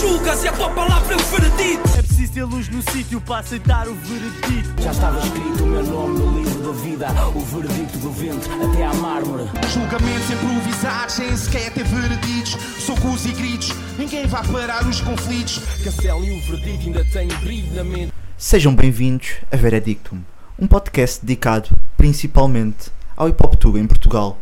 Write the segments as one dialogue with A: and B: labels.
A: julgas e a tua palavra é o veredito.
B: É preciso ter luz no sítio para aceitar o veredito.
C: Já estava escrito o meu nome no livro da vida, o veredito do vento até à mármore.
D: Julgamentos improvisados, sem sequer ter vereditos. Socos e gritos, ninguém vai parar os conflitos.
E: Castelo e o veredito ainda têm brilho na mente.
F: Sejam bem-vindos a Veredictum, um podcast dedicado principalmente ao hip hop tube em Portugal.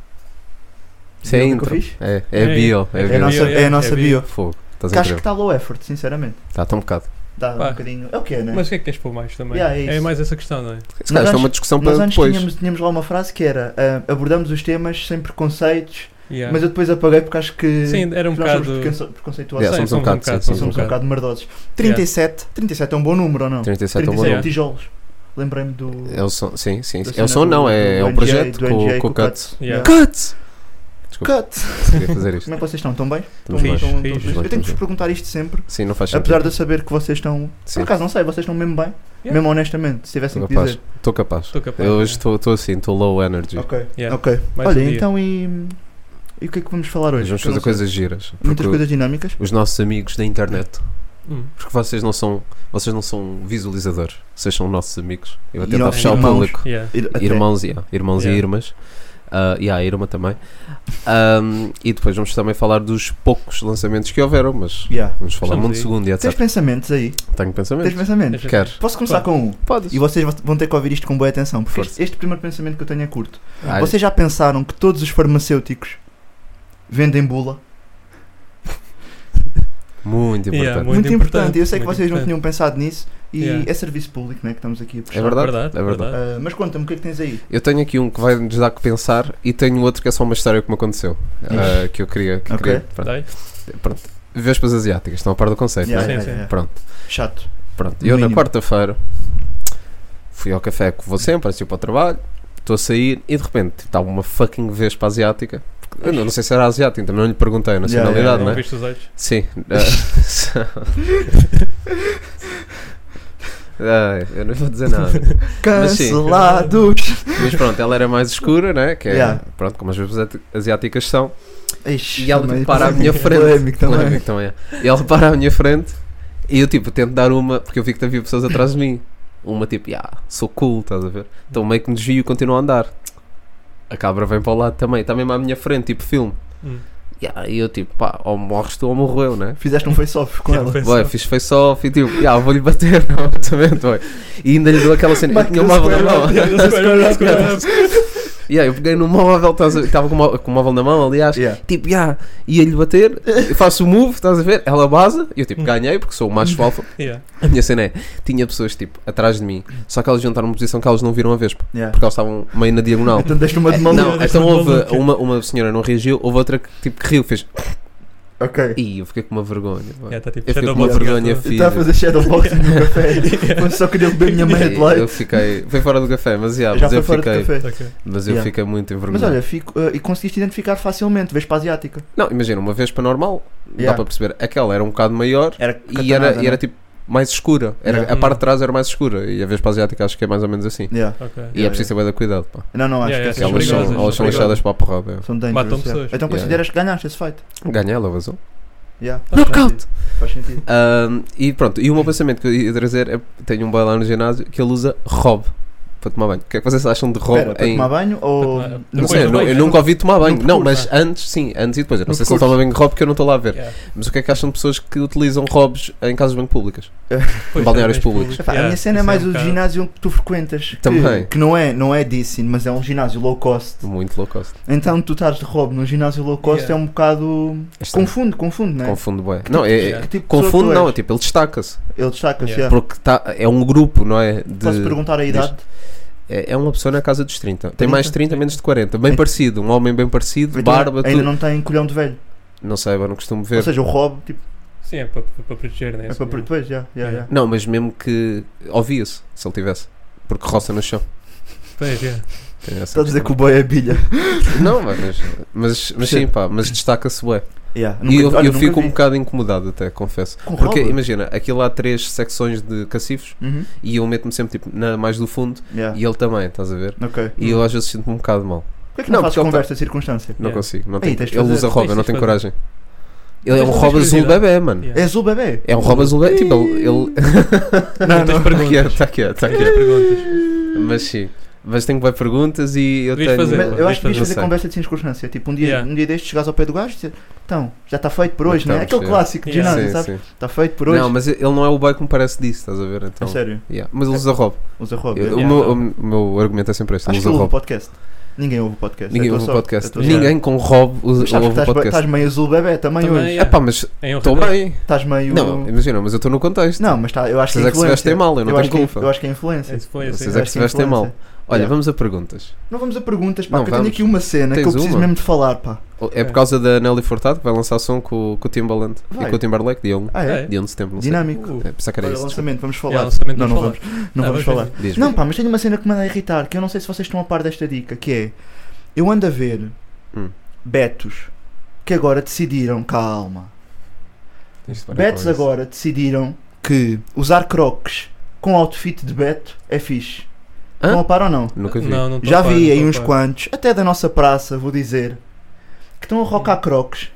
G: Isso é a intro. É, é,
H: É.
G: bio. É,
F: É,
G: bio.
F: a nossa, é a nossa bio.
G: Fogo. tá Estás
F: Que
G: a
F: acho que
G: ver?
F: está low effort, sinceramente.
G: Está tão um bocado.
F: Dá
H: Pá.
F: um bocadinho. É o que é, né?
H: Mas o que é que queres pôr mais também?
F: Yeah, é isso.
H: mais essa questão, não é?
G: Se calhar isto é
F: antes-
G: uma discussão
F: Nós
G: para
F: antes
G: depois.
F: tínhamos, tínhamos lá uma frase que era ah, abordamos os temas sem preconceitos,
H: Yeah.
F: mas eu depois apaguei porque acho que
H: Sim, era um
F: nós somos
H: bocado.
F: preconce- preconceituosos.
G: Yeah,
H: Sim,
G: somos um bocado, sim,
F: somos um
G: somos um
F: bocado merdosos. 37, 37 é um bom número ou não?
G: 37 é um bom
F: 37
G: nome.
F: tijolos. Lembrei-me do.
G: É o som, sim, sim.
F: da
G: É o
F: cena
G: som,
F: do-
G: não, é,
F: do
G: é o
F: NGA,
G: projeto
F: do
G: com,
F: NGA
G: com o
F: com o
G: Cut.
H: Yeah.
G: Cut!
F: Cut!
G: Queria fazer isto.
F: Como é que vocês estão? Estão bem?
H: Fixe,
G: Estamos bem.
F: Estão- estão-
H: fixe.
F: estão- Eu tenho que vos perguntar isto sempre.
G: Sim, não faz sentido.
F: Apesar de eu saber que vocês estão.
G: Sim.
F: Por acaso, não sei, vocês estão mesmo bem.
H: Yeah.
F: Mesmo honestamente, se tivessem
G: Estou
F: que
G: capaz.
F: dizer.
G: Estou capaz.
H: Estou capaz.
G: Eu hoje estou estou assim, estou low energy.
F: Ok.
H: Yeah.
F: Ok.
H: Mais
F: Olha,
H: um dia.
F: então e. E o que é que vamos falar hoje?
G: Hoje vamos
F: Porque eu
G: fazer
F: não sei.
G: coisas giras.
F: Muitas
G: Porque
F: coisas dinâmicas.
G: os nossos amigos da internet,
H: Hum.
G: porque vocês não são, vocês não são visualizadores, vocês são nossos amigos. Eu vou
F: E
G: tentar
F: nossos
G: fechar o
F: irmãos.
G: público.
H: Yeah.
F: E- até-
G: Irmãos, yeah, irmãos e
H: Yeah.
G: irmãs. Ah, e há a irmã também. Ahm, e depois vamos também falar dos poucos lançamentos que houveram, mas
F: Yeah.
G: vamos falar
H: Estamos
G: muito
H: aí.
G: segundo e
F: Tens
G: etc.
F: pensamentos aí?
G: Tenho
F: Tens
G: pensamento.
F: pensamentos?
H: Deixa-
G: Queres?
F: Posso começar
H: Claro.
F: com um?
G: Podes.
F: E vocês vão ter que ouvir isto com boa atenção, porque
G: Força.
F: este, este primeiro pensamento que eu tenho é curto.
G: Ai,
F: Vocês já pensaram que todos os farmacêuticos vendem bula?
G: Muito importante.
H: Yeah,
F: Muito, importante.
H: importante,
F: Eu sei que
H: muito
F: vocês não
H: importante.
F: tinham pensado nisso e
H: Yeah.
F: é serviço público né, que estamos aqui a puxar.
G: É verdade,
H: Verdade,
G: é verdade.
H: verdade.
F: Ah, mas conta-me o que é que tens aí.
G: Eu tenho aqui um que vai nos dar que pensar e tenho outro que é só uma história que me aconteceu. ah, que eu queria. Que
F: Ok.
G: queria pronto,
H: Dai.
G: pronto. Vespas asiáticas, estão a par do conceito,
F: Yeah,
G: não é?
F: yeah,
H: Sim,
F: yeah.
G: Pronto.
F: Chato.
G: Pronto.
F: No
G: Eu na
F: mínimo.
G: quarta-feira fui ao café que vou sempre, assim para o trabalho, estou a sair e de repente tipo, estava uma fucking vespa asiática. Porque Eu não, não sei se era asiática, então não lhe perguntei a
F: Yeah,
G: nacionalidade,
F: yeah,
G: não
H: Não
G: é?
H: viste os olhos?
G: Sim. ah, Ai, eu não vou dizer nada. Mas sim.
F: Cancelados!
G: Mas pronto, ela era mais escura, né? Que é,
F: Yeah.
G: pronto, como as vezes asiáticas são.
F: Ixi,
G: E ela tipo,
F: também-
G: para à minha frente.
F: Polémico também.
G: Polémico também é. E ela para à minha frente e eu, tipo, tento dar uma, porque eu vi que havia pessoas atrás de mim. Uma, tipo, ah, sou cool, estás a ver? Então meio que me desvio e continuo a andar. A cabra vem para o lado também, está mesmo à minha frente, tipo, filme.
H: Hum.
G: Yeah, e eu, tipo, pá, ou morres tu ou morro eu, né?
F: Fizeste um face-off com ela.
G: Boy, fiz face off e tipo, yeah, vou-lhe bater, não, também, boy. E ainda lhe dou aquela cena, eu tinha um móvel na mão. Yeah, eu peguei no móvel, estás a- estava com, o mó- com o móvel na mão, aliás,
F: Yeah.
G: tipo, yeah, ia-lhe bater, eu faço o move, estás a ver? Ela baza, eu
F: Hum.
G: tipo, ganhei, porque sou o macho alfa.
H: Yeah.
G: A minha cena é, tinha pessoas tipo, atrás de mim, só que elas iam estar numa posição que elas não viram a Vespa,
F: Yeah.
G: porque elas estavam meio na diagonal.
F: Então deste uma de mal.
G: Não,
H: deste
G: então
H: uma
G: houve
H: maluca.
G: uma, uma senhora não reagiu, houve outra que tipo que riu, fez,
F: Ok.
G: ih, eu fiquei com uma vergonha.
F: É,
G: pá.
H: Yeah, tá tipo,
G: Eu fiquei
H: shadow
G: com uma
H: boxing,
G: vergonha
H: tudo.
F: Eu estava a fazer shadowboxing no café, mas só queria beber a minha meia de
G: Eu,
F: light.
G: fiquei, foi fora do café, mas, yeah,
F: Já
G: mas
F: foi
G: eu
F: fora do
G: fiquei,
F: café.
H: Ok.
G: mas eu
F: Yeah.
G: fiquei muito
F: Mas
G: envergonhado.
F: olha, fico, eh, e conseguiste identificar facilmente, vespa asiática.
G: Não, imagina, uma Vespa normal, dá
F: Yeah.
G: para perceber, aquela era um bocado maior.
F: Era
G: e era, e era tipo mais escura.
F: né?
G: Era,
F: Yeah.
G: A parte de trás era mais escura e a Vespa Asiática acho que é mais ou menos assim.
F: Yeah.
H: Ok.
G: E é
F: Yeah,
G: preciso ter bem da cuidado, pá.
F: Não, não, acho
H: Yeah, é
F: que é
H: São
G: Elas
F: essas
H: perigosas,
G: são,
F: são,
G: elas
H: são
G: são
H: perigosas.
G: lixadas para a porrada.
F: são dangerous.
H: Matam
F: yeah.
H: pessoas.
F: Então
G: Yeah,
F: consideras que ganhaste esse fight.
G: é. Ganha ela, vazou.
F: Yeah.
H: Faz
G: Knockout!
F: sentido. Faz sentido.
G: Ahm, e pronto, e o meu pensamento que eu ia trazer é: tenho um boy lá no ginásio que ele usa Rob para tomar banho. O que é que vocês acham de Rob
F: Espera, para
G: em.
F: tomar banho ou.
H: Para tomar-
G: Não
H: Depois
G: sei, eu,
H: do
G: nu-
H: banho,
G: eu
H: não?
G: nunca ouvi tomar banho.
H: No
G: Não,
H: percurso,
G: mas
F: né?
G: antes, sim, antes e depois. Eu não
H: No
G: sei se ele
H: percurso.
G: toma banho de Rob porque eu não estou lá a ver.
H: Yeah.
G: Mas o que é que acham de pessoas que utilizam Robs em casas de banho públicas?
H: Pois,
G: balneários
H: também,
G: públicos.
F: Epá,
H: Yeah,
F: a minha cena é
H: isso
F: mais
H: um
F: o
H: bocado-
F: ginásio que tu frequentas. que-
G: Também.
F: Que, não é, não é dissing, mas é um ginásio low cost.
G: Muito low cost.
F: Então tu estás de robe num ginásio low cost
H: Yeah.
F: é um bocado. Confunde, confunde, né?
G: Confundo bem. Não, é, é,
F: Que tipo de
G: Confundo
F: pessoa tu
G: não,
F: és?
G: é tipo, ele destaca-se.
F: Ele destaca-se.
H: Yeah.
F: yeah.
G: Porque tá, é um grupo, não é? De,
F: Posso perguntar a idade?
G: é, é uma pessoa na casa dos 30. Tem mais de 30, menos de 40. Bem
F: Então-
G: parecido, um homem bem parecido,
F: Então,
G: barba,
F: ainda
G: tudo. Não...
F: não tem colhão de velho.
G: sei, eu não costumo
F: Ou
G: ver.
F: seja, o robe, tipo,
H: Sim, é para para proteger, né?
F: é para depois, já, já, já.
G: Não, mas mesmo que ouvia-se, se ele tivesse. Porque roça no chão.
H: Pois, yeah.
G: Tem essa
F: Está a dizer que o
G: questão.
F: boy é bilha.
G: Não, mas, mas, mas sim, pá, mas destaca-se bem.
F: Yeah,
G: E
F: nunca-
G: eu,
F: olha,
G: eu
F: nunca
G: fico um
F: vi.
G: bocado incomodado até, confesso.
F: Com
G: Porque
F: robe?
G: imagina, aquilo há três secções de cacifos
F: Uhum.
G: e eu meto-me sempre tipo, na mais do fundo
F: Yeah.
G: e ele também, estás a ver?
F: Ok.
G: E eu às vezes sinto-me um bocado mal.
F: Porquê que não, é um
G: Não,
F: fazes
G: porque ele
F: conversa de circunstância?
G: Não
H: Yeah.
G: consigo, não
F: Aí,
G: tenho,
F: tens de
G: ele
F: fazer.
G: usa roupa, eu não
H: Tens de
G: tenho
H: fazer.
G: coragem. Ele é um
H: Mas
G: Rob
H: tens
G: Azul
H: curiosidade?
G: bebê, mano.
H: Yeah.
F: É azul bebê.
G: É um Rob Azul bebê. Tipo, ele. ele-
H: Não, tens
G: Tá quieto,
H: perguntas.
G: está quieto, está
H: Tens
G: quieto.
H: perguntas.
G: Mas sim. Mas tenho boas perguntas e eu
H: Devias
G: tenho.
H: fazer,
G: Mas-
H: pá.
F: Eu acho que
G: Não
F: devias fazer
G: sei.
F: conversa de circunstância. Tipo, um dia,
H: Yeah.
F: um dia deste chegares ao pé do gajo e dizer, então, já está feito por hoje,
G: Então,
F: não é? Aquele
G: sim.
F: clássico de
H: Yeah.
F: ginásio,
G: sim,
F: sabe?
G: sim.
F: Está feito por hoje.
G: Não, mas ele não é o boy que me parece disso, estás a ver? Então,
F: A sério,
G: yeah. Mas ele usa Rob.
F: usa roupa.
G: Eu-
H: Yeah.
G: o, meu, o meu argumento é sempre este: ele
F: Acho que
G: usa
F: ouve o
G: Rob.
F: podcast. Ninguém ouve o podcast.
G: Ninguém
F: É a tua
G: ouve o
F: sorte, é a
G: podcast.
F: tua
G: Ninguém com Rob
F: sorte.
G: usa,
F: Sabes que
G: ouve o
F: estás-
G: podcast.
F: Estás meio azul bebê também
H: Também,
F: hoje.
G: É pá, mas
H: Em honra
G: estou
H: dele.
G: bem.
F: Estás meio.
G: Não, imagina, mas eu estou no contexto.
F: Não, mas tá, eu acho
G: Vocês
F: que
G: é que se
F: influência.
G: vestem mal, eu não
F: Eu acho
G: tenho
F: que é-
G: culpa.
F: eu acho que é influência.
H: Esse foi assim.
G: Vocês
F: Eu
G: é
F: acho
G: que se
F: é
G: vestem mal.
F: influência.
G: Olha,
F: Yeah.
G: vamos a perguntas.
F: Não vamos a perguntas, pá,
G: Não,
F: que eu tenho
G: vamos.
F: aqui uma cena que
G: Tens
F: eu preciso
G: uma?
F: mesmo de falar, pá.
G: É
H: É.
G: por causa da Nelly Furtado que vai lançar som com, com o Timbaland
F: Vai.
G: e com o Timberlake, dia 1,
F: Ah, é?
H: É.
G: dia 1 de setembro, não sei.
F: Dinâmico.
H: Uh,
G: É, pensava que era
F: Olha,
G: isso.
F: lançamento, vamos
H: é,
F: falar.
H: lançamento
F: Não,
H: de
F: não
H: falar.
F: vamos. Não
H: Ah, vamos
F: vamos falar.
G: Diz-me.
F: Não, pá, mas tenho uma cena que me anda a irritar, que eu não sei se vocês estão a par desta dica, que é. Eu ando a ver
G: Hum.
F: Betos que agora decidiram, calma.
G: Isto vai
F: Betos
G: acabar isso.
F: agora decidiram que usar crocs com outfit de Beto é fixe.
G: Hã?
F: Estão a par ou não?
G: Nunca vi.
H: Não, não tô
F: Já
H: a par,
F: vi
H: não tô
F: aí
H: a
F: uns
H: par.
F: quantos, até da nossa praça, vou dizer, que
H: Hum.
F: estão a rocar crocs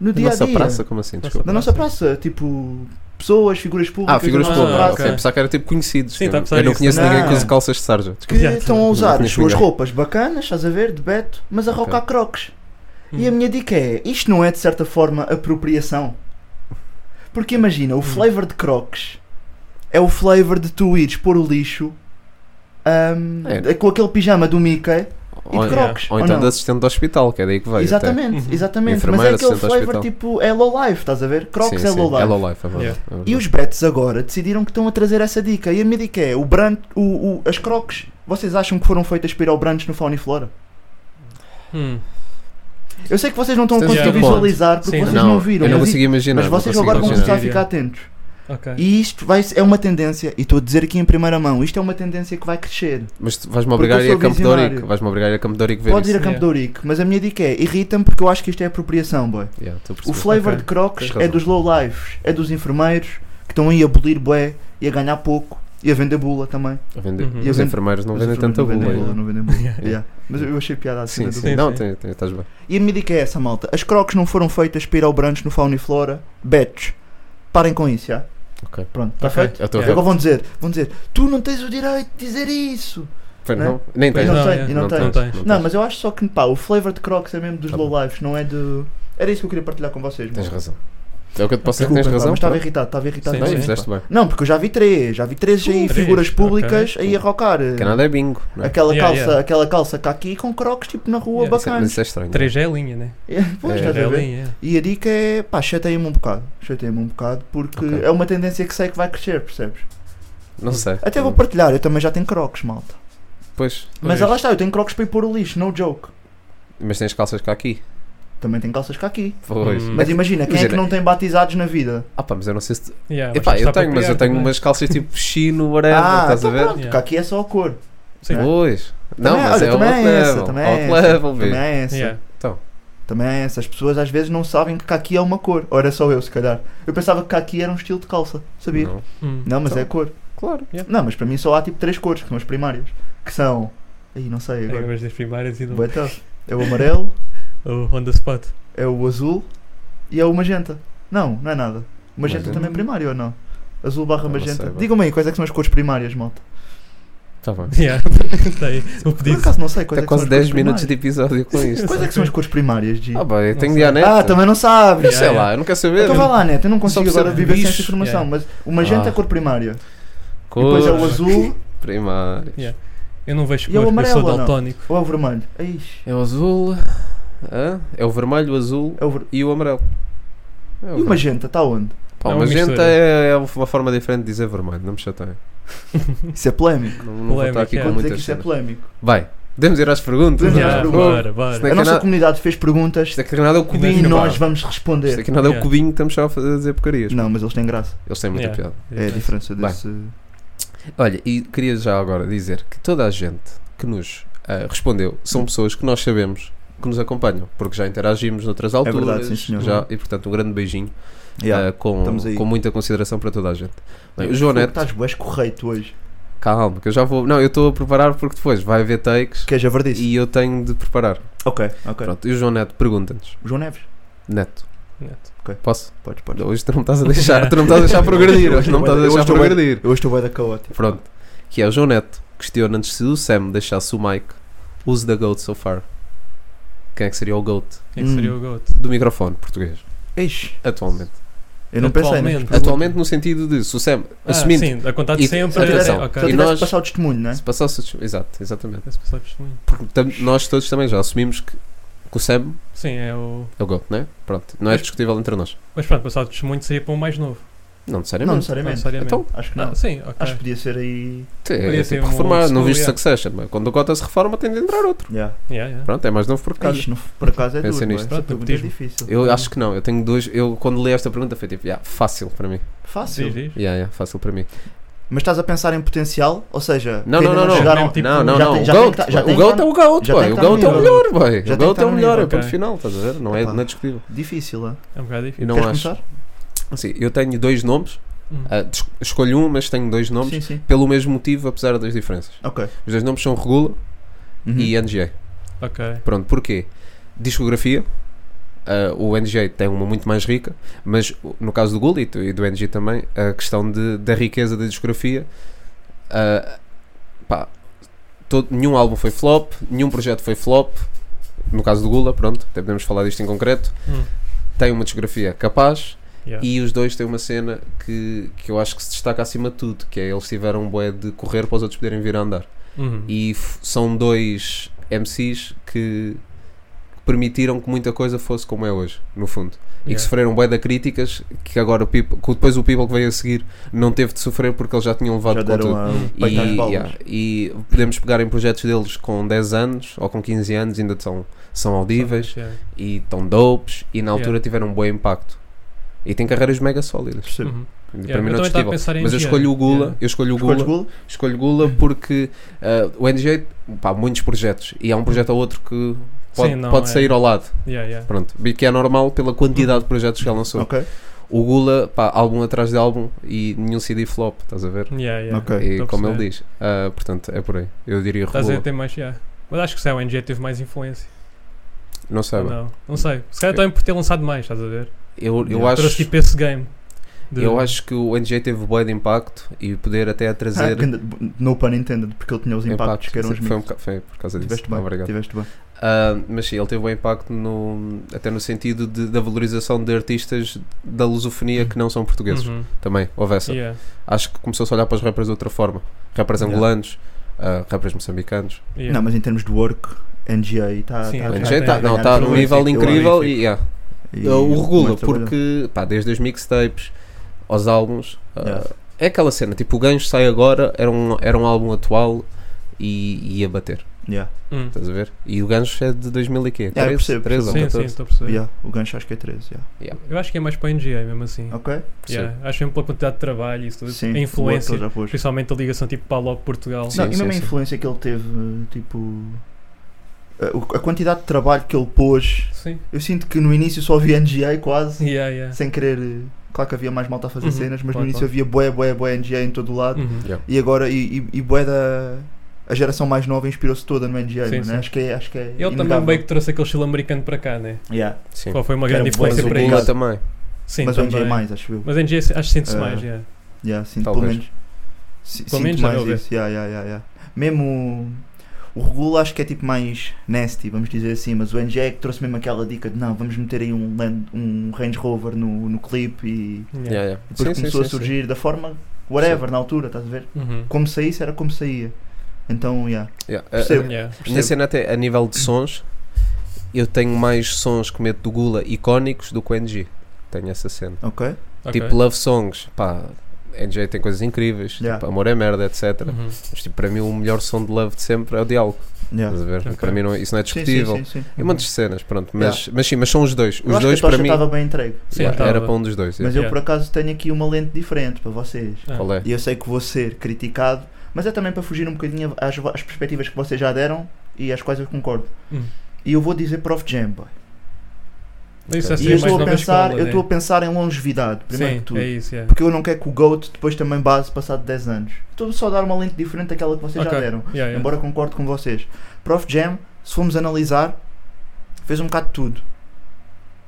F: no dia a
G: Nossa
F: dia.
G: praça, como assim? Desculpa.
F: Da nossa praça, tipo, pessoas, figuras públicas.
G: Ah, figuras
F: da
H: Ah,
F: nossa
G: públicas.
F: praça,
G: ok.
H: ok.
G: Pensava que era tipo conhecidos.
H: Sim,
G: eu,
H: tá a pensar
G: eu não
H: nisso.
G: conheço ninguém que
F: Não.
G: use calças de sarja.
F: Que
H: Yeah.
F: estão a
G: Não
F: usar as
G: conheço
F: suas
G: ninguém.
F: roupas bacanas, estás a ver, de Beto, mas a rocar crocs. E a
H: Hum.
F: minha dica é, isto não é de certa forma apropriação? Porque imagina,
G: Hum.
F: o flavor de crocs é o flavor de tu ires pôr o lixo ahm,
G: É.
F: com aquele pijama do Mickey e
G: Ou,
F: de crocs.
G: ou
F: ou
G: então
F: não?
G: de assistente do hospital, que é daí que vai. até.
F: Exatamente,
H: Uhum.
F: exatamente. Mas é
G: Enfermeira,
F: aquele
G: assistente ao
F: flavor
G: hospital.
F: tipo é low life, estás a ver? Crocs
G: Sim,
F: é
G: sim,
F: low life.
G: É low life, é verdade.
H: Yeah.
G: É verdade.
F: E os Betos agora decidiram que estão a trazer essa dica. E a minha dica é: o brand, o, o- as crocs, vocês acham que foram feitas para ir ao brunch no Fauna e Flora?
H: Hum.
F: Eu sei que vocês não estão a
G: Tens
F: conseguir
H: um ponto.
F: visualizar porque
H: Sim,
F: vocês
G: não,
F: não, viram.
G: Eu não
F: mas,
G: consigo imaginar.
F: mas
G: não
F: vocês
G: consigo
F: agora vão
G: imaginar.
F: começar a
H: imaginar.
F: ficar atentos.
H: Ok.
F: E isto vai, é uma tendência, e estou a dizer aqui em primeira mão: isto é uma tendência que vai crescer.
G: Mas tu vais-me obrigar a
F: eu
G: ir a
F: sou
G: Campo de
F: visionário.
G: Ourique. Vais-me obrigar a ir a Campo de Ourique ver
F: Podes ir
G: isso.
F: a Campo
H: Yeah.
F: de Ourique, mas a minha dica é: irrita-me porque eu acho que isto é apropriação, boy.
G: Yeah, estou a
F: O
G: perceber.
F: flavor
H: Ok.
F: de Crocs
G: Tens
F: é
G: razão.
F: dos low lives, é dos enfermeiros que estão aí a abolir bué e a ganhar pouco e a vender bula também.
G: A vender.
H: Uhum.
G: Os
F: Eu-
G: enfermeiros não
F: Mas
G: vendem
F: os
G: tanta
F: não vendem
G: bula. né?
F: Não vendem bula.
H: Yeah.
F: Yeah. Mas eu achei piada assim.
G: Sim,
F: da
G: sim.
H: Sim,
G: Não,
H: sim.
G: tem- tem- estás bem.
F: dupla. E a minha dica é essa, malta. As crocs não foram feitas para ir ao brunch no Fauna e Flora. Betos, parem com isso, já.
G: Ok.
F: Pronto, está
H: Ok. Então.
F: feito?
G: Eu estou a
H: Yeah.
F: Agora vão dizer, vão dizer, tu não tens o direito de dizer isso.
G: Pois
F: Né?
G: não? Nem
F: Pois
G: tens.
F: não tem,
H: é,
F: e não tem.
H: Não tens.
G: Não
F: Não,
G: tens.
F: mas eu acho só que, pá, o flavor de crocs é mesmo dos
G: Tá bom.
F: low lives, não é de... Era isso que eu queria partilhar com vocês,
G: Tens
F: mano.
G: razão. É o que eu te posso dizer que
F: Desculpa,
G: tens
F: pá,
G: razão.
F: mas estava
G: pronto.
F: irritado, estava irritado.
H: Sim,
G: Bem,
F: mesmo.
H: sim.
G: Fizeste bem.
F: Não, porque eu já vi três, já vi três aí,
H: três,
F: figuras públicas
G: ok.
F: aí a rocar.
G: Canadá é bingo. não é?
F: Aquela
H: Yeah,
F: calça,
H: yeah.
F: aquela calça caqui com crocs tipo na rua
H: Yeah,
G: Isso é-
F: bacana.
G: Mas isso é estranho.
H: 3 é a linha, né?
F: Pois,
G: É,
F: estás a
H: é a
F: ver?
H: linha.
F: E a dica é, pá, chateia-me um bocado. Chateia-me um bocado porque
G: Ok.
F: é uma tendência que sei que vai crescer, percebes?
G: Não sei.
F: Até vou partilhar, eu também já tenho crocs, malta.
G: Hum. Pois.
F: Mas ah,
H: Pois.
F: lá está, eu tenho crocs para ir pôr o lixo, no joke.
G: Mas tens calças cá aqui.
F: Também tenho calças caqui.
G: Pois.
H: Hum.
F: Mas imagina, quem é que
G: Imagina.
F: não tem batizados na vida?
G: Ah pá, mas eu não sei se.
H: Yeah,
G: Epá,
H: mas
G: eu
H: está
G: tenho, mas eu
H: apropriado
G: tenho
H: também.
G: umas calças tipo chino, whatever,
F: ah,
G: estás a
F: então
G: ver?
F: pronto,
H: Yeah.
F: caqui é só a cor.
H: Sim.
F: né?
G: Pois. Não,
F: Também-
G: mas
F: olha,
G: é
F: também
G: outro
F: é essa,
G: level.
F: também é
G: Outro
F: essa,
G: level,
F: Também
G: bicho.
F: é essa.
H: Yeah.
F: Também é essa. As pessoas às vezes não sabem que caqui é uma cor. Ou era só eu, se calhar. Eu pensava que caqui era um estilo de calça, sabia? Não,
G: Não.
H: Hum.
F: mas
G: Então.
F: é cor.
G: Claro.
F: Não, mas para mim só há tipo três cores, que são as primárias. Que são. Aí não sei
H: Agora
F: agora.
H: vais das primárias e do
F: Bué tough. É o amarelo,
H: o on the spot.
F: é o azul e é o magenta. Não, não é nada. O magenta
G: Magenta.
F: também é primário ou não? Azul barra
G: Não
F: magenta.
G: sei, bem.
F: Digam-me aí quais é que são as cores primárias, malta.
G: Está bem.
H: Yeah. Tá aí, o
F: Por
H: pedido.
F: acaso não sei quais
G: Está
F: é que são
G: quase
F: as
G: 10
F: cores
G: minutos de
F: primárias.
G: episódio com isto.
F: Quais é que são as cores primárias, G?
G: Ah, bem, eu
H: Não
G: tenho
H: sei.
G: dianeta.
F: Ah, também não
G: Eu
F: sabes.
G: sei
H: Yeah,
G: lá,
H: yeah.
G: eu não quero saber.
F: Então vá lá, Neto, eu não
G: Só
F: consigo
G: percebo
F: agora viver sem essa
G: bicho.
F: informação, mas o magenta
G: Ah.
F: é cor primária. E
G: Cores
F: depois é o azul
G: primárias.
H: Yeah. Eu não vejo
F: E é o
H: cores, porque eu sou
F: amarelo ou não?
H: daltónico.
F: ou é o vermelho? Ai,
G: É o azul. hã? É o vermelho, o azul
F: É o ver...
G: e o amarelo. É
F: E o
G: vermelho.
F: magenta, está onde?
G: Pá,
H: É
G: o
H: uma
G: magenta
H: mistura.
G: é, é uma forma diferente de dizer vermelho, não me chateiem.
F: Isso é polémico.
G: Não, não vou estar aqui
H: Polémica,
G: com
H: é.
F: Vou dizer que
G: muitas
F: isso é
G: cenas.
F: polémico.
G: Vai, podemos ir às perguntas.
F: Podemos ir às
G: Ah,
H: Yeah,
F: perguntas.
G: boa.
H: Bora, bora.
G: Isto é
F: A
G: que
F: nossa
G: nada-
F: comunidade fez perguntas
G: Isto aqui nada é
H: é
G: o
F: e
G: cubinho.
F: nós
G: pá.
F: vamos
G: Isto
F: responder.
G: aqui nada é o
H: Yeah.
G: cubinho que estamos só a fazer porcarias.
F: Não, mas eles têm graça.
G: Eles têm muita
H: Yeah.
G: piada.
F: É a diferença
G: Bem. eh,
F: desse.
G: Olha, e queria já agora dizer que toda a gente que nos ah, respondeu são pessoas que nós sabemos que nos acompanham, porque já interagimos noutras alturas.
F: É verdade, sim, senhor.
G: já, e portanto, um grande beijinho
F: Yeah.
G: ah, com,
F: estamos aí. tá-
G: com muita consideração para toda a gente. Bem, o João Neto,
F: Estás bué correto hoje.
G: calma, que eu já vou. Não, eu estou a preparar porque depois vai haver takes
F: Que é javardice.
G: e eu tenho de preparar.
F: Ok, ok.
G: Pronto, e o João Neto pergunta-nos:
F: João Neves.
G: Neto,
H: Neto.
G: Posso?
F: Podes, podes.
G: Hoje tu não me estás a deixar, tu não me estás a deixar progredir. Hoje não me estás a
F: Eu
G: deixar
F: hoje estou bué-
G: progredir.
F: Eu hoje estou bué da caótica.
G: Pronto. Que é o João Neto. Questiona-nos se o Sam deixasse o Mike. Use the GOAT so far. Quem é que seria o GOAT
H: Quem é que
F: Hum.
H: seria o GOAT?
G: do microfone português?
F: Ixi,
G: Atualmente.
F: eu não pensei, né?
H: Atualmente.
G: Atualmente no sentido de se o Sam,
H: Ah,
G: assumindo,
H: Sim, a contar de
G: E-
H: sempre. é,
G: atenção,
H: ok.
F: Se eu
G: E
F: tivesse
G: nós-
F: de passar o testemunho, não é?
G: se passasse... os- Exato, exatamente.
H: Esse pessoal é testemunho.
G: Porque tam- nós todos também já assumimos que, que o Sam
H: Sim, é o.
G: é o GOAT, não é? Pronto. Não é
H: Mas-
G: discutível entre nós.
H: Mas pronto, passado de testemunho seria para um mais novo.
G: Não
F: Não
G: necessariamente.
H: Não
F: necessariamente.
H: necessariamente.
G: Então,
F: Acho que não.
H: ah, sim, ok.
F: Acho que podia ser aí.
G: é,
H: Podia
G: é
H: ser
G: tipo
H: um
G: reformar. Não
H: Scooby,
G: viste
H: é.
G: Succession. mas Quando o GOAT se reforma, tem de entrar outro.
F: Yeah.
H: Yeah, yeah.
G: Pronto, é mais novo por causa.
F: Isto não- por acaso é
G: Pensei
F: duro,
G: nisto.
F: não é?
H: Pronto,
F: Essa pergunta é
H: diz-me.
F: difícil.
G: Eu acho que não. Eu tenho dois. Eu quando li esta pergunta foi tipo, yeah, fácil para mim.
F: Fácil.
H: Diz, diz.
G: Yeah, yeah, fácil para mim.
F: Mas estás a pensar em potencial? Ou seja, é
G: Não,
F: que
G: não,
F: ainda
G: não, não.
F: chegaram-
H: Mesmo tipo-
G: não, não,
F: já
G: não.
F: tem-
G: o
F: já
G: GOAT,
F: tem que tá- já
G: o
F: tem que
G: GOAT
F: tá-
G: é o GOAT,
F: já
G: boy.
F: tem
G: O
F: que tá
G: GOAT é
F: no
G: o
F: nível.
G: melhor, boy.
F: Já tem
G: O
F: que
G: GOAT
F: tá
G: é o
F: no
G: melhor,
F: nível,
G: é ponto
H: ok.
G: final, estás a ver? Não é
F: Epá.
G: não é discutível.
F: Difícil, é?
H: É um bocado
G: E
H: difícil.
G: não
F: Queres
G: acho.
F: começar?
G: Assim, eu tenho dois nomes.
H: Hum.
G: ah, des- escolho um, mas tenho dois nomes.
F: Sim, sim.
G: Pelo mesmo motivo, apesar das diferenças.
F: Ok.
G: Os dois nomes são Regula
F: Uhum.
G: e NGA.
H: Ok.
G: Pronto, porquê? Discografia. ah, o NGA tem uma muito mais rica, mas o- no caso do Gulli e do- e do NG também, a questão de, da riqueza da discografia. ah, pá, todo, nenhum álbum foi flop, nenhum projeto foi flop. No caso do Gula, pronto, até podemos falar disto em concreto.
H: Hum. É.
G: Tem uma discografia capaz
H: Yeah.
G: e os dois têm uma cena que, que eu acho que se destaca acima de tudo, que é eles tiveram um boé de correr para os outros poderem vir a andar
H: Uhum.
G: e f- são dois MCs que permitiram que muita coisa fosse como é hoje, no fundo. E que
H: Yeah.
G: sofreram bué de críticas que agora o people, que depois o people que veio a seguir não teve de sofrer porque eles já tinham levado
F: Já
G: com
F: deram
G: tudo.
F: a
H: Hum.
F: peito às
G: E,
F: balas.
G: yeah, e podemos pegar em projetos deles com 10 anos ou com 15 anos, ainda são, são audíveis
H: Yeah.
G: e estão dopes e na
H: Yeah.
G: altura tiveram um bom impacto. E têm carreiras mega sólidas.
F: Percebo.
H: Uhum.
G: Para
H: Yeah,
G: mim
H: eu
G: não
H: também estava a
G: é discutível.
H: pensar em
G: Mas eu
H: NGA.
G: escolho o Gula,
H: Yeah.
G: eu escolho o Gula,
F: Escolhes Gula?
G: Escolho Gula porque ah, o NJ, pá, muitos projetos, e há um projeto ou outro que
H: Sim,
G: pode,
H: não,
G: pode
H: é.
G: sair ao lado,
H: Yeah, yeah.
G: pronto, e que é normal pela quantidade de projetos que ela lançou.
F: Ok.
G: O Gula, pá, álbum atrás de álbum e nenhum CD flop, estás a ver?
H: Yeah, yeah.
F: Ok.
G: E
H: estou a
G: como ele
H: perceber.
G: diz, ah, portanto, é por aí. Eu diria
H: Estás a
G: Regula.
H: dizer tem mais. Yeah. Mas acho que sei, o NG teve mais influência.
G: Não sei,
H: Ou
G: bem.
H: não, não sei. Se calhar também por ter lançado mais, estás a ver?
G: eu, eu,
H: Yeah. Trouxe
G: acho,
H: tipo esse game. de-
G: eu acho que o NJ teve bué de impacto e poder até a
F: Ah,
G: trazer
F: ganda- No pun intended, porque ele tinha os impactos que eram os
G: Sim, foi, um
F: meus.
G: boca- foi por causa disso.
F: Tiveste bem.
G: Obrigado.
F: Tiveste bem.
G: Ah, mas sim, ele teve um impacto no, até no sentido de- da valorização de artistas da lusofonia que não são portugueses.
H: Uhum.
G: Também, houve essa.
H: Yeah.
G: Acho que começou-se a olhar para os rappers de outra forma. Rappers
F: Yeah.
G: angolanos, ah, rappers moçambicanos.
H: Yeah.
F: Não, mas em termos de work, NGA está.
H: Sim,
F: tá,
H: Ah,
G: O
H: NGA
G: NJ
H: tá-
G: tá-
H: tá-
G: não,
H: tá-
G: está
H: tá-
G: num nível
F: tá-
G: incrível
F: tá-
G: e yeah.
F: E
G: o regula,
F: mais trabalhado.
G: porque pá, desde as mixtapes aos álbuns. ah,
F: Yeah.
G: É aquela cena, tipo, o gancho sai agora, era um, era um álbum atual e ia bater,
F: Yeah.
H: Hum.
G: estás a ver? E o gancho é de 2000 e quê?
F: Yeah, eu
G: 13,
F: percebo,
G: 13 ou
H: Sim, sim,
G: 14?
H: estou a perceber.
F: Yeah. O gancho acho que é 13. yeah.
H: Eu acho que é mais para o NGA mesmo assim.
F: Ok?
G: Percebo.
H: Yeah. Acho mesmo pela quantidade de trabalho e isso tudo.
F: Ah, Sim.
H: a influência.
F: boa, já pôs.
H: Principalmente a ligação tipo para logo Portugal.
G: Sim.
F: Não, e mesmo a influência que ele teve, tipo. a- o- A quantidade de trabalho que ele pôs.
H: Sim.
F: Eu sinto que no início só havia NGA quase,
H: Yeah, yeah.
F: sem querer. eh, Claro que havia mais malta a fazer
H: Uhum,
F: cenas, mas
H: claro,
F: no início havia boé, boé, boé NGA em todo o lado.
H: Uhum.
G: Yeah.
F: E agora, e, e, e bué da. A geração mais nova inspirou-se toda no NGA,
H: Sim,
F: mano,
H: sim.
F: Acho que é. Acho que é
H: Ele também
F: inegável.
H: meio que trouxe aquele estilo americano para cá, né?
F: Yeah.
G: Sim.
H: Qual foi uma
F: Que era
H: grande
F: um bom
H: influência
G: Mas o
H: para
F: exemplo.
G: Gula
H: isso.
G: é, também.
H: Sim,
F: Mas o
H: também.
F: NGA é mais, acho eu.
H: Mas NGA acho que sente-se
F: Ah.
H: mais, yeah.
F: Yeah, sinto pelo
G: Talvez.
F: menos. si-
H: Pelo
F: sinto
H: menos, a
F: mais
H: meu
F: isso. Yeah, yeah, yeah, yeah. Mesmo o, o Regula acho que é tipo mais nasty, vamos dizer assim, mas o NG é que trouxe mesmo aquela dica de não, vamos meter aí um, Land- um Range Rover no, no clipe e
G: Yeah, yeah.
F: depois
G: Sim,
F: começou
G: sim,
F: a
G: sim,
F: surgir da forma whatever na altura, estás a ver?
H: Uhum.
F: Como saísse era como saía. Então, yeah.
G: sim. Yeah. A-
F: Percebo.
H: Yeah.
G: a minha cena até a nível de sons, eu tenho mais sons que meto do Gula icónicos do que o NG. Tenho essa cena.
F: Ok?
H: Ok.
G: Tipo Love Songs, pá, NG tem coisas incríveis,
F: Yeah.
G: tipo, Amor é Merda, etc.
H: Uhum.
G: Mas tipo, para mim o melhor som de Love de sempre é o diálogo.
F: Yeah.
G: Estás a ver?
H: Ok.
G: Para mim não- isso não é
F: Sim, sim,
G: discutível.
F: sim, sim.
G: É um monte de cenas, pronto. Mas, mas sim, mas são os dois.
F: Eu
G: Os
F: acho
G: dois
F: que a
G: para
F: tocha
G: mim
F: estava bem entregue.
H: Sim,
G: yeah,
H: tava.
G: era para um dos dois. yeah.
F: Mas eu
H: Yeah.
F: por acaso tenho aqui uma lente diferente para vocês.
H: Ah.
G: Qual é?
F: E eu sei que vou ser criticado, mas é também para fugir um bocadinho às, vo- às perspectivas que vocês já deram e às quais eu concordo.
H: Hum.
F: E eu vou dizer Prof Jam, boy.
H: Isso é
F: E eu
H: ser mais
F: estou a
H: nova
F: pensar,
H: escola,
F: eu
H: né?
F: estou a pensar em longevidade, primeiro
H: Sim,
F: que tudo.
H: é isso, yeah.
F: Porque eu não quero que o GOAT depois também base passado 10 anos. Estou só a dar uma lente diferente daquela que vocês já
H: Ok.
F: deram.
H: Yeah, yeah.
F: Embora concordo com vocês. Prof Jam, se formos analisar, fez um bocado de tudo.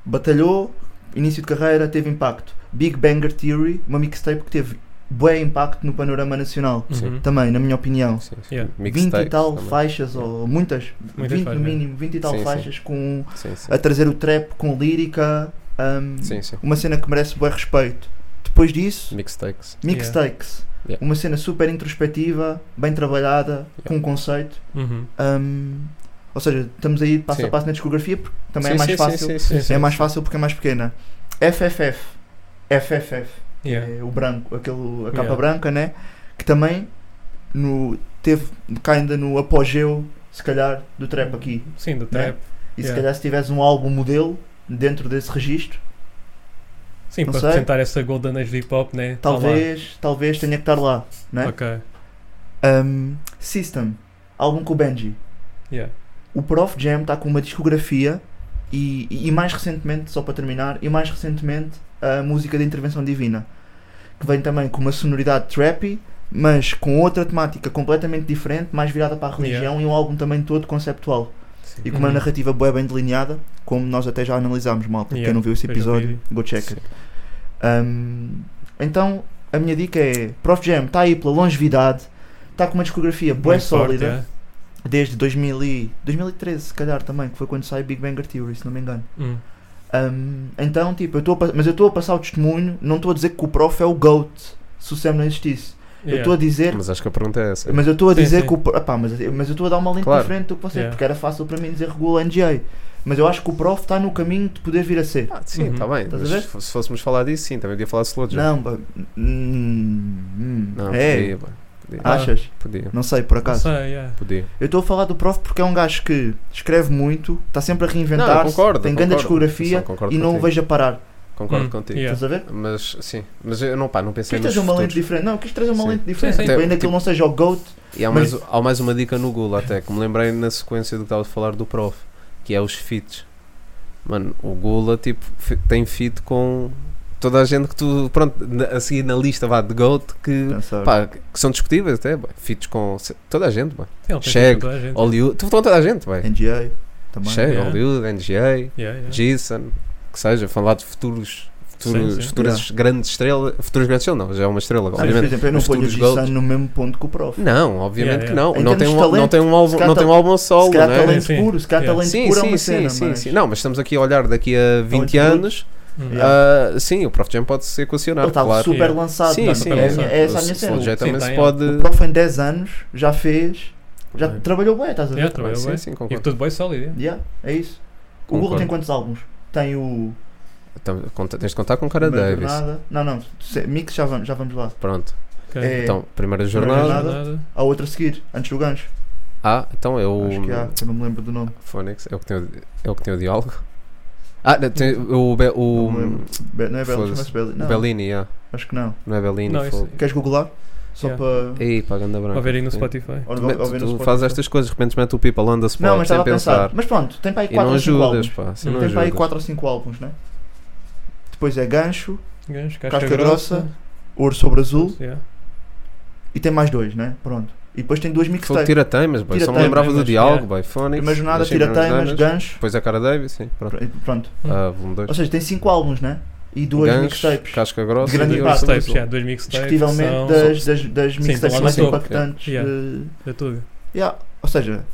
F: Batalhou início de carreira teve impacto. Big Banger Theory, uma mixtape que teve bué impacto no panorama nacional.
H: Uhum.
F: Também, na minha opinião.
G: Sim, sim.
H: Yeah.
F: 20 e
G: Mixtapes
F: tal
G: também.
F: faixas, ou muitas,
H: Muitas
F: 20 no
H: faixas. é.
F: mínimo, 20 e tal
G: Sim, sim.
F: faixas com um,
G: Sim, sim.
F: a trazer o trap com lírica. ahm,
G: Sim, sim.
F: Uma cena que merece bué respeito. Depois disso,
G: Mixtapes.
F: mixtapes.
G: Yeah.
F: Uma cena super introspectiva, bem trabalhada, com conceito.
H: Uhum.
F: Ahm, ou seja, estamos aí passo a
G: Sim.
F: passo na discografia porque também
G: Sim,
F: é mais
G: sim,
F: fácil.
G: Sim, sim, sim.
F: É mais fácil porque é mais pequena. FFF. FFF.
H: Yeah.
F: É o branco, aquele, a capa
H: Yeah.
F: branca, né? Que também no, teve, cá ainda no apogeu, se calhar, do trap aqui.
H: Sim, do
F: Né?
H: trap.
F: E se
H: Yeah.
F: calhar se tivesse um álbum modelo dentro desse registro,
H: Sim,
F: Não
H: para
F: sei.
H: representar essa golden age do hip hop, né? Tá lá.
F: talvez, talvez tenha que estar lá, né?
H: Ok.
F: Um, System. Álbum com o Benji.
H: Yeah.
F: o Prof Jam está com uma discografia e, e mais recentemente, só para terminar, e mais recentemente a música de Intervenção Divina, que vem também com uma sonoridade trappy, mas com outra temática completamente diferente, mais virada para a religião e um álbum também todo conceptual. E com uma
H: Uhum.
F: narrativa bué bem delineada, como nós até já analisámos, malta. Quem
H: Yeah,
F: não viu esse
H: veja o
F: episódio,
H: vídeo.
F: go check it. Um, então, a minha dica é: Prof Jam está aí pela longevidade, está com uma discografia bué
H: Muito forte, é.
F: sólida
H: yeah.
F: desde 2000 e- 2013, se calhar também, que foi quando saiu Big Bang Theory, se não me engano.
H: Hum.
F: Ahm, então, tipo, eu estou a pa- mas eu estou a passar o testemunho, não estou a dizer que o prof é o GOAT, se o Sam não existisse. Eu
H: Yeah.
F: estou a dizer,
G: Mas acho que a pergunta é essa.
F: mas eu estou a
H: Sim,
F: dizer
H: sim.
F: que o prof, epá, mas, mas eu estou a dar uma lente
G: Claro.
F: diferente do que vocês,
H: Yeah.
F: porque era fácil para mim dizer regula NGA. Mas eu acho que o prof está no caminho de poder vir a ser.
G: Ah, sim,
H: Uhum.
G: está bem.
F: Estás a
G: mas
F: ver?
G: se fôssemos falar disso, sim, também podia falar de Sludge.
F: Não, ba- hum, hum,
G: Não,
F: é,
G: podia, pá. podia.
H: Ah.
F: achas?
G: Podia,
F: Não sei, por
H: Não
F: acaso.
H: sei, yeah.
G: podia.
F: Eu estou a falar do prof porque é um gajo que escreve muito, está sempre a
G: Não, eu
F: reinventar,
G: concordo.
F: tem
G: eu
F: grande
G: concordo.
F: discografia
G: Sim, concordo
F: e não o
G: contigo.
F: vejo a parar.
G: Concordo
H: Hum,
G: contigo.
H: yeah.
F: Estás a ver?
G: Mas sim, mas eu não, pá, não pensei
F: Quis
G: nos
F: trazer uma lente
G: futuros.
F: diferente. Não, quis trazer uma
G: Sim.
F: lente diferente.
H: Sim, sim.
F: Tipo, ainda que ele não seja o GOAT.
G: E há
H: Mas-
G: mais, há mais uma dica no Google até, que me lembrei na sequência do que estava a falar do prof, que é os feats. Mano, o Gula tipo, fe- tem feat com toda a gente que tu, pronto, na- a seguir na lista vá de GOAT que, pá, que são discutíveis até, bá. feats com se- toda a gente, bá.
H: Ele tem
G: Chega.
H: toda a gente.
G: Hollywood, tu toda a gente, bá.
F: NGA também.
G: Chega,
H: yeah.
G: Hollywood, NGA,
H: Yeah, yeah.
G: Jason, que seja, falar de futuros, futuros,
H: Sim, sim.
G: futuras grandes estrelas, futuros grandes estrelas, não, já é uma estrela,
F: Ah, Sim, mas, por
G: obviamente.
F: exemplo, eu não
G: Os
F: ponho o
G: futuros
F: Gissan
G: GOATs.
F: no mesmo ponto que o Prof.
G: Não, obviamente
H: Yeah,
G: que
H: yeah.
G: não.
F: Em
G: Não
F: termos
G: tem,
F: de
G: um, não
F: talento,
G: tem um
F: se
G: álbum,
F: calhar tá-
G: não tem um álbum
F: Se
G: solo,
F: calhar
G: não é?
F: talento
H: Sim.
F: puro, se calhar
H: Yeah.
F: talento
G: Sim,
F: puro é
G: sim,
F: uma
G: sim,
F: cena.
G: sim,
F: mas-
G: sim. Não, mas estamos aqui a olhar daqui a 20
F: puro.
G: anos.
H: Hum.
F: Yeah.
G: ah, sim, o Prof Jam pode ser
F: Ele
G: questionado,
F: estava
G: claro.
F: super
H: Yeah.
F: lançado.
G: Sim,
F: não,
G: sim,
F: é,
H: super lançado.
F: é essa a minha
G: O
F: cena.
G: Soulja
H: Sim,
G: também
H: tem,
G: se
H: é.
G: pode.
F: O Prof em 10 anos já fez. Já
H: É.
F: trabalhou bem, estás a
H: Yeah,
F: ver?
H: trabalhou
G: Ah, Sim,
H: bem.
G: sim,
H: E
G: concordo.
H: tudo bem sólido, yeah.
F: Yeah, é isso. O
G: Concordo.
F: Google tem quantos álbuns? Tem o.
G: Então, conta- Tens de contar com cara
F: Primeira
G: Davis.
F: Jornada. Não, não. se- Mix já vamos, já vamos lá.
G: Pronto.
H: Ok.
F: É,
G: Então, primeira
F: Primeira
G: jornada.
F: jornada. A outra a seguir, antes do gancho.
G: Ah, então é o.
F: Acho que há, que eu não me lembro do nome.
G: Phoenix, é o que tem o, é o, que tem o diálogo. Ah, não, tem o. Be-
F: não,
G: o,
F: me lembro. Be- não é Bellini,
G: foda-se.
F: chama-se Bellini.
G: o
F: Não,
G: Bellini, yeah.
F: acho que não.
G: não é Bellini.
H: Não, isso-
G: fogo.
F: Queres googlar? Só
H: Yeah.
F: para.
G: Ei, pá, ganda branca.
H: A verem no
G: Sim.
H: Spotify.
F: ou-
G: Tu,
F: ou-
G: me-
F: ou
G: tu
F: ver no Spotify.
G: fazes estas coisas, de repente mete o people on the spot
F: Não, mas
G: sem
F: estava a pensar.
G: pensar.
F: Mas pronto, tem para aí
G: E não
F: 4 ou 5
G: ajudas,
F: álbuns.
G: pá. se
H: Hum.
G: não
F: Tem para aí
G: ajudas.
F: 4 ou 5 álbuns, né? Depois é Gancho,
H: Gancho, casca,
F: Casca Grossa, Ouro sobre Azul
H: Yeah.
F: e tem mais dois, né? Pronto. E depois tem duas
G: Foi o
F: mixtapes.
G: Tirateimas, boy. Só me
F: Tirateimas,
G: lembrava do
H: yeah.
G: diálogo, boy. Phonics.
F: Primeira jornada,
G: Machine Gun
F: Tirateimas,
G: Manners,
F: Gancho.
G: Depois a cara Davis, sim. Pronto.
F: pr- Pronto.
G: Ah, volume 2.
F: Ou seja, tem 5 álbuns, né? E duas
G: Gancho,
F: mixtapes.
G: Casca grossa.
F: De grande
G: e
H: Dois
F: impacto.
G: Ouro
H: mixtapes,
G: Sobre
H: yeah, dois mixtapes.
F: Discutivelmente
H: são-
F: das, das, das
H: Sim, estão
F: mixtapes
H: lá
F: mais
H: no topo.
F: impactantes.
H: Yeah.
F: de-
H: É tudo.
F: Yeah, Ou seja,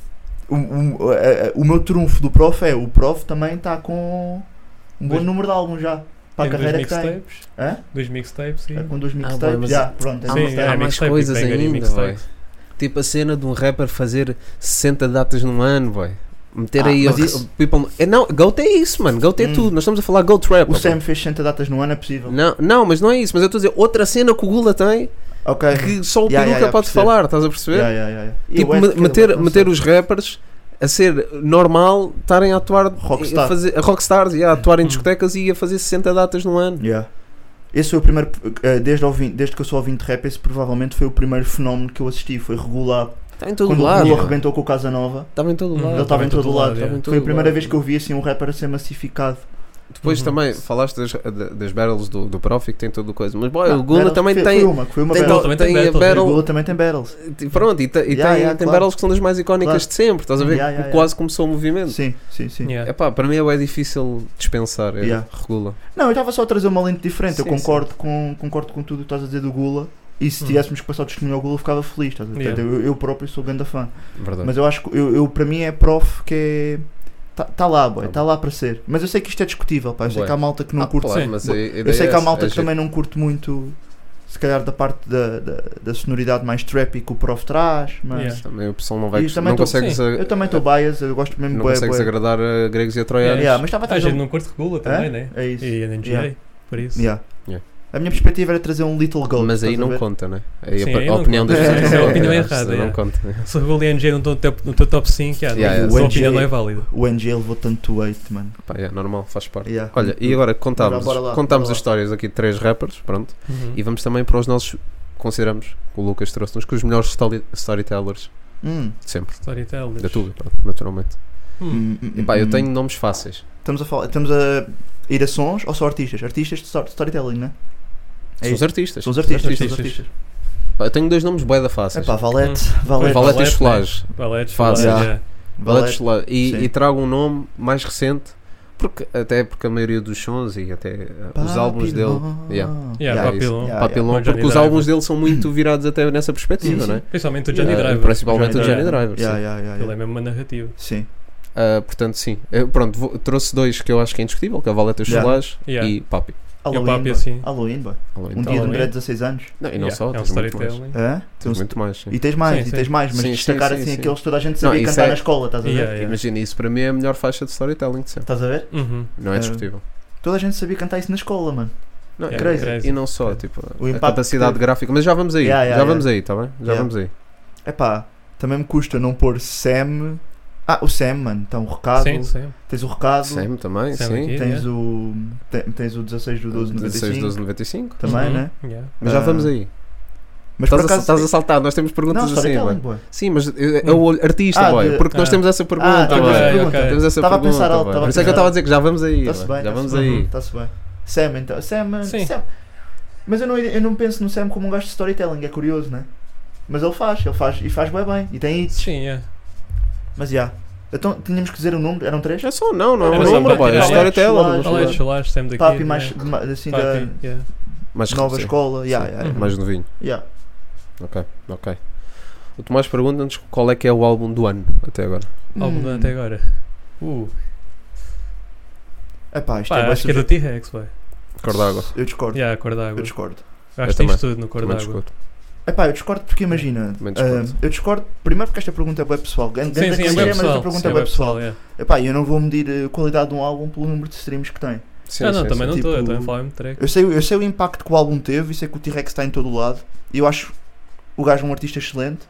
F: o, o- a- a- o meu trunfo do prof é o prof também está com um bom
H: Dois-
F: número de álbuns já. Para a
H: Tem dois
F: carreira que tem.
H: mixtapes.
F: Hã?
H: Dois mixtapes e.
F: É com dois
G: Ah, bem,
F: mixtapes.
G: mas-
F: já, pronto. é
G: Há
H: Sim,
F: mixtape.
H: é
G: há mais
H: mixtape,
G: coisas
H: banger e
G: ainda,
H: mixtape.
G: boy. Tipo a cena de um rapper fazer 60 datas num ano, boy. Meter
F: Ah,
G: aí
F: mas
G: o-
F: isso-
G: o people. Eh, Não, GOAT é isso, mano. GOAT é
F: Hum.
G: tudo. Nós estamos a falar GOAT Rap.
F: O Sam fez 60 datas no ano, é possível.
G: Não, não, mas não é isso. Mas eu estou a dizer outra cena que o Gula tem
F: Ok.
G: que só o
F: É. Yeah, yeah,
G: peruca
F: yeah,
G: pode
F: percebo.
G: falar, estás a perceber?
F: Yeah, yeah, yeah, yeah. E
G: Tipo,
F: o
G: me-
F: Ed
G: meter,
F: Killer, não
G: meter
F: sei.
G: os rappers a ser normal estarem a atuar
F: Rockstar.
G: a fazer, a rockstars e a atuar em
H: Hum.
G: discotecas e a fazer 60 datas no ano.
F: Yeah. Esse foi o primeiro. eh, Desde, ouvinte, desde que eu sou ouvinte de rap, esse provavelmente foi o primeiro fenómeno que eu assisti. Foi regular.
G: Está em todo
F: Quando o
G: lado.
F: Gula arrebentou com o Casanova,
G: Estava em todo
H: Uhum.
G: lado.
F: ele estava em todo lado.
H: yeah.
G: Estava em todo
F: Foi a primeira
G: lado.
F: vez que eu vi assim um rapper a ser massificado.
G: Depois
H: Uhum.
G: também falaste das, da- das battles do, do Profi que tem tudo coisa, mas boy,
F: Não,
G: o Gula
F: battles
G: também
F: foi,
G: tem.
F: Foi uma, que foi uma
G: tem,
F: battle.
H: Também tem
G: tem a
H: battles,
F: O
G: battle.
F: Gula também tem battles.
G: Pronto, e, te- e
F: Yeah,
G: tem,
F: yeah,
G: tem
F: claro.
G: battles que são das mais icónicas
F: Claro.
G: de sempre, estás a ver?
F: Yeah, yeah,
G: Quase começou o movimento.
F: Sim, sim, sim.
H: Yeah.
G: Epá, para mim é bem difícil dispensar, é,
F: Yeah.
G: regula.
F: Não, eu estava só a trazer uma lente diferente. eu
G: Sim,
F: concordo com, concordo com tudo o que estás a dizer do Gula. E se
H: Hum.
F: tivéssemos que passar o testemunho ao Gula, eu ficava feliz. Estás a ver?
H: Yeah.
F: Portanto, eu, eu próprio sou grande fã.
G: Verdade.
F: Mas eu acho que, eu, eu, para mim, é prof que é. Está tá lá, boy,
G: Tá
F: está lá para ser. Mas eu sei que isto é discutível, pá. Eu sei
G: Bué.
F: que há malta que não
G: Ah,
F: curte.
G: claro,
H: Sim.
G: mas a ideia
F: Eu sei que há
G: é essa,
F: malta
G: é
F: que
G: giro.
F: também não curte muito, se calhar, da parte da, da, da sonoridade mais trappy que o prof traz. Mas
H: Yeah.
G: Também o pessoal não vai
F: E
G: gostar-
F: também
G: não
F: tô-
G: consegue
H: Sim,
F: eu também estou bias, eu gosto mesmo
G: não
F: bué,
G: consegues
F: bué.
G: agradar a gregos e a troianos.
F: Yeah, mas estava a
H: A
F: trazer.
H: gente
F: um-
H: não curte regula também, né?
F: É isso.
H: E a NGA,
F: Yeah.
H: por isso.
F: Yeah.
G: Yeah.
F: A minha perspectiva era trazer um Little Gold.
G: Mas aí
F: estás a
G: não
F: ver?
G: conta, né? Aí
H: Sim,
G: a,
H: aí
G: a
H: não
G: opinião
H: conta.
G: das
F: É,
G: pessoas
F: é a
H: opinião
G: é,
H: errada,
G: Não
H: é.
G: conta.
H: Se regula e a NGA não estão no teu- no teu top 5, yeah, a
G: Yeah, yeah.
H: sua
F: O
H: opinião
F: NGA
H: não é válida.
F: O NG levou tanto weight, mano.
G: Pá, é normal, faz parte.
F: Yeah.
G: Olha, e agora
F: Bora,
G: contámos,
F: bora lá,
G: contámos
F: bora lá.
G: as histórias aqui de três rappers, pronto.
H: Uhum.
G: E vamos também para os nossos, consideramos, o Lucas trouxe-nos, que os melhores story- storytellers
F: Hum,
G: de sempre,
H: Storytellers.
G: da Tuga, pronto, naturalmente.
H: Hum.
F: hum, hum,
G: E pá,
F: hum.
G: eu tenho nomes fáceis.
F: Estamos a, falar, estamos a ir a sons ou só artistas? Artistas de story- storytelling, né? É
G: São os
F: isso.
G: artistas.
F: São os artistas. São os
H: Artistas. Hum.
F: artistas.
G: Pá, eu tenho dois nomes bué da
F: É
G: fáceis.
F: pá, Valete. Valete.
G: Valete
H: Valete,
G: e Esfolage.
F: Hum.
H: Valetes,
G: Fácil.
H: Valetes,
F: Yeah.
G: Valete
F: Valete.
G: Esfolage.
F: Sim.
G: E, e trago um nome mais recente, porque, até porque a maioria dos sons e até eh, os álbuns dele...
F: Papillon.
G: Yeah.
H: Yeah,
G: Yeah,
H: Papillon.
F: isso.
G: Papillon,
H: yeah.
G: porque os
H: Johnny
G: álbuns dele são muito virados até nessa perspectiva,
F: é. Sim, sim.
G: não é?
H: Principalmente o Johnny
G: Eh,
H: Driver.
G: Principalmente
H: Johnny
G: o Johnny
H: Driver.
G: Driver. sim.
F: Yeah, yeah, yeah,
H: Ele é
F: yeah.
H: mesmo uma narrativa.
F: Sim.
G: Ah, portanto, sim. Eu, pronto, vou- trouxe dois que eu acho que é indiscutível, que é a Valeta
F: Yeah.
G: Solage
H: Yeah.
G: e Papi.
H: É o
F: Halloween. né?
H: papi
F: boy.
H: assim.
F: Halloween, boy.
G: Além
F: Um
G: de-
F: dia de
H: Halloween.
F: um mulher de 16 anos.
G: Não, e não
H: Yeah,
G: só,
H: é um
G: tens muito mais.
H: storytelling.
F: Hã? Tem um-
G: Tens muito mais, sim.
F: E tens mais,
H: Sim,
F: e tens
H: sim.
F: mais, mas
G: Sim, sim,
F: destacar
G: sim,
F: assim
G: sim.
F: aqueles que toda a gente
G: Não,
F: sabia
G: isso
F: cantar
G: é-
F: na escola, estás a ver?
H: Yeah, yeah.
G: Imagina, isso para mim é a melhor faixa de storytelling de sempre.
F: Estás a ver?
H: Uhum.
G: Não
F: É.
G: é discutível.
F: Toda a gente sabia cantar isso na escola, mano.
G: Não,
H: É,
G: e-
F: crazy.
H: crazy.
G: E não só, tipo,
F: O
G: a
F: impacto
G: capacidade
F: que-
G: gráfica. Mas já vamos aí,
F: Yeah, yeah,
G: já
F: yeah.
G: vamos aí, tá bem? Já
F: Yeah.
G: vamos aí.
F: Epá, também me custa não pôr Sam. Ah, o Sam, mano, está um recado.
H: Sim, sim.
F: Tens o recado.
G: Sam também,
H: Sam
G: sim.
H: aqui.
F: Tens o. te- Tens o 16 do 12
G: 16,
F: 95
G: 12, 95.
F: também,
H: Uhum.
F: né?
H: Yeah.
G: Mas já
F: Ah,
G: vamos aí.
F: Mas por
G: Estás, a,
F: acaso.
G: estás a saltar, nós temos perguntas
F: não,
G: assim,
F: storytelling, boy.
G: boy. Sim, mas é, é o olho artista,
F: Ah,
G: boy.
F: de-
G: Porque nós
H: ah.
G: temos essa pergunta,
F: temos
G: boy.
F: essa
H: pergunta.
G: Temos essa
F: Estava a
G: pergunta,
F: pensar alto,
G: boy.
F: estava a
G: Por isso é que
F: pensar
G: eu estava a dizer que já vamos aí.
F: Está-se
G: boy.
F: bem.
G: já vamos
F: tá-se bem,
G: aí.
F: Está-se bem. Sam, então. Sam,
H: Sim.
F: Sam. Mas eu não, eu não penso no Sam como um gajo de storytelling, é curioso, né? Mas ele faz, ele faz e faz bem bem. E tem hits.
H: Sim, yeah.
F: Mas já. Então tínhamos que dizer o número, eram três?
G: Já sou, não, não é
H: Era
G: um
H: só
G: número,
H: para
G: boy. É
H: tirar
G: a história
F: as
G: dela.
F: Mas
H: Olha,
F: claro.
H: Cholash, Sam daqui.
F: Papi
H: yeah.
F: mais ma- assim
H: né? Papi,
F: da
H: yeah.
G: Mas
F: nova
G: sim,
F: escola. Yeah,
G: Sim.
F: yeah, yeah.
G: Mais novinho.
F: Yeah.
G: Ok. O Tomás pergunta-nos qual é que é o álbum do ano até agora.
H: Álbum
F: Hum.
H: até agora. Uh,
F: Epá, isto
H: pá,
F: é bué
H: acho que é do
F: subjetivo.
H: T-Rex, vai.
G: Cor d'água.
F: Eu discordo.
H: Yeah, cor d'água.
F: Eu discordo.
G: Eu
H: Acho que tens
G: também.
H: tudo no cor
G: Também
H: d'água.
G: discuto.
F: Epá, eu discordo porque imagina.
G: Também discordo.
F: ah, eu discordo primeiro porque esta pergunta é web pessoal. Gan-
H: Sim,
F: ganda
H: sim, é
F: clichê,
H: bem
F: mas esta
H: pessoal.
F: pergunta
H: Sim,
F: é
H: é
F: web
H: bem
F: pessoal.
H: pessoal, yeah.
F: Epá, eu não vou medir a qualidade de um álbum pelo número de streams que tem.
G: Sim,
H: Ah, não,
G: sim,
H: também
G: sim.
H: não estou. Eu
F: Tipo-
H: estou a falar mesmo de track.
F: Eu sei, eu sei o impacto que o álbum teve e sei que o T-Rex está em todo o lado. E eu acho o gajo um artista excelente.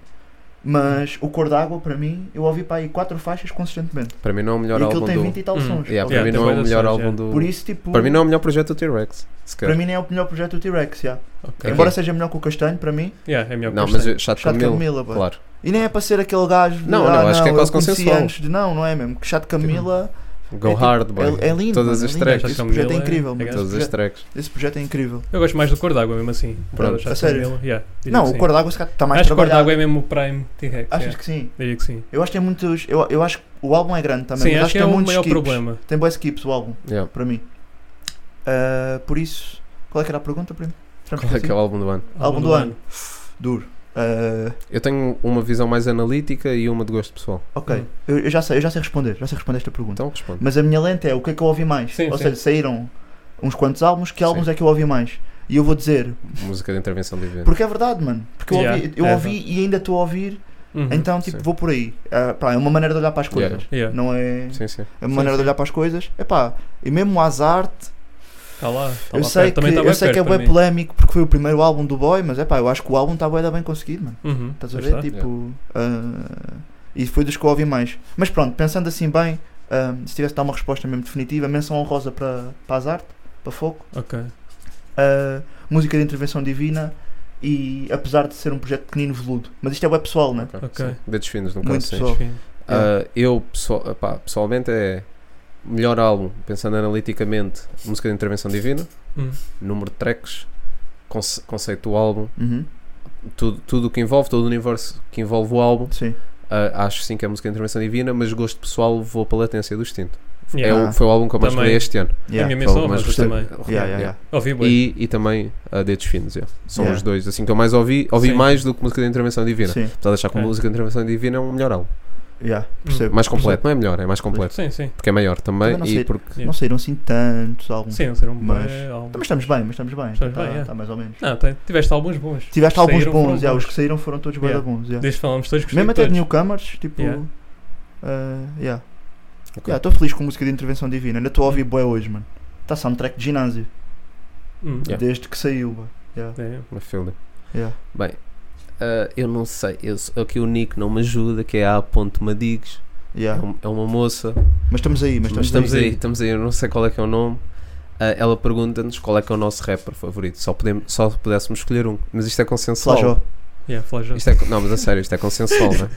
F: Mas o Cor d'Água, para mim, eu ouvi para aí quatro faixas consistentemente.
G: Para mim não é o melhor
F: e aquilo
G: álbum
F: tem
G: do.
F: 20 e tal
H: Hum,
F: sons.
G: Yeah,
F: Ok?
G: para
H: tem assim,
G: mim não é o
H: várias
G: melhor
H: sons,
G: álbum
H: yeah.
G: do.
F: Por isso, tipo,
G: Para mim não é o melhor projeto do T-Rex. sequer.
F: para mim não é o melhor projeto do T-Rex, yeah.
H: Ok.
F: Embora seja melhor que o Castanho, para mim,
H: Yeah, é melhor
G: Não,
H: que
G: mas
H: este.
G: eu- chato
F: Chato é
G: Camilo.
F: Camila, pá.
G: Claro.
F: E nem é para ser aquele gajo de,
G: Não,
F: ah,
G: não, acho que é
F: eu
G: quase
F: conheci
G: consensual. Tipo,
F: antes de não, não é mesmo? Que Chato Camila
G: Go
F: é tipo-
G: hard, boy.
F: é, é lindo.
G: Todas
F: mano,
G: as
F: é lindo.
G: tracks.
F: Esse
H: Chato
F: projeto é
H: Camila é-
F: incrível,
H: é
F: mano.
H: gajo.
G: Todas
F: Esse
G: as
F: projeto-
G: tracks.
F: Esse projeto é incrível.
H: Eu gosto mais do cor d'água mesmo assim.
G: Pronto.
H: Chato
F: A sério?
H: Camila, yeah, diria
F: Não,
H: que
F: o
H: sim.
F: Cor d'Água se calhar está mais
H: Acho que cor
F: trabalhado.
H: d'água é mesmo o prime T-Rex.
F: Achas
H: yeah.
F: que sim?
H: Diria que sim.
F: Eu acho que tem muitos. Eu, eu acho que o álbum é grande também,
H: Sim,
F: mas
H: acho que é
F: tem
H: o
F: muitos
H: maior
F: skips.
H: problema.
F: Tem boas skips o álbum,
G: Yeah.
F: para mim. Ah, por isso, qual é que era a pergunta para mim?
G: Qual é que é o álbum do ano?
F: Álbum do ano. Duro. Ah,
G: Eu tenho uma visão mais analítica e uma de gosto pessoal.
F: ok,
H: Hum.
F: eu, eu já sei, eu já sei responder, já sei responder esta pergunta.
G: Então responde.
F: Mas a minha lente é o que é que eu ouvi mais.
H: Sim,
F: Ou
H: sim.
F: seja, saíram uns quantos álbuns, que álbuns é que eu ouvi mais? E eu vou dizer,
G: Música de intervenção divina.
F: porque é verdade, mano. Porque eu
H: Yeah,
F: ouvi, eu
H: é
F: ouvi e ainda estou a ouvir,
H: Uhum.
F: então tipo,
G: sim.
F: vou por aí. Ah, pá, é uma maneira de olhar para as coisas.
G: Yeah.
H: Yeah,
F: Não é
G: Sim, sim.
F: é uma maneira
H: sim.
F: de olhar para as coisas. Epá, e mesmo o Azarte,
H: tá lá. tá
F: eu
H: lá
F: sei
H: perto,
F: que,
H: também tá
F: eu
H: bem
F: sei que é
H: perto para
F: bem
H: mim.
F: polémico porque foi o primeiro álbum do Boy, mas epá, eu acho que o álbum está bem, bem conseguido, mano.
H: Uhum,
F: Estás a
H: pois
F: ver?
H: tá.
F: Tipo, ah, e foi dos que eu ouvi mais. Mas pronto, pensando assim bem, ah, se tivesse de dar uma resposta mesmo definitiva, menção honrosa para, para Azarte, para Foco.
H: Ok.
F: a música de intervenção divina e apesar de ser um projeto pequenino veludo, mas isto é web pessoal, né?
G: Ok.
H: Ok.
G: sim. Dedos finos, no
F: Muito
G: caso, sim.
F: pessoal.
H: Enfim.
G: Ah, eu pessoal- epá, pessoalmente é Melhor álbum, pensando analiticamente, música de intervenção divina,
H: Hum.
G: número de tracks, conce- conceito do álbum,
F: Uhum,
G: tudo, tudo o que envolve, todo o universo que envolve o álbum.
F: Sim.
G: Ah, acho sim que é música de intervenção divina, mas gosto pessoal vou pela latência do instinto. É
H: Yeah.
G: o- foi o álbum que eu mais
H: Também.
G: escolhi este ano.
H: A minha
F: Yeah.
G: Foi o
H: menção
G: que mais
H: honrosa
G: gostei.
H: também.
F: Yeah, yeah, yeah.
H: Ouvi bué.
G: E, e também a Dedos Finos, yeah. são
F: Yeah.
G: os dois assim que eu mais ouvi, ouvi
H: Sim.
G: mais do que música de intervenção divina.
F: Sim,
G: Apesar de achar que a
H: Ok.
G: música de intervenção divina é um melhor álbum.
F: yeah,
H: Hum.
F: percebo.
G: Mais completo, não é melhor, é mais completo.
H: Sim, sim.
G: Porque é maior também,
F: Também não
G: e
F: sei.
G: porque
H: Yeah.
F: Não saíram assim tantos álbuns.
H: Sim, ser um
F: Mas-
H: bué álbum.
F: Mas estamos bem, mas estamos bem. Está
H: Estamos bem, yeah.
F: tá mais ou menos.
H: Não, tem- tiveste alguns bons.
F: Tiveste alguns
H: Saíram, foram
F: bons, já,
H: bons.
F: os que saíram foram todos bem
H: Yeah.
F: bons. yeah.
H: Desde que falámos todos, gostei
F: Mesmo
H: de
F: até de
H: todos.
F: newcomers, tipo.
H: Yeah.
F: Estou yeah.
G: Ok.
F: Yeah, tô feliz com a música de intervenção divina. Ainda estou a ouvir boé hoje, mano. Está soundtrack de ginásio.
H: Hum.
G: Yeah.
F: Desde que saiu, bué. Yeah.
H: É.
G: uma feeling.
F: Yeah.
G: Bem, ah, eu não sei, eu, sou- aqui o Nick não me ajuda, que é a ponto Madigues, é,
F: Yeah.
G: um- é uma moça,
F: Mas estamos aí, mas
G: mas
F: estamos,
G: estamos aí, estamos aí, eu não sei qual é que é o nome. Ah, ela pergunta-nos qual é que é o nosso rapper favorito, só, podemos, só pudéssemos escolher um, mas isto é consensual.
F: Flajó.
H: Yeah, Flajó.
G: Isto é, con- não, mas a sério, isto é consensual, não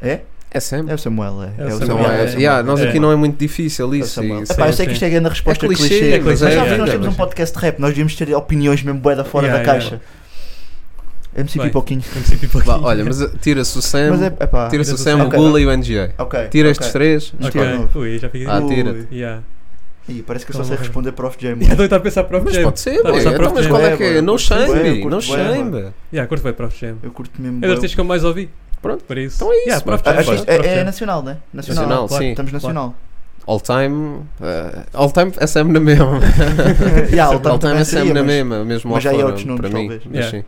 G: é?
F: É?
G: É sempre.
F: É o Samuel, é.
H: É o
F: o
H: Samuel,
G: Não, é-
F: é o
H: sempre.
G: yeah, nós
H: É.
G: aqui não é muito difícil
F: É o
G: isso.
F: Samuel.
G: e-
F: Epá, eu sei
H: sim.
F: que isto é grande resposta
G: É clichê, é
F: mas
G: clichê.
F: já
H: É,
F: vi, nós
H: é,
F: temos
H: é.
F: um podcast de rap, nós devíamos ter opiniões mesmo bué da fora
H: Yeah,
F: da
H: yeah.
F: caixa. MC
H: Bem.
F: Pipoquinho.
H: MC Pipoquinha.
G: Vá, olha, mas ah, tira-se o Sam,
F: Mas é, é pá.
G: tira-se
H: Tira-se
G: o
H: o
G: Sam,
F: Sam.
G: o
F: Ok.
G: Gula e o NGA.
F: Ok.
G: Tira
F: ok.
G: estes três.
F: Mas
H: Ok,
F: tira novo.
H: ui, já fiquei...
G: Ah,
F: Ui.
G: tira-te.
H: Yeah.
F: Ih, parece que eu só
H: Tá
F: sei
H: bom. tá
F: responder Prof. J.
H: Eu
F: mano.
H: estou a pensar Prof
G: Mas
H: Jam.
G: pode ser,
H: Tá, mas
G: mas,
H: só para
G: mas
H: o
G: qual é
F: Jam.
G: que é?
F: Eu
G: No
F: curto bué, eu
G: shame,
F: curto
G: no
F: bué,
G: shame.
F: mano.
H: Yeah, curto bem Prof Jam.
F: Eu curto mesmo.
H: É
F: bué.
H: das três que eu mais ouvi.
G: Pronto.
H: Por isso.
G: Então é isso,
H: Yeah, Prof
G: mano.
H: Jam.
F: Ah, acho
H: Prof
F: isto é- É é
H: Jam.
F: nacional, né?
G: Nacional,
H: claro.
G: sim.
F: Estamos nacional.
G: All time. eh, all time é Sam na mesma.
F: Yeah, all time
G: all time
F: também
G: é Sam
F: seria,
G: na
F: mas-
G: mesma, mesmo lá
F: mas já é
G: fora.
F: outros nomes,
G: para mim.
F: talvez.
G: mas
H: Yeah.
G: sim.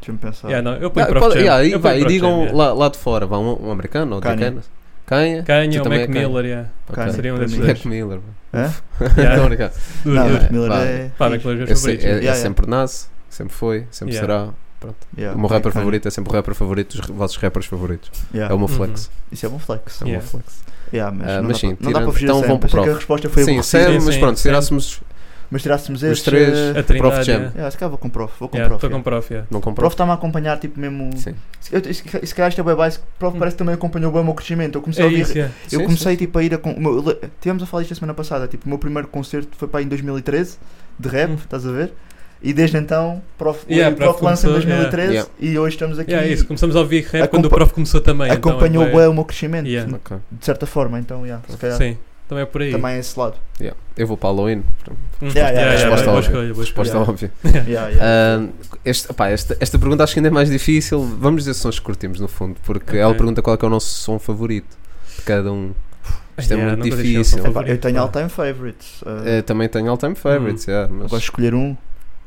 F: Deixa-me pensar.
H: Yeah, não, eu ponho
G: Ah,
H: Prof
G: pode-
H: Jam.
G: yeah, aí
H: Eu ponho
G: vai, e
H: Prof Jam,
G: digam
H: yeah.
G: lá, lá de fora, vá um, um americano ou
F: Kanye.
G: americana. Canha.
H: Kanye
G: Tu
H: ou
G: também é
H: Mac
G: Kanye.
H: Miller, yeah.
F: Kanye,
H: Seria um
F: para
H: desses
F: mim.
H: dois.
G: Mac Miller.
F: Hã?
H: Yeah.
G: Tô brincando.
H: Duas,
F: Não,
G: Yeah.
H: duas.
F: Mac Miller
G: Pá,
F: é.
H: Pá, Mac Miller
G: É, se-
H: favorito.
G: é- é
F: Yeah, yeah.
G: sempre nasce, sempre foi, sempre
H: Yeah.
G: será. Pronto.
F: Yeah,
G: o meu rapper
F: Kanye.
G: favorito é sempre o rapper favorito dos vossos rappers favoritos.
F: Yeah.
G: É o meu
H: Uhum.
G: flex.
F: Isso é bom flex.
G: É o meu
H: Yeah.
G: flex.
F: Yeah, mas
G: Ah,
F: não
G: mas
F: dá
G: sim,
F: pra- não dá
G: tirando-
F: para fugir
G: então
F: a Sam,
G: vamos
F: por isso
G: para
F: é que
G: o
F: a resposta foi
G: sim,
F: aborrecida.
G: Sam,
H: Sim,
G: mas
H: sim,
G: pronto, se
H: sim.
G: tirássemos
F: Mas tirássemos
G: os
F: estes.
G: três,
F: eh,
H: A Trindade,
G: Prof Jam.
H: yeah.
F: Yeah, se calhar vou com prof. Vou com
H: Yeah,
F: prof.
H: Estou com
F: yeah.
H: Prof, yeah.
G: Não comprou?
F: Prof está-me a acompanhar, tipo mesmo.
G: Sim.
F: Se, eu, se, se calhar isto é bem básico. Prof
H: Hum.
F: parece que também acompanhou bem o meu crescimento. Eu comecei
H: É
F: a ouvir.
H: isso, yeah.
F: Eu
G: Sim,
F: comecei tipo a ir a. con- o meu- le- Tivemos a falar isto a semana passada. Tipo, o meu primeiro concerto foi para aí em 2013, de rap,
H: Hum.
F: estás a ver? E desde então, prof, o
H: Yeah,
F: prof,
H: prof
F: lança em
H: começou,
F: 2013
G: yeah.
F: e hoje estamos aqui.
H: Yeah, é isso. Começamos a ouvir rap quando o
F: Acompa-
H: Prof começou também. então é
F: acompanhou
H: bué-
F: bem o meu crescimento, tipo,
H: Yeah.
G: Ok.
F: de certa forma. Então, yeah, se calhar
H: Sim, também é por aí.
F: também é esse lado.
G: Yeah. Eu vou para Halloween.
H: Hum.
F: Yeah, yeah,
H: Yeah, yeah,
G: resposta
H: boa
G: óbvia.
H: escolha, boa escolha.
G: Resposta óbvia.
F: Yeah, yeah.
G: Ah, este- opá, esta, esta pergunta acho que ainda é mais difícil. Vamos dizer sons que curtimos, no fundo, porque
H: Ok.
G: ela pergunta qual é, que é o nosso som favorito de cada um. Isto é
H: Yeah,
G: muito
H: nunca deixei
G: difícil.
H: o som
F: Epá,
H: favorito,
F: eu tenho
H: pá.
F: all-time favorites. Uh,
G: Eh, também tenho all-time
H: Hum.
G: favorites, yeah, mas
F: Gosto de escolher um.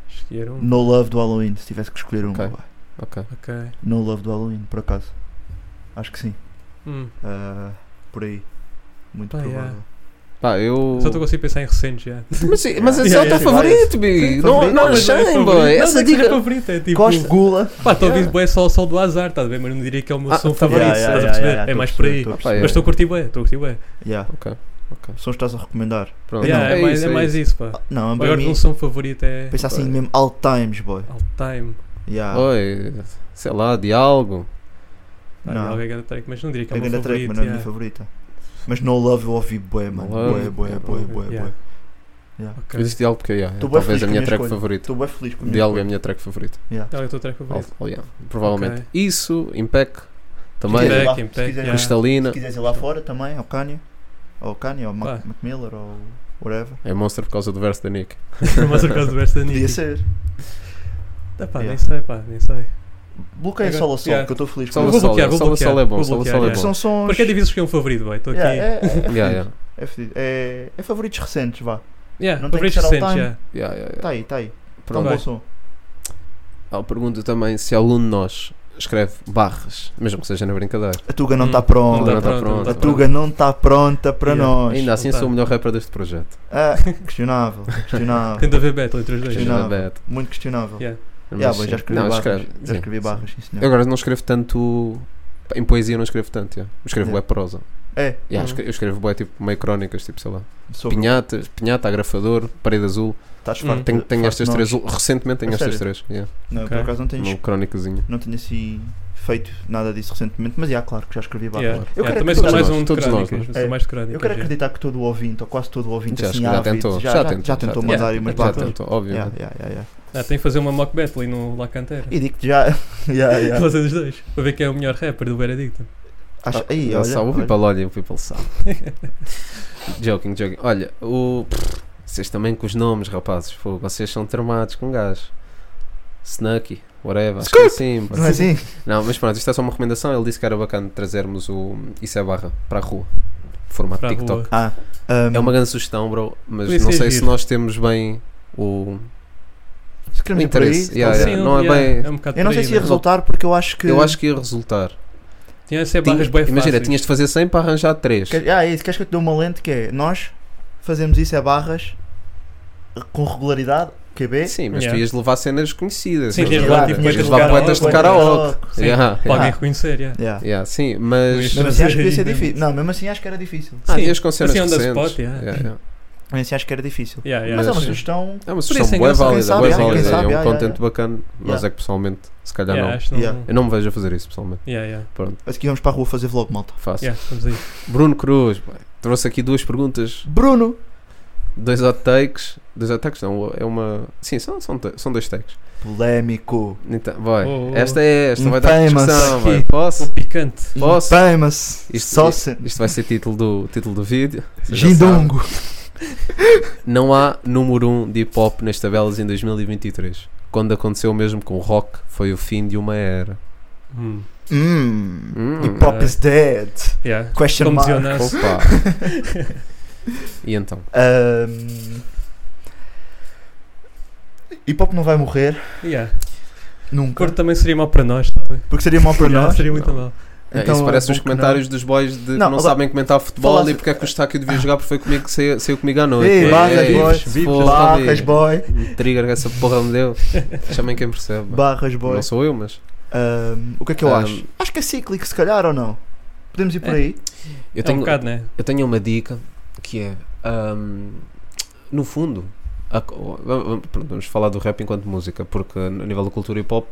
H: Escolher um.
F: No Love do Halloween, se tivesse que escolher um.
G: Ok.
F: pá.
H: Ok.
F: No Love do Halloween, por acaso. Acho que sim.
H: Hum.
F: Uh, por aí. Muito
H: Pá,
F: provável.
H: yeah.
G: pá, eu.
H: Só estou a conseguir pensar em recentes, já.
G: Mas, sim, mas esse
H: Yeah,
G: é o
H: yeah,
G: teu favorito, Big.
F: Sim,
G: Não,
F: favorito.
G: não,
F: Não,
H: mas não é
G: shame,
H: favorito.
G: boy.
H: Não, não
G: Essa
H: é que seja
G: dica.
H: favorito, é tipo...
F: Gosto de gula.
H: Pá, estou a ouvir
G: Yeah.
H: bué só o sol do azar, estás a ver? Mas não diria que é o meu
G: Ah,
H: som
G: tá bem.
H: favorito,
G: Yeah,
H: estás a
G: yeah,
H: perceber? é mais por aí.
G: Ah, pá, é.
H: Mas estou a curtir bué, estou a curtir bué.
F: Yeah.
G: Ok, ok.
F: Sons que estás a recomendar?
G: Pronto,
H: Yeah,
G: é
H: é, mais,
G: isso,
H: é
G: é
H: mais
G: isso.
H: isso, pá.
F: Não, para
H: Agora
F: mim,
H: um som favorito é
F: pensar assim
G: Pá.
F: mesmo, all times, boy.
H: All Time.
F: Yeah.
G: Oi, sei lá, diálogo.
H: Pá,
F: Não.
H: é grande track, mas não diria que é
F: É
H: o meu
F: grande track,
H: favorito.
F: mas não é a minha
H: yeah.
F: favorita. Mas No Love eu ouvi bué, mano.
G: No Love,
F: Bué, bué,
G: yeah,
F: bué,
G: no
F: bué,
H: Yeah.
F: bué. Yeah.
H: Ok.
G: Eu disse diálogo porque yeah, é
F: Tô bué
G: talvez
F: feliz com
G: a
F: a
G: minha
F: minha
G: track
F: escolha.
G: favorita.
F: Estou bem feliz com a minha
G: Diálogo é a
F: escolha.
G: minha track favorita.
F: Yeah.
H: Qual é o teu track favorito?
G: Oh, yeah, Provavelmente. Isso, Impec, também.
F: quiser,
H: Impec,
F: lá, se
H: Impec,
F: quiser,
H: yeah.
G: Cristalina.
F: Se quiseres ir lá fora também, ao Kanye. Ou ao Kanye, ou ao Mac,
H: Pá.
F: Mac Miller, ou whatever.
G: É monstro por causa do verso da Nick.
H: Mas por causa do verso da
F: Podia
H: Nitty.
F: ser.
H: Ah, pá,
F: Yeah.
H: nem sei, pá, nem sei.
F: Bloqueia
H: Agora-
F: só o sol,
H: yeah.
F: que eu estou feliz com
G: Só
H: Vou
G: o
F: isso.
H: Sol. bloquear,
G: Sol,
H: vou
G: só o Sol
H: bloquear,
G: é bom.
H: vou
G: Sol é
H: bloquear,
G: Sol é
H: yeah.
G: bom.
F: São sons.
H: Porque é difícil escolher um favorito, boy. Estou aqui.
F: Yeah, é, é, é
G: Yeah,
F: fedido.
G: yeah.
F: É fedido. É- é favoritos recentes, vá.
H: Yeah,
F: Não tem que
H: favoritos
F: ser
H: recentes,
F: all time.
H: yeah.
G: Yeah, yeah, yeah.
F: Está aí, está aí. Está um
G: Pronto.
F: bom som.
G: Ela pergunta também se algum de nós escreve barras, mesmo que seja na brincadeira.
F: A Tuga não
H: Hum,
F: está
G: Não tá
F: pronta.
G: pronto,
H: não
G: tá
F: A
H: tá
F: Tuga não está pronta para
H: Yeah.
F: nós.
G: Ainda assim
H: não tá.
G: sou o melhor rapper deste projeto.
F: Ah, questionável, questionável.
H: Tenta ver Battle entre os dois.
G: Sim.
H: Yeah.
G: não é
F: questionável.
G: bad.
F: Muito questionável.
H: Yeah.
G: Mas
F: Yeah, boy,
G: sim.
F: já escrevi
G: não,
F: barras.
G: escreve,
F: já
G: sim,
F: escrevi
G: sim.
F: barras, sim senhor.
G: Eu agora não escrevo tanto. Em poesia não escrevo tanto, yeah. eu escrevo
F: Yeah.
G: bué prosa.
F: É,
G: Yeah,
H: Uhum.
G: escre- Eu escrevo bué tipo meio crónicas, tipo sei lá.
F: sobre
G: Pinhatas, pinhata, agrafador, parede azul.
F: estás
H: Hum.
F: farto.
G: Tenho, tenho
F: farto
G: estas
F: de
G: três,
F: nós.
G: recentemente tenho
F: A
G: estas
F: sério?
G: três. Yeah.
F: Não,
H: Ok.
F: por acaso não
G: Uma
F: tenho,
G: cronicazinha.
F: não tenho assim feito nada disso recentemente, mas já, claro que já escrevi vários.
H: Yeah.
F: Eu,
H: Yeah,
F: quero
H: também
F: acreditar,
H: sou mais
G: nós,
H: um de
G: todos nós,
H: crónicas, mas
F: É.
H: sou mais de crónicas.
F: eu quero
H: yeah.
F: acreditar que todo o ouvinte, ou quase todo o ouvinte,
G: Já,
F: assim,
G: já
F: ávido,
G: tentou,
F: já,
G: já
F: já-
G: tentou,
F: já
G: já
F: tentou
G: tentou.
F: mandar
H: Yeah,
F: umas
G: Já
H: Claro.
F: patas.
G: tentou, óbvio.
F: Yeah, yeah, yeah, yeah.
H: Ah, tem que fazer uma mock battle aí no La Cantera.
F: E digo-te já. yeah, yeah.
H: Vocês dois. Para ver quem é o melhor rapper do Veredicto.
F: Acho, aí,
G: Ele
F: olha,
G: Ah, sabe, o
F: olha.
G: people olha, o people sabe. joking, joking. Olha, o. Vocês também com os nomes, rapazes. Fogo, vocês são tramados com um gajo. Snucky, whatever. Acho que é assim.
F: Não é assim?
G: Não, mas pronto, isto é só uma recomendação. Ele disse que era bacana trazermos o Isso é Barra para a rua. Formato
H: Para a
G: TikTok.
H: rua.
F: Ah, um,
G: É uma grande sugestão, bro, mas
H: Podia
G: não
H: ser
G: sei se
H: giro.
G: nós temos bem o,
F: se
G: o
F: queremos ir por aí,
G: um interesse. Yeah,
H: Sim,
G: yeah, Não é
H: yeah,
G: bem.
H: um bocado
F: Eu não
H: por
F: sei
H: aí,
F: se ia
H: né?
F: resultar porque eu acho que.
G: Eu acho que ia resultar.
H: Tinha de ser
G: Tinha-
H: É barras bem
G: imagina,
H: fáceis.
G: tinhas de fazer 100 para arranjar 3.
F: Quer- Ah, é isso. Queres que eu te dê uma lente que é nós fazemos isso a barras com regularidade, QB.
G: Sim, mas tu
H: Yeah.
G: ias levar cenas conhecidas.
H: Sim,
G: não é?
H: ias levar, tipo,
G: ias
H: poetas de
G: levar
H: karaoke.
G: poetas de karaoke.
H: Sim.
G: Yeah,
H: Para
G: yeah.
H: alguém reconhecer, yeah.
F: Yeah.
G: Yeah, sim, mas. é
H: Luís.
F: Mesmo assim acho que ia ser
H: Sim.
F: difícil. Não, mesmo assim acho que era difícil.
G: Ah,
H: Sim,
G: ias com cenas
H: assim, on the
G: recentes.
H: spot, yeah.
G: Yeah, yeah.
F: Mesmo assim acho que era difícil.
H: Yeah, yeah,
F: Mas é uma
H: sim.
F: sugestão.
G: É uma
H: isso é
G: sugestão boa,
H: engraçado.
F: Quem
G: válida,
F: sabe,
G: boa
F: yeah, quem
G: válida.
F: sabe,
G: É um
F: yeah, yeah,
G: contente bacana. Nós
F: Yeah.
G: é que pessoalmente, se calhar
H: Yeah,
G: não.
H: acho que não-
F: Yeah.
G: Eu não me vejo a fazer isso pessoalmente.
H: Yeah, yeah.
F: Aqui vamos para a rua fazer vlog, malta.
G: Faço.
H: Yeah, vamos aí.
G: Bruno Cruz, boy, trouxe aqui duas perguntas.
F: Bruno!
G: Dois hot takes. Dois hot takes não, é uma. Sim, são, são, te- são dois takes.
F: Polémico.
G: Então, vai.
H: Oh, oh.
G: Esta é esta, vai dar
F: Famous
G: discussão.
F: aqui.
G: vai. Posso?
H: Picante.
G: Posso?
F: Famous.
G: Isto-
F: Sócio.
G: Isto vai ser título do, título do vídeo. Vocês já
F: Gindongo.
G: sabem. Não há número 1 um de hip hop nas tabelas em 2023. Quando aconteceu o mesmo com o rock, foi o fim de uma era.
H: Hum.
F: Hum.
G: Hum.
F: Hip Hop is dead.
H: Yeah.
F: Question
H: Como dizia o
F: mark.
H: Nas.
G: Opa. e então?
F: Ahm, Hip Hop não vai morrer.
H: Yeah.
F: Nunca.
H: Corto também seria mau para nós, talvez.
F: Porque seria mau para
H: Yeah,
F: nós.
H: Seria muito
G: Não.
H: mau.
G: É,
F: Então,
G: isso
F: é
G: parece
F: bom
G: os
F: que não.
G: comentários dos boys de que
F: Não,
G: não,
F: agora-
G: sabem comentar futebol
F: Falaste-
G: e porque é que o estádio devia jogar porque foi comigo que saiu, saiu comigo à noite.
F: Ei,
G: Ei,
F: barras,
G: ei,
F: boys.
G: se for
F: Barras,
G: ali,
F: boy.
G: um Trigger que essa porra me deu. Chamem quem percebe.
F: Barras, boy.
G: Não sou eu, mas.
F: Ahm, o que é que eu
G: Ahm.
F: acho? Acho que é cíclico, se calhar, ou não? Podemos ir por
H: É.
F: aí?
G: Eu
H: É um
G: tenho,
H: bocado, né?
G: eu tenho uma dica que é. ahm, no fundo, a co- vamos- vamos- pronto, vamos falar do rap enquanto música, porque no nível da cultura hip hop,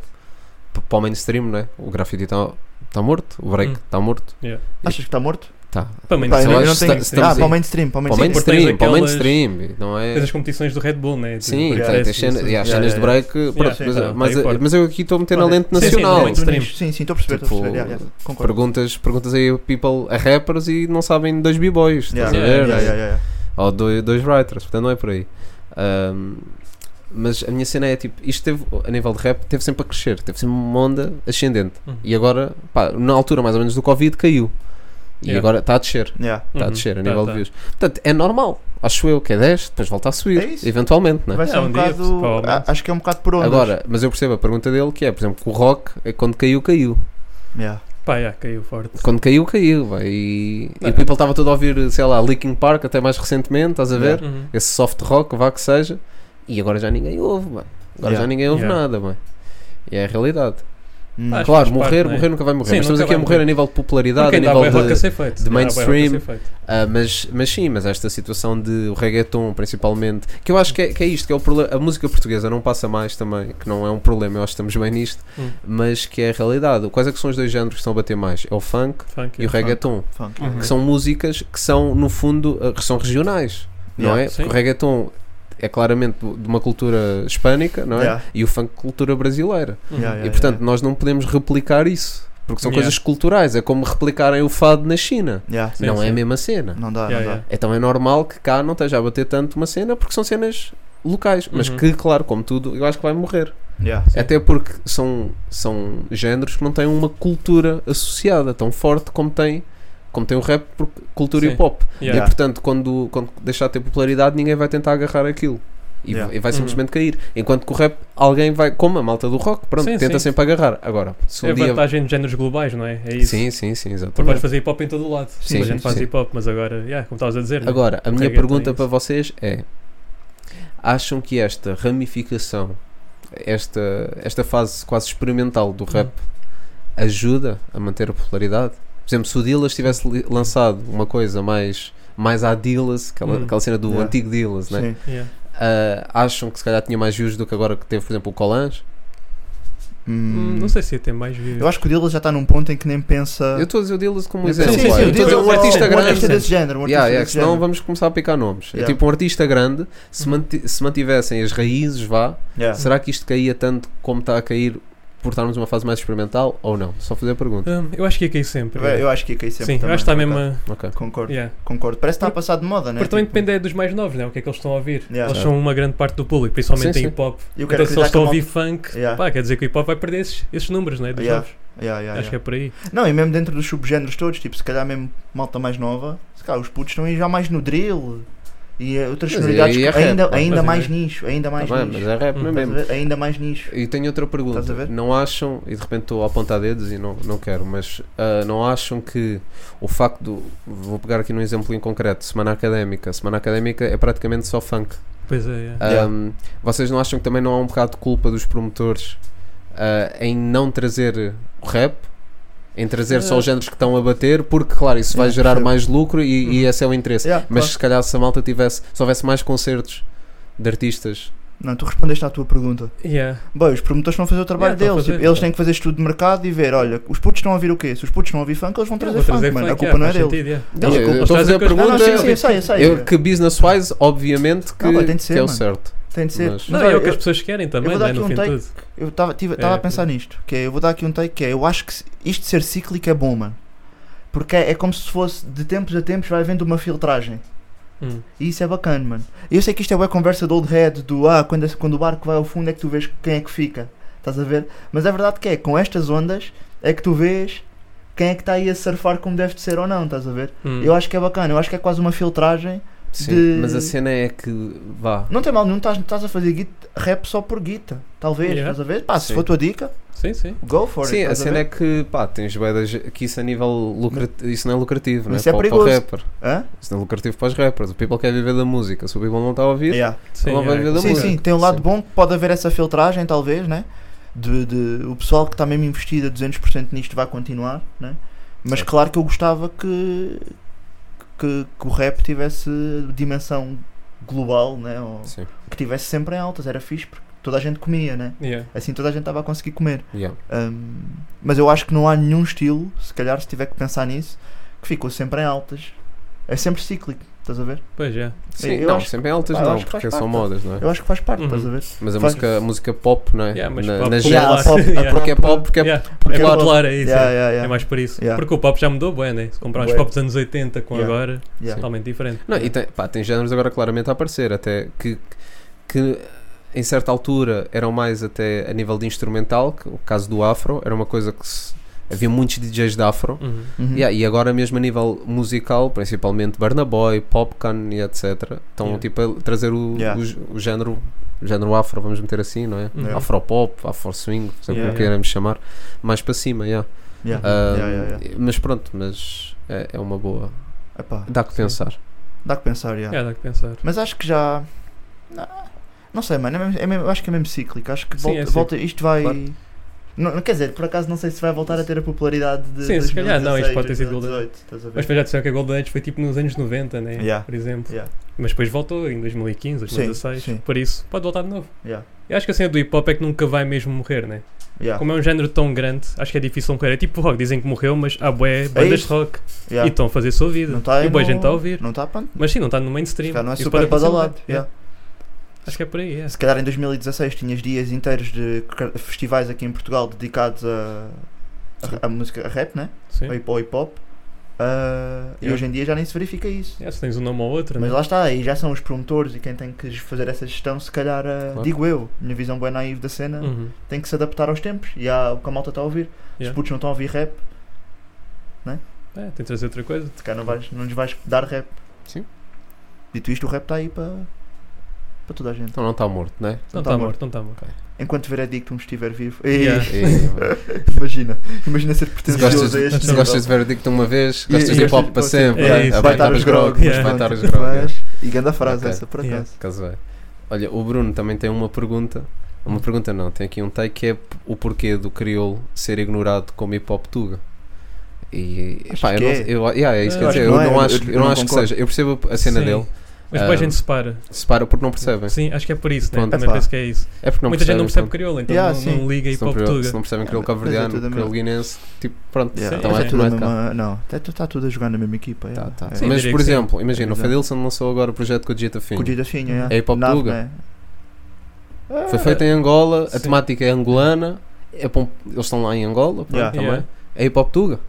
G: p- para o mainstream, né? o grafite está tá morto, o break
H: Hum.
G: está morto.
F: Achas que está morto?
G: Tá.
H: Para mim,
F: Pá,
G: eu
F: eu,
G: acho
F: não
G: que
F: tenho...
G: esta- estamos
F: Ah, para o
G: aí.
F: mainstream, para o
G: Para o
F: mainstream.
H: mainstream.
G: mainstream, para o
H: aquelas-
G: mainstream. Não é...
H: Tens as competições do Red Bull, né? Tipo,
G: Sim, tem, tem
H: parece
G: cena-
H: isso. Uhum.
G: e há
F: Yeah,
G: cenas
F: yeah,
G: de break, pronto,
F: sim,
G: mas, eh,
H: tá,
G: mas,
H: tá aí fora.
G: mas eu aqui estou a meter na
F: Olha,
G: lente
H: sim, sim,
G: nacional.
H: no mainstream.
F: Sim, sim, estou a perceber, estou a
G: Tipo,
F: perceber. yeah, yeah, Concordo.
G: perguntas, perguntas aí people a rappers e não sabem dois b-boys, estás
F: Yeah,
G: a ver? É,
F: yeah, yeah, yeah, yeah.
G: Ou dois, dois writers, portanto não é por aí. Ahm, mas a minha cena é tipo, isto teve, a nível de rap, teve sempre a crescer, teve sempre uma onda ascendente.
H: Uhum.
G: E agora, pá, na altura mais ou menos do Covid caiu. E
H: Yeah.
G: agora está a descer.
F: Yeah.
G: Está a
H: Uhum.
G: descer a
H: Tá,
G: nível
H: tá.
G: de views. Portanto, é normal. Acho eu que é 10, depois volta a subir.
F: É isso.
G: eventualmente, né?
F: Vai ser
H: É,
F: um
H: um dia,
F: bocado.
H: provavelmente.
F: a- Acho que é um bocado por ondas.
G: Agora, mas eu percebo a pergunta dele que é, por exemplo, que o rock, é quando caiu, caiu.
F: Yeah.
H: Pá, yeah, caiu forte.
G: Quando caiu, caiu. vai. E, e
H: Não.
G: o people estava todo a ouvir, sei lá, Linkin Park, até mais recentemente, estás a ver?
H: Uhum.
G: Esse soft rock, vá que seja. E agora já ninguém ouve, mano. Agora
F: Yeah.
G: já ninguém ouve
H: Yeah.
G: nada, mano. E é a realidade.
F: Hum.
H: Acho que
G: claro,
H: faz parte,
G: morrer,
H: não é?
G: morrer nunca vai morrer.
H: Sim,
G: mas estamos
H: nunca
G: aqui a
H: vai
G: morrer a
H: morrer.
G: nível de popularidade,
H: Porque
G: a
H: ainda há bué
G: nível
H: rock a
G: de.
H: ser feito.
G: de
H: Ainda há bué rock a
G: mainstream.
H: ser feito.
G: Ah, mas, mas sim, mas esta situação de o reggaeton, principalmente, que eu acho que é, que é isto, que é o problema. A música portuguesa não passa mais também, que não é um problema, eu acho que estamos bem nisto,
H: Hum.
G: mas que é a realidade. Quais é que são os dois géneros que estão a bater mais? É o funk
H: Funk,
G: e o
H: yeah.
G: reggaeton,
F: Funk.
H: Uhum.
G: que são músicas que são, no fundo, ah, que são regionais, não
F: Yeah,
G: é?
H: sim.
G: Porque o reggaeton é claramente do- de uma cultura hispânica, não é?
F: Yeah,
G: E o funk, cultura brasileira.
H: Uhum.
F: yeah, yeah,
G: e portanto,
F: yeah.
G: nós não podemos replicar isso, porque são
H: Yeah.
G: coisas culturais, é como replicarem o fado na China.
F: Yeah.
H: Sim,
G: não é a
H: sim.
G: mesma cena.
F: Não dá,
H: Yeah,
F: não dá.
H: yeah.
G: Então é normal que cá não esteja a bater tanto uma cena porque são cenas locais, mas
H: Uhum.
G: que, claro, como tudo, eu acho que vai morrer.
F: Yeah.
H: Sim.
G: Até porque são, são géneros que não têm uma cultura associada tão forte como tem, como tem o rap, porque cultura
H: Sim.
G: hip hop.
H: Yeah.
G: E portanto, quando, quando deixar de ter popularidade, ninguém vai tentar agarrar aquilo. E,
F: Yeah.
G: vai- e vai
H: Uhum.
G: simplesmente cair. Enquanto que o rap, alguém vai, como a malta do rock, pronto,
H: Sim,
G: tenta
H: sim.
G: sempre agarrar. Agora, se um
H: É a
G: dia.
H: vantagem de géneros globais, não é? É isso.
G: Sim, sim, sim,
H: Porque vais
G: exatamente.
H: fazer hip hop em todo o lado.
G: Sim,
H: Toda a gente faz
G: sim.
H: hip hop, mas agora, yeah, como estavas a dizer, né?
G: Agora, a minha
H: reggaeton é
G: pergunta
H: isso.
G: para vocês é: acham que esta ramificação, esta, esta fase quase experimental
H: Uhum.
G: do rap, ajuda a manter a popularidade? Por exemplo, se o Dillas tivesse li- lançado uma coisa mais, mais à Dillas, aquela,
H: Hum.
G: aquela cena do
F: Yeah.
G: antigo Dillas, né?
F: Sim.
H: Yeah.
G: Ah, acham que se calhar tinha mais views do que agora que teve, por exemplo, o Colange?
F: Hum,
H: Hum, Não sei se tem mais views.
F: Eu acho que o Dilla já está num ponto em que nem pensa.
G: Eu estou a dizer o Dillas como
F: Ah. Sim,
G: exemplo.
F: sim, sim,
G: eu
F: o
G: estou a dizer
F: Dilla
G: um
F: é
G: artista
F: Um
G: grande.
F: artista desse género. Um artista
G: Yeah, yeah,
F: desse
G: senão
F: género.
G: vamos começar a picar nomes. É
F: Yeah. Uhum.
G: tipo um artista grande, se, manti- se mantivessem as raízes, vá,
F: Yeah.
G: será que isto caía tanto como está a cair por estarmos numa fase mais experimental ou não? Só fazer a pergunta.
H: Hum, eu acho que ia cair sempre.
F: Eu- Eu acho que ia cair sempre.
H: Sim, eu
F: também,
H: acho que está
F: por
H: mesmo.
F: acaso.
H: a-
G: Ok.
F: Concordo,
H: Yeah.
F: concordo. Parece que está a passar de moda, né?
H: Porque também
F: Tipo,
H: depende é dos mais novos, né? o que é que eles estão a ouvir.
F: Yeah.
H: Eles são uma grande parte do público, principalmente
G: Sim,
H: em
G: sim.
H: hip hop.
F: Eu quero
H: Então, se
F: acreditar
H: eles
F: que a
H: estão a
F: malta-
H: ouvir funk,
F: Yeah.
H: pá, quer dizer que o hip hop vai perder esses, esses números né? dos
F: Yeah.
H: novos.
F: Yeah, yeah,
H: acho que é
F: yeah.
H: por aí.
F: Não, e mesmo dentro dos subgéneros todos, tipo, se calhar mesmo malta mais nova, se calhar os putos estão aí já mais no drill e eh, outras
G: Mas
F: sonoridades
G: aí
F: que
G: é rap,
F: ainda,
G: pá,
F: ainda
H: estás a
F: mais
H: ver?
F: nicho, ainda mais Uhum.
G: Tá bem, mas
F: nicho.
G: é rap
H: Hum,
F: Estás a
G: mesmo.
F: ver? Ainda mais nicho.
G: E tenho
F: Estás
G: outra
F: a
G: pergunta.
F: ver?
G: Não acham, e de repente estou a apontar dedos e não, não quero, mas ah, não acham que o facto do. Vou pegar aqui num exemplo em concreto: Semana Académica. Semana Académica é praticamente só funk.
H: Pois é. yeah.
F: Yeah.
G: Um, vocês não acham que também não há um bocado de culpa dos promotores uh, em não trazer o rap? Em trazer só
H: Eh.
G: os géneros que estão a bater, porque, claro, isso
F: Ah.
G: vai
F: Yeah,
G: gerar
F: percebo. Uhum.
G: mais lucro e, e esse é o interesse.
F: Yeah,
G: Mas
F: claro.
G: se calhar se a malta tivesse, se houvesse mais concertos de artistas,
F: Não, tu respondeste à tua pergunta.
H: Yeah.
F: Bem, os promotores vão fazer o trabalho
H: Yeah, estão a
F: deles.
H: fazer.
F: tipo, eles têm que fazer estudo de mercado e ver, olha, os putos estão a ouvir o quê? Se os putos estão a ouvir funk, eles vão trazer,
H: Vou trazer
F: funk, mano.
H: funk,
F: A culpa
H: yeah,
F: não é
H: faz
F: deles.
H: sentido, yeah.
G: Eu- eu-
H: Eles
G: eu estou a
H: trazem
G: fazer a
H: coisas-
F: Não, não,
G: Pergunta-
F: sim, sim, eu sei, eu sei.
G: eu, que business-wise, obviamente que,
F: é. Não, pá, tem de ser,
G: que é o
F: mano.
G: certo.
F: Tem de ser.
G: Mas-
H: Não,
F: olha,
H: é o que
F: eu-
H: as pessoas querem também,
F: vou dar
H: né?
F: aqui
H: no
F: um
H: fim de
F: take.
H: tudo.
F: Eu estava a
H: É,
F: pensar nisto, que é, eu vou dar aqui um take que é, eu acho que se- isto de ser cíclico é bom, mano. Porque é, é como se fosse de tempos a tempos vai havendo uma filtragem.
H: Hum.
F: E isso é bacana, mano. Eu sei que isto é uma conversa do old head, do ah, quando, esse- quando o barco vai ao fundo é que tu vês quem é que fica. Estás a ver? Mas é verdade que é, com estas ondas é que tu vês quem é que está aí a surfar como deve de ser ou não, estás a ver?
H: Hum.
F: Eu acho que é bacana, eu acho que é quase uma filtragem.
G: Sim,
F: De-
G: Mas a cena é que, vá,
F: Não tem mal nenhum, estás- estás a fazer guit- rap só por guita, talvez,
H: Yeah.
F: estás a ver? Pá, se
G: Sim.
F: for a tua dica,
H: Sim, sim.
F: go for it.
G: Sim, a
F: estás
G: cena
F: ver?
G: é que pá, tens bedas que isso a nível lucrativo, isso não é lucrativo,
F: Mas
G: né?
F: isso é
G: para, o-
F: perigoso.
G: para o rapper.
F: Hã?
G: Isso não é lucrativo para os rappers. O people quer viver da música. Se o people não está a ouvir,
F: Yeah.
H: Sim,
G: Ela vai
H: é,
G: ver da
H: com
F: Sim,
G: música.
F: sim,
H: certeza.
F: tem um lado
G: Sim.
F: bom que pode haver essa filtragem, talvez, né? De, de- o pessoal que está mesmo investido a 200% nisto vai continuar, né? Mas
G: Certo.
F: claro que eu gostava que, que, que o rap tivesse dimensão global, né? Ou
G: Sim.
F: que tivesse sempre em altas, era fixe porque toda a gente comia, né?
H: Yeah.
F: Assim toda a gente estava a conseguir comer.
G: Yeah.
F: Ahm, mas eu acho que não há nenhum estilo, se calhar se tiver que pensar nisso, que ficou sempre em altas. É sempre cíclico, estás a ver?
H: Pois é.
G: Sim,
F: eu
G: não,
F: acho-
G: sempre em altas
F: pá, eu
G: não,
F: acho que
G: porque
F: faz
G: são
F: parte.
G: modas, não é?
F: Eu acho que faz parte,
H: Uhum.
F: estás a ver?
G: Mas é a
F: faz-
G: música, a música pop, não é?
H: Yeah, mas
G: na,
H: pop-
G: na
H: pop-
G: geral-
F: Yeah, pop-
H: Yeah.
G: Porque é pop, porque é
H: Yeah.
G: porque
H: É
G: lá-
H: popular, é isso.
F: Yeah,
H: é.
F: yeah, yeah.
H: É mais por isso.
F: Yeah.
H: Porque o pop já mudou bem, né? Se comprar os
F: Bué.
H: pop dos anos 80 com
F: Yeah.
H: agora,
F: Yeah.
H: totalmente diferente.
G: Não, e tem, pá, tem géneros agora claramente a aparecer, até que, que em certa altura eram mais até a nível de instrumental, que o caso do afro, era uma coisa que se- havia muitos DJs de afro.
H: Uhum.
F: Uhum.
G: Yeah, e agora mesmo a nível musical, principalmente Burna Boy, Popcorn e etc, estão
H: Yeah.
G: tipo a trazer o,
F: Yeah.
G: o gé- o género, o género afro, vamos meter assim, não é?
H: Yeah.
G: Afropop, afro swing,
H: Yeah,
G: sempre o
H: yeah.
G: que queremos chamar, mais para cima, yeah.
F: Yeah.
G: Ah,
F: Yeah, yeah, yeah.
G: mas pronto, mas é, é uma boa,
F: Epá,
G: dá que
H: Sim.
G: pensar.
F: dá que pensar, yeah.
H: É, dá que pensar.
F: Mas acho que já. Não, não sei, mano. É mesmo, é mesmo- acho que é mesmo cíclico. Acho que
H: Sim,
F: volta,
H: é cíclico.
F: volta- isto vai.
G: Claro.
F: Não, não- quer dizer, por acaso não sei se vai voltar a ter a popularidade de.
H: Sim, se calhar não, isto pode ter sido
F: 2018, estás a ver?
H: Mas depois já disseram que a Golden Age foi tipo nos anos 90, né?
F: Yeah.
H: Por exemplo.
F: Yeah.
H: Mas depois voltou em 2015, 2016.
F: sim.
H: Por isso, pode voltar de novo.
F: Yeah,
H: Eu acho que a cena do hip hop é que nunca vai mesmo morrer, né?
F: yeah,
H: Como é um género tão grande, acho que é difícil morrer. É tipo rock, dizem que morreu, mas há bué bandas de
F: É isso.
H: rock e
F: yeah.
H: estão a fazer a sua vida.
F: Não tá
H: e boa
F: no-
H: gente está a ouvir.
F: Não está pronto.
H: Mas sim, não está no
F: Se
H: mainstream.
F: calhar não é
H: Isso
F: super
H: pode acontecer,
F: badalado.
H: né?
F: yeah.
H: Acho que é por aí, é.
F: Se calhar em 2016 tinhas dias inteiros de car- festivais aqui em Portugal dedicados a, a, a música a rap, né?
H: Sim.
F: Ao hip- ao hip hop. Ah, E
H: Yeah.
F: hoje em dia já nem se verifica isso.
H: É, se tens um nome ou outro,
F: Mas
H: né?
F: lá está, aí já são os promotores e quem tem que fazer essa gestão, se calhar, eh,
G: Claro.
F: digo eu, minha visão bem naiva da cena,
H: Uhum.
F: tem que se adaptar aos tempos e há o que a malta está a ouvir. Os
H: Yeah.
F: putos não estão a ouvir rap,
H: É, tem de trazer outra coisa.
F: se calhar não, vais, não lhes vais dar rap.
G: Sim.
F: Dito isto, o rap está aí para para toda a gente.
G: Então não está morto, não é?
H: Não
F: tá
H: está
F: morto.
H: morto, não está morto.
F: Enquanto veredicto me estiver vivo.
H: Yeah.
F: Ei,
G: E-
F: imagina, imagina ser
G: Se
F: pretencioso
G: gostas,
F: a este
G: se
F: nível.
G: gostas de Verdict uma vez,
F: E-
G: gostas
F: e
G: de hip hop
F: gostas-
G: para
F: gostas-
G: sempre,
H: é
G: vai-
H: isso.
G: vai
F: Vai estar os grog,
G: mas
H: yeah.
G: vai estar os
F: Mas-
G: grog. yeah.
F: E grande a frase
G: Ok.
F: essa, por
H: Yeah.
F: acaso.
G: Caso vai. Olha, o Bruno também tem uma pergunta. Uma pergunta não, tem aqui um take que é p- o porquê do crioulo ser ignorado como hip hop tuga. E
F: Acho
G: pá, eu
F: que
G: não,
F: é.
G: eu, yeah, é isso
H: Eu
G: que eu ia
H: acho
G: dizer,
H: que
G: eu
F: não é,
G: não
F: eu-
G: acho,
F: eu
G: eu não
F: não
G: acho que
F: concordo.
G: seja. Eu percebo a cena
H: Sim.
G: dele.
H: Mas depois
G: Ah,
H: a gente separa.
G: Separa porque não percebem.
H: Sim, acho que é por isso, né?
G: Pronto.
H: Também
F: Epá.
H: penso que é isso.
G: É porque não
H: Muita gente não percebe
G: percebem.
H: crioulo, então
F: Yeah,
H: não,
F: sim.
H: não liga aí
G: se não
H: para o
G: percebe-
H: Portuga.
G: Se não percebem crioulo
F: Yeah, mas é tudo a
G: cabo-verdiano,
F: mesma.
G: crioulo guinense, tipo, pronto.
F: Yeah,
G: Então
H: sim,
G: é
H: sim.
G: tudo
F: tá tudo
G: um
F: a
G: bocado.
F: mesma. Não, está tá tudo a jogar na mesma equipa.
G: Tá,
F: yeah.
G: tá.
F: É.
H: Sim,
G: Mas,
H: diria
G: por
H: que sim.
G: exemplo, imagina, o
F: Exato.
G: Fadilson lançou agora o projeto com o Gita Fim.
F: Com o Didafinho, yeah.
G: É hip-hop
F: assim, Nave,
G: Tuga.
F: né?
G: Foi feito em Angola, a
H: Sim.
G: temática é angolana, é pom- eles estão lá em Angola, pronto,
F: Yeah.
G: também.
H: Yeah.
G: É hip hop tuga.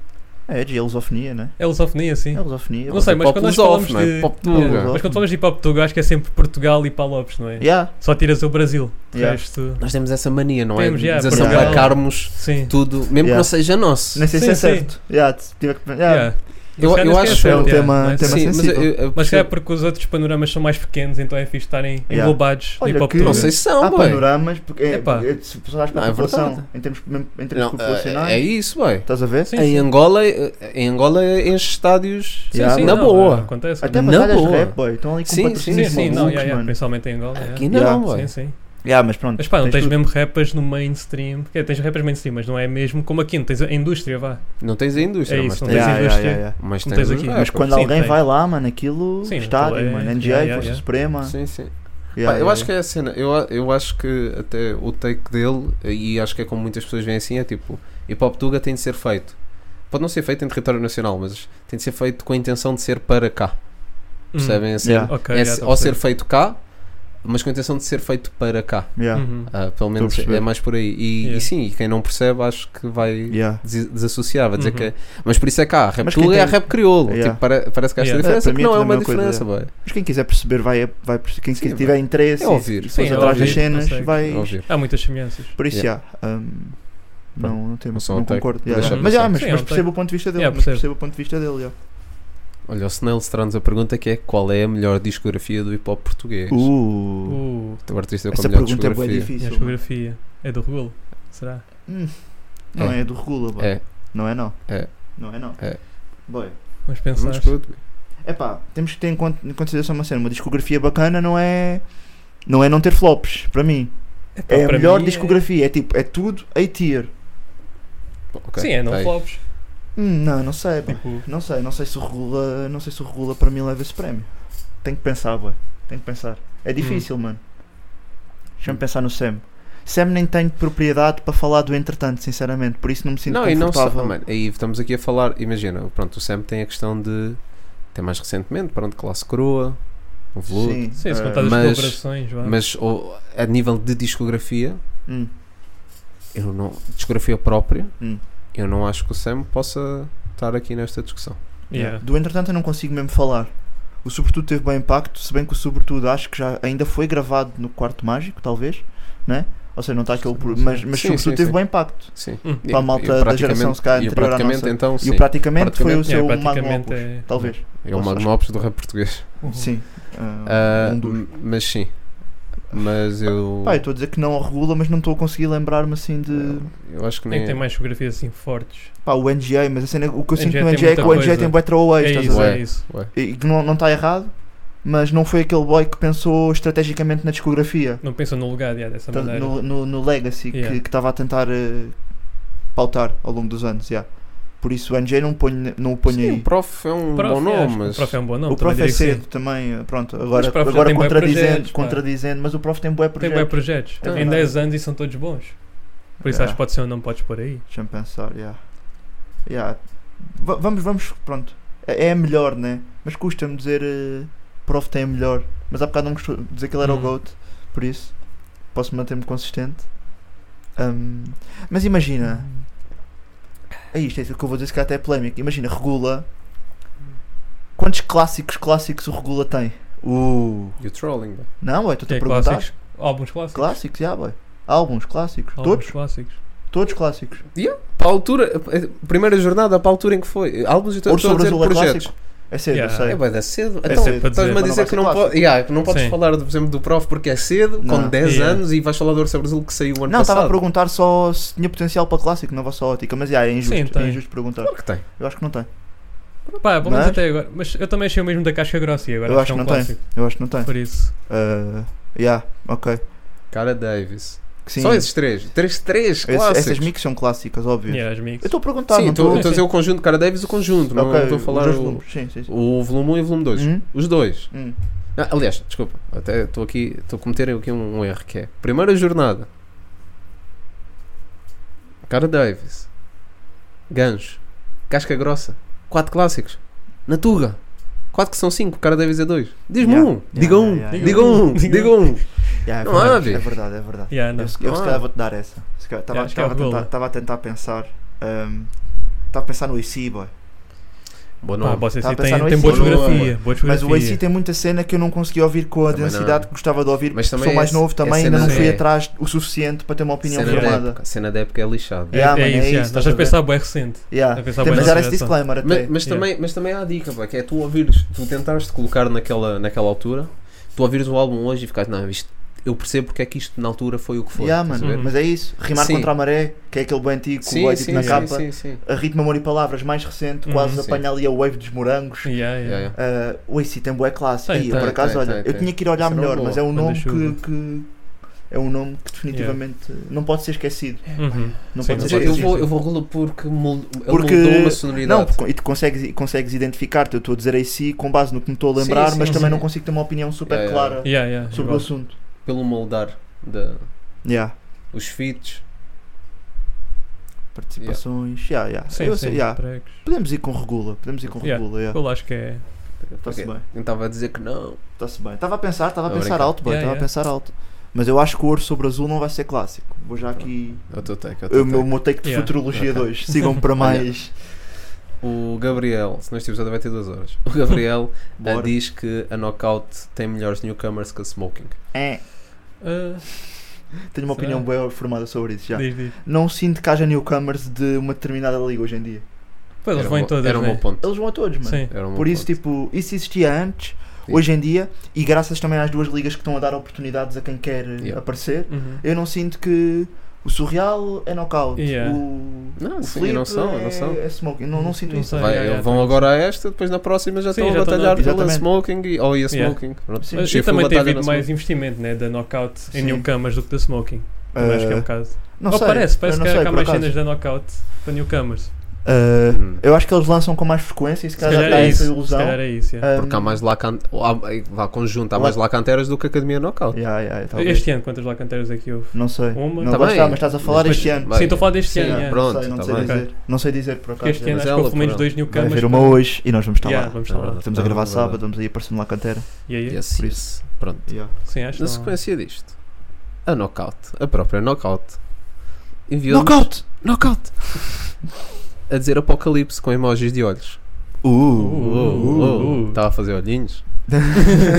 F: É de lusofonia, né?
H: É lusofonia, sim.
F: É lusofonia.
H: Não sei, mas
G: Pop
H: quando nós
G: lusófono,
H: falamos
G: não é?
H: de...
G: Pop tuga.
H: Mas quando falamos de hip hop tuga, acho que é sempre Portugal e Palopes, não é?
F: Yeah.
H: Só tiras o Brasil. De
F: Yeah.
H: resto,
G: Nós temos essa mania, não
H: Temos,
G: é?
H: yeah,
G: de
H: Portugal.
G: desapacarmos
H: sim.
G: tudo, mesmo que
F: Yeah.
G: não seja nosso.
F: Nem sei se
H: Sim,
F: é
H: sim.
F: certo. Yeah, se tiver que- yeah.
H: Yeah.
G: Eu-
H: Se calhar
G: eu
H: nem
G: acho
H: sequer
G: que é um
H: certo, yeah,
F: tema-
H: mas-
F: tema
G: Sim, mas
F: sensível.
G: eu- eu-
H: Mas se é
G: percebo-
H: porque os outros panoramas são mais pequenos, então é fixe estarem
F: Yeah.
H: englobados no
F: Olha
H: hip hop
F: que-
H: tuga.
G: não sei se
F: Há
H: Ah,
G: são, bem.
F: panoramas, porque é,
H: Epá.
F: é, se pessoas para
G: Não,
F: a
G: é
F: população,
G: verdade.
F: em termos, mesmo em
H: tipo
F: termos
G: Não,
F: populacionais,
G: é, é isso, bem.
F: estás a ver?
H: Sim,
G: Em
H: sim.
G: Angola, eh, em Angola enche estádios
H: Sim,
F: Yeah,
H: sim,
G: na
H: não,
G: boa.
H: Acontece.
F: é Até
G: Na
F: batalhas de
G: boa.
F: rap, boy, estão ali com
G: Sim,
H: Sim,
F: patrocínio
G: Sim,
H: sim,
G: malucos,
H: não, yeah, yeah,
F: mano.
H: principalmente em Angola. yeah.
G: Aqui não,
F: Yeah.
G: bem.
H: Sim, sim.
F: Yeah, mas pronto.
H: Mas pá, não tens
F: tudo.
H: mesmo rappers no mainstream. Quer dizer, tens rappers mainstream, mas não é mesmo como aqui, não tens a indústria, vá.
G: Não tens a indústria,
H: É isso,
G: mas
H: não tens
G: tens, Ah,
F: Yeah, yeah,
H: indústria.
F: yeah, yeah.
G: mas
H: não
G: tens
H: tens
G: os
H: aqui.
G: rappers.
F: Mas quando
H: Sim,
F: alguém
H: tem.
F: vai lá, mano, aquilo.
H: Sim,
F: estádio,
G: então
H: aquilo é-
F: mano. NGA,
H: yeah, yeah,
F: Força
H: yeah.
F: Suprema.
G: Sim, sim.
F: Yeah,
G: Pá, eu
F: yeah,
G: acho que é a cena, eu, a- eu acho que até o take dele, e acho que é como muitas pessoas veem assim, é tipo, hip hop tuga tem de ser feito. Pode não ser feito em território nacional, mas tem de ser feito com a intenção de ser para cá.
H: Hum,
G: Percebem assim?
F: Yeah.
H: Ok,
G: É
H: yeah,
G: se-
H: tá a
G: ou ser
H: perceber.
G: feito cá, mas com a intenção de ser feito para cá.
F: yeah.
H: Uhum.
G: Ah, pelo menos
F: perceber.
G: é mais por aí. E,
H: Yeah.
G: e sim, e quem não percebe acho que vai
F: Yeah.
G: des- desassociar, vai dizer
H: Uhum.
G: que é. Mas por isso é cá, rap
F: Mas quem
G: tuga é a
F: tem-
G: rap crioulo.
F: Yeah.
G: Tipo, pare- parece que há esta
H: Yeah.
G: diferença,
F: É, para
G: que
F: mim é
G: não é
F: tudo a
G: uma
F: mesma coisa,
G: diferença, boy.
F: Mas quem quiser perceber, vai. vai quem
G: Sim,
F: tiver interesse
G: É ouvir.
F: e se fores
H: Sim, é
F: atrás das
H: ouvir,
F: cenas,
H: consegue.
F: vai.
G: É ouvir.
H: Há muitas semelhanças.
F: Por isso, yeah. um, não, não temos.
G: Mas só
F: Não
G: um take.
F: concordo. yeah,
G: Deixa-
F: yeah. Mas, yeah, mas,
H: Sim, é
F: mas
H: um
F: percebo
H: take.
F: o ponto de vista dele.
H: Yeah,
F: mas
H: percebo.
F: percebo o ponto de vista dele. Yeah.
G: Olha, o Snails traz a pergunta que é qual é a melhor discografia do hip hop português?
F: Uh,
H: Uh,
G: O artista com a
F: essa
G: É melhor
F: pergunta é bem
G: discografia.
H: e a
F: difícil. mano.
H: geografia é do Regulo? Será?
F: Hum, Não
G: É.
F: é do Regula, boy.
G: É,
F: Não é não.
G: É.
F: Não é não.
G: É.
F: Boy.
H: Vamos pensar.
G: vamos escutar.
F: Epá, temos que ter em con- em consideração uma cena. Uma discografia bacana não é. Não é não ter flops, para mim.
H: Epá,
F: É a
H: para
F: melhor
H: mim é-
F: discografia. É... tipo, é tudo a tier.
G: Ok,
H: Sim, é não
G: tá aí.
H: flops.
F: Hum, não, não sei, pá.
H: Tipo,
F: Não sei, não sei se o regula. Não sei se o regula para mim leva esse prémio. Tem que pensar, boy. Tem que pensar.
G: Hum.
F: É difícil, mano. Deixa-me pensar no Sam. Sam nem tenho propriedade para falar do entretanto, sinceramente. Por isso não me sinto
G: Não, e não só,
F: confortável.
G: mano, aí estamos aqui a falar, imagina, pronto, o Sam tem a questão de, até mais recentemente, pronto, classe coroa, o veludo,
F: Sim,
H: sim, se
F: eh,
H: contar as
G: Ah, Mas-
H: colaborações, vá.
G: mas o- a nível de discografia,
F: hum,
G: eu não, discografia própria,
F: Hum.
G: eu não acho que o Sam possa estar aqui nesta discussão.
H: Yeah.
F: Do entretanto eu não consigo mesmo falar. O Sobretudo teve bom impacto, se bem que o Sobretudo acho que já ainda foi gravado no Quarto Mágico, talvez, né? Ou seja, não está aquele. pro- Mas, mas
G: Sim,
F: Sobretudo
G: sim,
F: teve
G: sim.
F: bom impacto.
G: Sim.
H: Hum.
G: E-
F: Para a malta
G: e
F: da
G: praticamente-
F: geração, se calhar,
G: e
F: anterior à
G: praticamente,
F: nossa.
G: então,
F: e o
G: sim,
F: praticamente, foi o
G: praticamente-
F: seu
H: Yeah,
F: Magnum
H: praticamente
F: Opus,
H: é- Uhum.
F: talvez.
G: é o Magnopes do rap português.
F: Sim. ah,
G: Ah,
F: um dos.
G: mas sim. Mas eu.
F: Pá, eu estou a dizer que não a regula, mas não estou a conseguir lembrar-me assim de.
G: Eu acho que
H: Quem é
G: nem.
H: que tem mais geografias assim fortes?
F: Pá, o NGA, mas a cena, o que
H: NGA
F: eu sinto no
H: tem
F: NGA é
H: muita
F: que o NGA
H: coisa.
F: tem bué throwaways,
H: É
F: estás a
H: isso,
F: ver?
H: é
G: Ué.
H: isso.
F: E que não não está errado, mas não foi aquele boy que pensou estrategicamente na discografia.
H: Não pensam no lugar yeah, dessa
F: Tá-
H: maneira.
F: no, no, no Legacy que-
H: Yeah.
F: que estava a tentar eh, pautar ao longo dos anos. yeah. Por isso o NJ não, ponho, não o ponho
G: Sim,
F: aí.
G: o prof é um
H: Prof, yeah,
G: bom nome,
H: acho que
G: mas.
H: O prof é um bom nome.
F: o Prof
H: também
F: é
H: diria que
F: cedo também, eh, pronto, agora,
H: o Prof já
F: agora
H: tem bué
F: contradizendo,
H: projetos, pá.
F: contradizendo, mas o Prof tem bué
H: sim. Tem bem
F: projeto. Tá. É.
H: projetos.
F: Tem
H: em
F: nada.
H: 10 anos e são todos bons. Por isso
F: Yeah.
H: acho que pode ser um nome podes pôr aí.
F: Deixa-me pensar, yeah. Yeah. Va- vamos, vamos, pronto. É é a melhor, né? Mas custa-me dizer eh, Prof tem a melhor. Mas há bocado não gostou de dizer que ele era o
H: Hum.
F: GOAT, por isso posso manter-me consistente. Ahm, mas imagina, É isto, é isso que eu vou dizer, se calhar até é polémico. Imagina, Regula. Quantos clássicos clássicos o Regula tem? Uh.
H: um-
G: E o trolling. bem.
F: Não, ué, estou-te
H: Tem
F: a perguntar.
H: clássicos. Álbuns clássicos.
F: Clássicos, já, ué. Alguns clássicos.
H: Álbuns
F: Todos?
H: clássicos.
F: Todos clássicos.
G: Para a altura. a Primeira jornada, para a altura em que foi. eh, Álbuns
F: Ouro
G: e estou a
F: sobre
G: dizer
F: azul é
G: projetos.
F: clássico? É cedo,
H: Yeah.
F: eu sei.
G: É, vai dar cedo.
F: É
G: Então,
F: cedo
H: para dizer,
G: estás-me a
F: mas não vai
G: dizer
F: ser
G: que não,
F: clássico.
G: po- yeah, que não podes
H: Sim.
G: falar, por exemplo, do prof porque é cedo, com
F: Não.
G: 10
H: Yeah.
G: anos, e vais falar do Orso Brasil que saiu o ano
F: não, estava a
G: passado.
F: perguntar só se tinha potencial para clássico na vossa ótica, mas já, é injusto,
H: Sim, tem.
F: é injusto perguntar.
G: Claro que tem.
F: Eu acho que não tem.
H: Pá, pelo menos
F: Mas-
H: até agora. Mas eu também achei o mesmo da casca grossa e agora
F: Eu
H: acho que é um
F: acho que não
H: clássico.
F: Eu acho que não tem.
H: Por isso.
F: Uh, yeah, ok.
G: Cara Davis.
F: Que sim.
G: Só esses três. Três, três
F: Esse-
G: clássicos.
F: essas mix são clássicas, óbvio.
H: Yeah, as mix.
F: Eu estou a perguntar,
G: Sim,
F: não
G: estou
F: estou
G: estou a dizer o conjunto, cara Davis, o conjunto. Não
F: Ok,
G: estou a
F: os
G: falar
F: dois
G: o,
F: volumes, Sim, sim, sim.
G: o volume 1 e o volume 2.
F: Hum?
G: Os dois.
F: Hum.
G: Ah, aliás, desculpa, até estou aqui, estou a cometer aqui um, um erro que é. Primeira jornada. Cara Davis. Gancho. Casca grossa. Quatro clássicos. Na Tuga. Quatro que são cinco, cara Davis é dois. Diz-me
F: Yeah.
G: um,
F: Yeah,
G: diga
F: yeah,
G: um,
F: yeah, yeah.
G: diga um, diga um.
F: Yeah, é,
G: Não há,
F: verdade,
G: bicho.
F: é verdade, é verdade.
H: Yeah, não.
F: Eu, se- eu
G: Não
F: se
G: há.
F: calhar vou-te dar essa. Estava
H: acho que é o
F: a,
H: rolo.
F: tentar- tava a tentar pensar. Estava a pensar no IC, boy.
G: Boa
H: Pá,
G: noite.
H: vocês
F: Tá a
H: têm,
F: pensar no
H: têm boa
F: AC.
H: geografia. Boa
F: Mas o AC
H: geografia.
F: tem muita cena que eu não consegui ouvir com a
G: Também não.
F: densidade que gostava de ouvir.
G: Mas
F: Mas
G: também
F: Sou mais
G: é-
F: novo também,
G: é
F: ainda não
G: cena-
F: fui
G: é-
F: atrás o suficiente para ter uma opinião
G: Cena da,
F: formada.
G: época, cena da época é lixado.
H: É,
F: Yeah,
H: é
F: mano, é
H: isso, yeah.
F: isso,
H: estás a
F: estás a
H: pensar bem recente.
F: Yeah.
H: a pensar
F: Tem-
H: bem
F: Mas
H: na
F: era esse
H: seleção.
F: disclaimer até. é.
G: Mas, mas
H: Yeah.
G: também, mas também há a dica, pá, que é tu ouvires, tu tentares te colocar naquela, naquela altura, tu ouvires o álbum hoje e ficares, não, isto, eu percebo porque é que isto na altura foi o que foi.
F: Yeah,
G: estás
F: mano,
G: a ver?
F: mas é isso. Rimar
G: Sim.
F: contra a maré, que é aquele bem antigo, com o
G: Sim,
F: edit
G: sim,
F: na
G: sim,
F: capa.
G: sim, sim.
F: A ritmo, amor e palavras mais recente,
H: Uhum.
F: quase
G: Sim.
F: apanha ali a wave dos morangos.
H: Yeah,
G: Yeah,
H: yeah.
G: yeah.
F: Ah, o AC tem bué classe.
H: Tem,
F: Aí, eu
G: tem,
F: por acaso,
G: tem,
F: olha,
G: tem,
F: eu
G: tem.
F: tinha que ir olhar
G: Isso era
F: melhor,
G: uma
F: mas é um
H: boa.
F: nome
H: Manda-chuva.
F: que, que- é um nome que definitivamente não pode ser esquecido.
H: Uhum.
F: Não
H: Sim,
F: pode
H: não
F: ser
G: Mas eu,
H: pode
G: eu
F: esquecido.
G: vou, eu vou rolar porque mul- ele
F: tipo- Porque-
G: mudou uma
F: Não,
G: sonoridade.
F: porque- e tu consegues, consegues identificar-te. Eu estou a dizer AC com base no que me estou a
G: Sim,
F: lembrar,
G: sim,
F: mas também
G: sim.
F: não consigo ter uma opinião super
G: Yeah, yeah.
F: clara
H: Yeah, yeah,
F: sobre
H: igual.
F: o assunto.
G: pelo moldar da,
F: Yeah.
G: os feats.
F: Participações. Yeah. Yeah,
H: Sim,
F: Eu
H: sim,
F: sei, yeah.
H: pregos.
F: Podemos ir com regula. Podemos ir com
H: Yeah.
F: regula. yeah.
H: Eu acho que é.
F: Tá-se
G: Porque
F: bem.
G: Eu estava a dizer que não.
F: Está-se bem. Estava a pensar, estava a
G: Não,
F: pensar
G: brincar.
F: alto, boy.
H: Yeah,
F: Estava a
H: yeah.
F: pensar alto. Mas eu acho que o ouro sobre azul não vai ser clássico. Vou já aqui.
G: É o teu take, é o teu
F: O meu,
G: take.
F: meu take de
H: Yeah.
F: futurologia 2. Sigam para mais.
G: O Gabriel, se não este episódio vai ter duas horas. O Gabriel eh,
F: Bora.
G: diz que a Knockout tem melhores newcomers que a Smoking.
F: É.
H: Ah,
F: Tenho uma
H: Será?
F: opinião bem formada sobre isso já.
H: diz, diz.
F: Não sinto que haja newcomers de uma determinada liga hoje em dia.
H: Pois eles
G: Era
H: vão em
G: um-
H: todas,
G: Era um
H: né?
G: bom ponto.
F: Eles vão a todos, mano.
H: Sim.
G: Era um bom
F: Por isso,
G: ponto.
F: tipo, isso existia antes,
G: Sim.
F: hoje em dia, e graças também às duas ligas que estão a dar oportunidades a quem quer eh,
G: Yeah.
F: aparecer,
H: Uhum.
F: eu não sinto que o surreal é knockout,
H: Yeah.
F: o,
G: Não,
F: o
G: Ah, sim,
F: Felipe
G: não são,
F: é,
G: não são.
F: é smoke. Eu não, não sinto
H: Não
F: isso.
H: sei.
G: Vai,
H: Ah, é, é,
G: vão agora a esta, depois na próxima já
H: Sim,
G: estão
H: já
G: a
H: estão
G: batalhar
H: na-
G: pela
F: Exatamente.
G: Smoking e, ou e a
H: Yeah.
G: Smoking. Pronto.
F: Sim.
H: Ah,
G: Chifre
H: E também tem
G: batalha
H: havido
G: na
H: mais
G: Smoking.
H: investimento né, da Knockout em
F: Sim.
H: Newcomers do que da Smoking. Eu acho que é um
F: Eh,
H: bocado.
F: não
H: Ou
F: sei,
H: parece, parece
F: eu não
H: que, há-
F: sei,
H: que há
F: por
H: mais
F: acaso.
H: cenas da Knockout para Newcomers.
F: Eh,
G: Hum.
F: eu acho que eles lançam com mais frequência e
H: Se
F: se calhar
H: calhar
F: dá
H: é isso.
F: essa
H: Se
F: ilusão.
H: calhar é isso. yeah.
F: Ah,
G: Porque há mais lacan... ou há- Vá conjunto, há mais lacanteras do que a Academia Knockout.
F: yeah, yeah, talvez.
H: Este ano, quantas Lacanteras é que houve?
F: Não sei.
H: Uma-
F: Não
G: Tá
F: lá
G: bem.
F: está, mas estás a falar
G: Mas-
F: este ano.
G: Bem,
H: Sim, estou a falar deste
F: Sim,
H: ano.
F: não
H: yeah.
G: pronto,
F: sei, não,
G: tá
F: sei
G: bem.
F: dizer. não sei dizer por acaso.
H: Este ano
G: Mas
H: acho que
G: ela,
H: houve pelo menos
G: pronto.
H: dois
F: Vai
H: Newcomers.
F: haver uma
H: pronto.
F: hoje e nós vamos estar
H: Yeah,
F: lá.
H: vamos estar lá.
F: Estamos a gravar
G: é
F: sábado, vamos aí aparecendo lá cantera.
H: E aí?
G: Yes,
F: Por
G: yes. Pronto.
H: Sim, acho
F: então.
G: Na
H: que não-
G: sequência disto, a Knockout, a própria Knockout, enviou
F: Knockout!
G: Knockout! a dizer Apocalipse com emojis de olhos.
F: Uh.
H: Uh, uh, uh.
G: Estava a fazer olhinhos.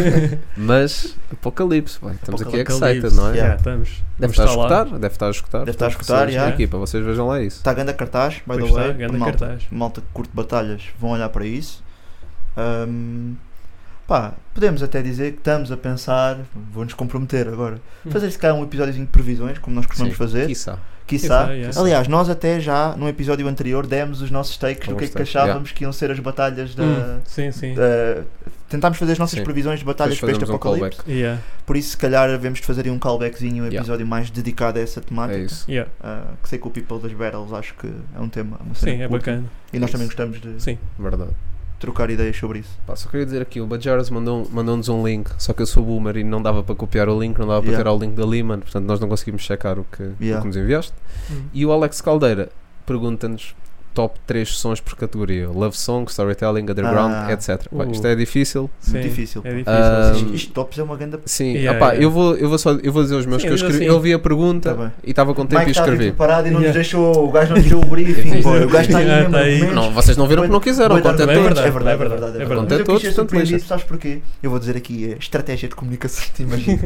G: Mas Apocalipse, vai, estamos aqui excited,
H: Apocalipse.
G: não é?
F: Yeah.
H: Yeah, estamos.
G: Deve
H: Vamos
G: estar a
H: lá.
G: escutar, deve estar a escutar.
F: Deve estar a escutar,
G: Portanto, pessoas
F: yeah. Tá
G: da equipa, vocês vejam lá isso.
F: Está ganda cartaz, by
H: Pois
F: the
H: está,
F: way.
H: ganda
F: malta,
H: cartaz.
F: malta que curte batalhas vão olhar para isso. Ahm, pá, podemos até dizer que estamos a pensar, vou-nos comprometer agora,
H: Hum.
F: fazer se calhar um episódiozinho de previsões, como nós costumamos
G: Sim,
F: fazer.
G: Quiçá.
F: Quiçá.
H: Quiçá, yeah.
F: Aliás, nós até já, num episódio anterior, demos os nossos takes do
G: Alguns
F: que é que
G: takes,
F: achávamos que iam ser as batalhas da.
H: Hum, Sim, sim.
F: da- tentámos fazer as nossas
G: Sim.
F: previsões de
G: Depois
F: batalhas para Tá este
G: fazemos um
F: apocalipse.
G: callback.
H: Yeah,
F: Por isso, se calhar, devemos de fazer aí um callbackzinho, um
G: Yeah.
F: episódio mais dedicado a essa temática.
G: É isso.
H: yeah.
F: Ah, que sei que o People das Battles acho que é um tema. Uma cena
H: Sim, é
F: que curtem.
H: bacana.
F: E nós também gostamos de
H: Sim.
G: Verdade.
F: trocar ideias sobre isso.
G: Pá, só queria dizer aqui, o Bajaras mandou- mandou-nos um link, só que eu sou boomer e não dava para copiar o link, não dava para
F: Yeah.
G: tirar o link da Lehman, portanto nós não conseguimos checar o que, o
F: Yeah.
G: que nos enviaste.
H: Hum.
G: E o Alex Caldeira pergunta-nos top 3 sons por categoria, Love Song, Storytelling, Underground,
F: Ah.
G: etc. Pá,
H: Uh.
G: isto é difícil.
H: Sim,
F: difícil,
H: É
F: pá.
H: difícil.
G: Ah,
H: sim.
F: Isto, isto tops é uma grande.
G: Sim,
H: Yeah,
G: opá,
H: yeah.
G: Eu, vou, eu, vou só, eu vou dizer os meus
H: Sim,
G: que eu
H: diz
G: escrevi.
H: assim.
G: Eu vi a pergunta
F: Tá tipo, bem.
G: e estava com tempo
F: Mike
G: e
F: está ali
G: escrevi.
F: preparado e não
H: Yeah.
F: nos deixou. O gajo não nos deu o briefing. pô. O gajo está aí
H: Yeah,
F: mesmo.
H: tá aí.
F: argumentos.
G: Não, vocês não viram porque não quiseram,
F: Vai dar-
G: conta
H: é
G: todos.
H: verdade,
F: É verdade,
H: é
F: é
H: verdade,
F: verdade.
H: é
F: É
H: verdade.
F: verdade. Mas eu quis
G: Conta todos,
F: ser
G: portanto,
F: surpreendido,
G: lixa-te.
F: sabes porquê? Eu vou dizer aqui, é estratégia de comunicação, te imagino.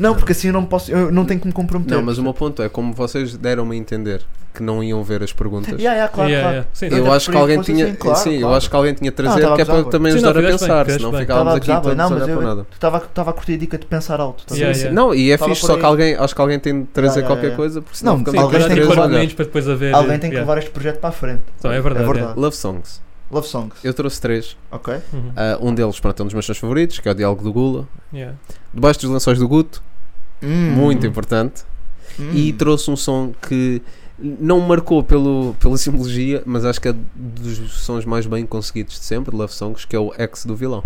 F: não, porque assim eu não posso, eu não tenho que me comprometer.
G: Não, mas o meu ponto é como vocês deram-me a entender que não iam ver as perguntas.
F: Yeah, yeah, claro,
H: Yeah,
F: claro.
H: yeah. Sim, sim.
G: Eu
F: Até
G: acho que
F: preferia
G: alguém
F: que fosse
G: tinha.
F: assim, claro,
G: sim, eu
F: claro.
G: acho que alguém tinha de trazer,
F: tava
G: que é
F: a gozar,
G: para
F: pô.
G: também
H: Sim,
G: nos
H: não,
G: dar a
H: fizeste bem,
G: pensar,
H: fizeste
G: senão
H: bem.
G: ficávamos
F: Tava a
G: aqui
F: gozar,
G: todos
F: não,
G: a
F: mas
G: olhar
F: eu-
G: para nada.
F: Estava a curtir a dica de pensar alto. estás a Ah,
H: Yeah,
F: ver?
H: yeah.
G: Não, e é
F: Tava
G: fixe,
F: por
G: só
F: aí.
G: que alguém, acho que alguém tem de
F: Yeah,
G: trazer
F: yeah,
G: qualquer
F: yeah.
G: coisa,
F: é,
G: porque
F: Não,
G: senão ficamos
F: alguém
G: aqui
F: tem
G: três
F: que
G: a
F: guardar.
G: olhar.
H: argumentos para depois haver.
F: Alguém tem que
H: yeah.
F: levar este projeto para a frente.
H: Então, é verdade.
F: É verdade.
G: Love Songs.
F: Love Songs,
G: Eu trouxe três.
F: ok?
H: yeah. Uhum.
G: Ah, um deles, pronto, é um dos meus sons favoritos, que é o Diálogo do Gula.
H: Yeah.
G: Debaixo dos lençóis do Guto, muito importante.
F: Hum.
G: E trouxe um som que não me marcou pelo, pela simbologia, mas acho que é dos sons mais bem conseguidos de sempre, de Love Songs, que é o X do vilão.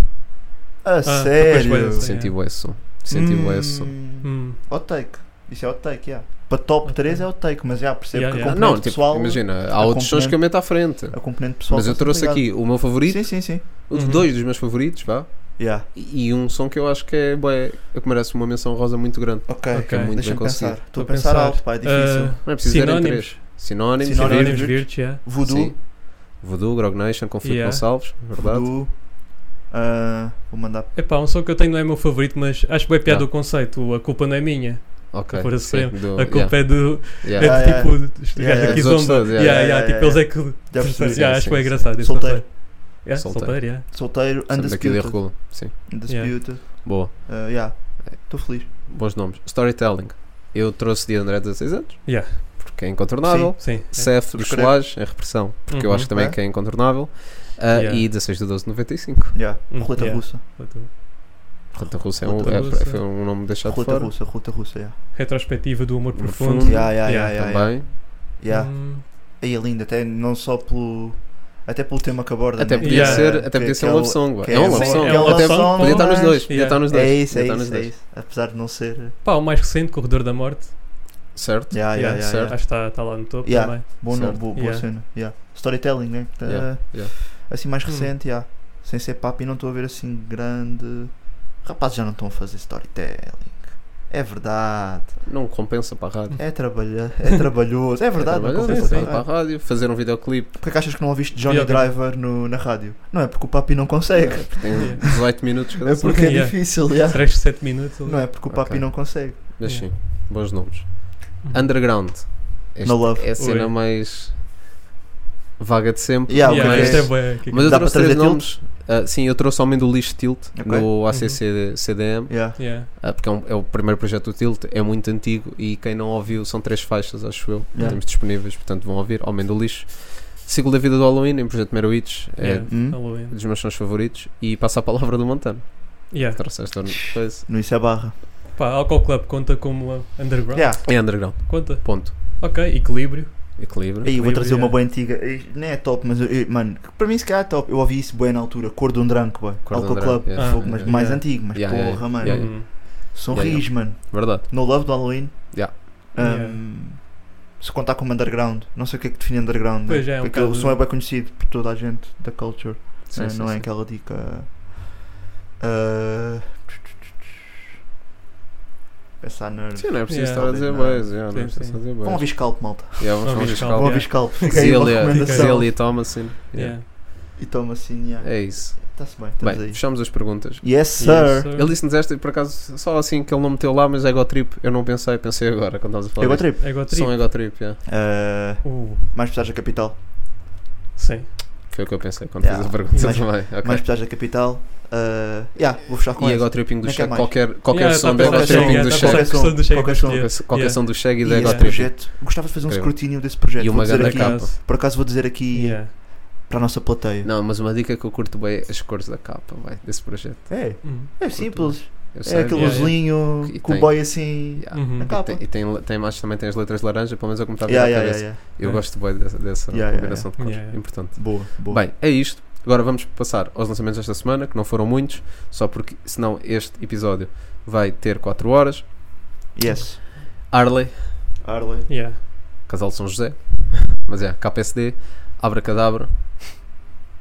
F: A
H: depois vai
F: sério?
H: esse.
G: Senti bué esse som. Senti bué esse som.
F: Hum,
H: Hum.
F: Hot take. Isso é hot take, yeah. Para top 3 é hot take, mas já percebo
H: Yeah,
F: que a
H: yeah.
F: componente
G: Não, tipo,
F: pessoal.
G: imagina,
F: a
G: há outros sons
F: componente-
G: que eu meto à frente.
F: A componente pessoal.
G: Mas eu
F: está
G: trouxe
F: ligado.
G: aqui o meu favorito,
F: Sim, sim, sim.
G: os
H: Uhum.
G: dois dos meus favoritos, vá.
F: Yeah.
G: E e um som que eu acho que é, bué, que merece uma menção rosa muito grande. é
F: Ok,
H: Ok.
F: deixa-me
G: muito bem
F: pensar.
G: conseguido.
F: Estou a
H: Vou
F: pensar alto, pá, é difícil.
H: Ah,
G: Não é preciso dar em três.
H: sinónimos.
G: Sinónimos,
F: Sinónimos.
G: Virgem,
H: Sinónimos, virtues, yeah.
F: Voodoo,
G: Sim. Voodoo, Grog Nation, Conflito
H: Yeah.
G: Gonçalves, verdade?
F: Voodoo. Ah, vou mandar.
H: Epá, um som que eu tenho não é meu favorito, mas acho que é piada
G: Ah.
H: o conceito. o A culpa não é minha.
G: Ok.
H: Por assim,
G: sim, do-
H: A culpa é do. É
G: yeah,
F: Ah,
H: de tipo. Dos
F: Yeah,
H: gajos
F: yeah.
H: aqui
G: Dos outros
H: zomba.
G: todos, yeah,
H: Yeah, yeah,
F: é, yeah,
H: Tipo,
F: yeah,
H: eles é que.
F: Já percebi.
H: Yeah, Acho
G: sim,
H: que é
G: sim,
H: engraçado. esse
F: Solteiro.
H: conceito. Yeah,
G: Solteiro.
H: Solteiro, yeah.
F: Solteiro,
G: yeah. Sempre aqui de
F: undisputed.
G: recuo. Sim.
F: Undisputed.
G: Boa.
F: Ah, yeah. Estou feliz.
G: Bons nomes. Storytelling. Eu trouxe de André 16 anos.
H: Yeah.
G: Porque é incontornável.
H: Sim.
G: CEF dos
F: Subscrevo.
G: Solares em repressão. Porque eu
H: Uhum.
G: acho também
F: É.
G: que é incontornável. Ah,
H: Yeah.
G: E 16 de 12 de 95.
F: Yeah.
H: Hum,
F: Roleta
H: yeah.
F: russa.
G: Portanto, a Rússia é um,
H: Outra
G: é-
H: Rússia.
G: foi um nome deixado de
F: Roleta
G: fora.
F: russa, roleta russa, yeah.
H: Retrospectiva do amor
G: Profundo.
H: profundo.
F: Yeah, yeah, yeah,
H: Yeah,
F: yeah, yeah.
G: Também.
F: yeah.
H: Hum,
F: Aí é lindo, até não só pelo. Até pelo tema que aborda.
G: Até
F: né?
G: podia
H: Yeah.
G: ser,
F: Que-
G: até podia
F: que
G: ser um love song.
F: que
G: É um
F: é
G: love
F: um-
G: song.
F: é um love
G: Até
F: song,
G: podia estar nos
F: mas-
G: dois. Podia
H: Yeah.
G: estar nos dois.
F: É isso, é
G: podia estar nos
F: isso, é
G: dois.
F: isso. Apesar de não ser.
H: Pá, o mais recente, Corredor da Morte.
G: Certo?
F: Yeah, Ah,
H: Yeah,
F: yeah, yeah,
G: certo.
F: yeah.
H: Acho que está lá no topo
F: Yeah.
H: também.
F: Bom nome,
G: Certo.
F: boa, boa
H: Yeah.
F: cena. Yeah. Storytelling, né? Tá-
G: Yeah, yeah.
F: Assim mais
H: Hum.
F: recente, yeah. sem ser papo e não estou a ver assim grande. Rapazes já não estão a fazer storytelling. É verdade.
G: Não compensa para a rádio.
F: É, trabalha... é trabalhoso. É verdade, não
G: Trabalhar,
F: compensa para
G: voltar para a
F: nada.
G: rádio, fazer um videoclipe.
F: Porquê que achas que não ouviste Johnny
H: Yeah, ok.
F: Driver no- na rádio? Não é porque o papi não consegue.
G: Tem 18 minutos cada
F: É
G: som.
F: porque é
H: Yeah.
F: difícil, yeah.
H: 3 de 7 minutos. ali.
F: Não é porque o papi
G: Ok.
F: não consegue.
G: Mas sim,
H: Yeah.
G: bons nomes.
H: Uhum.
G: Underground.
F: No Love.
G: É a cena
H: Ui.
G: mais vaga de sempre.
F: Yeah,
H: Yeah,
G: mas,
F: porque-
H: isto é bué, que-
G: mas eu
F: Dá para
G: trouxe três
F: trazer
G: nomes. Ah, sim, eu trouxe Homem do Lixo Tilt
F: Ok. Uhum.
G: no ACC CDM,
F: Yeah.
H: Yeah.
G: ah, porque é, um- é o primeiro projeto do Tilt, é muito antigo e quem não ouviu são três faixas, acho eu, que
F: Yeah.
G: temos disponíveis, portanto vão ouvir. Homem do Lixo. Ciclo da Vida do Halloween, em projeto Merowitch, é
H: Yeah. tá
F: Hum?
H: Halloween.
G: dos meus sons favoritos. E passa a palavra do Montano.
H: Yeah.
G: Trouxeste outra coisa.
F: No isso é barra.
H: Pá, Alcohol Club conta como uh, underground?
F: Yeah.
G: É Underground.
H: Conta.
G: Ponto.
H: Ok, equilíbrio.
G: Equilíbrio.
F: Aí, eu vou
H: Livre,
F: trazer uma
H: yeah.
F: boa antiga. Eh, Nem é top, mas, eh, mano, que para mim se calhar é top. Eu ouvi isso bem na altura. Cor de um Dranco, boy.
G: Cor de um
F: Alcohol
G: Dranco,
F: Club.
G: yeah.
F: Fogo,
G: Ah,
F: mas
G: yeah.
F: mais
H: Yeah.
F: antigo. Mas
G: Yeah, yeah,
F: porra, mano.
G: Yeah,
H: Hum.
F: Sorris, mano.
G: Verdade.
F: No Love do Halloween.
G: Yeah.
F: Um,
H: Yeah.
F: Se contar como underground. Não sei o que é que define underground. né?
H: Pois é, é um
F: Porque o
H: bocado-
F: som é bem conhecido por toda a gente da culture.
G: Sim,
F: Eh,
G: sim,
F: não é
G: sim.
F: aquela dica. eh, pensar na.
G: Sim, não é preciso
H: Yeah.
G: estar a dizer
F: Não.
G: boys. Yeah, não
H: Sim,
G: é preciso
H: sim.
G: estar a dizer
F: Vão
G: boys.
F: ouvir Scalp, malta.
G: Yeah, vamos
H: Vão
G: fazer
H: ouvir
G: escala.
H: Scalp.
F: Vão ouvir Scalp. Fica aí uma
G: Zelia-
F: recomendação.
G: Zelia Thomason. Yeah.
H: Yeah.
F: E toma assim, yeah.
G: É isso.
F: Está-se bem, estamos
G: Bem,
F: aí.
G: fechamos as perguntas.
F: Yes,
H: Yes,
F: sir.
H: sir.
G: Ele disse-nos esta, e por acaso, só assim que ele não meteu lá, mas é Egotrip. Eu não pensei, pensei agora quando estás a falar.
F: Eu trip.
H: Ego
G: disto.
H: Trip.
G: São Egotrip, yeah.
F: Uh,
H: Uh,
F: mais pesados da capital.
H: sim.
G: Foi o que eu pensei quando
F: Yeah.
G: fiz a pergunta
F: Mais-
G: também. ok.
F: Mais pesados da capital. Uh, yeah, vou fechar com
G: E
F: essa.
G: Egotripping do
F: Nem quer
G: Cheque,
F: é mais.
G: qualquer, qualquer
H: Yeah,
G: som
H: tá
G: do
H: a pensar
F: Egotrip
G: Egotripping
H: em-
G: do
H: tá a
G: Cheque.
H: pensar em
F: Cheque.
H: questão do Cheque,
F: Qualquer
H: acho que
F: som.
H: é.
G: Qualquer- Qualquer
H: Yeah.
G: som do Cheque e do
F: E esse
G: Egotripping.
F: projeto, gostava de fazer um
G: Incrível.
F: escrutínio desse projeto.
G: E
F: Vou
G: uma
F: dizer
G: grande
F: aqui,
G: capa.
F: por acaso vou dizer aqui
H: Yeah.
F: para a nossa plateia.
G: Não, mas uma dica que eu curto bem é as cores da capa, vai, desse projeto.
F: É,
H: Hum.
F: é simples.
G: Eu
F: É aquele
H: yeah,
F: azulinho
G: yeah. E
F: com o
G: tem-
F: boy assim.
G: Yeah.
H: Uhum.
F: Na capa.
G: Tem- e tem, le- tem mais, também tem as letras de laranja, pelo menos é como está a vir
F: Yeah,
G: à
F: yeah,
G: cabeça.
F: yeah, yeah.
G: Eu
H: É.
G: gosto bem dessa, dessa
F: Yeah, yeah,
G: combinação de cores,
H: Yeah, yeah.
G: importante.
F: Boa, boa.
G: Bem, é isto. Agora vamos passar aos lançamentos desta semana, que não foram muitos, só porque senão este episódio vai ter 4 horas.
F: Yes.
G: Arley,
F: Arley.
H: Yeah.
G: Casal de São José, mas é, KPSD, Abra Cadabra,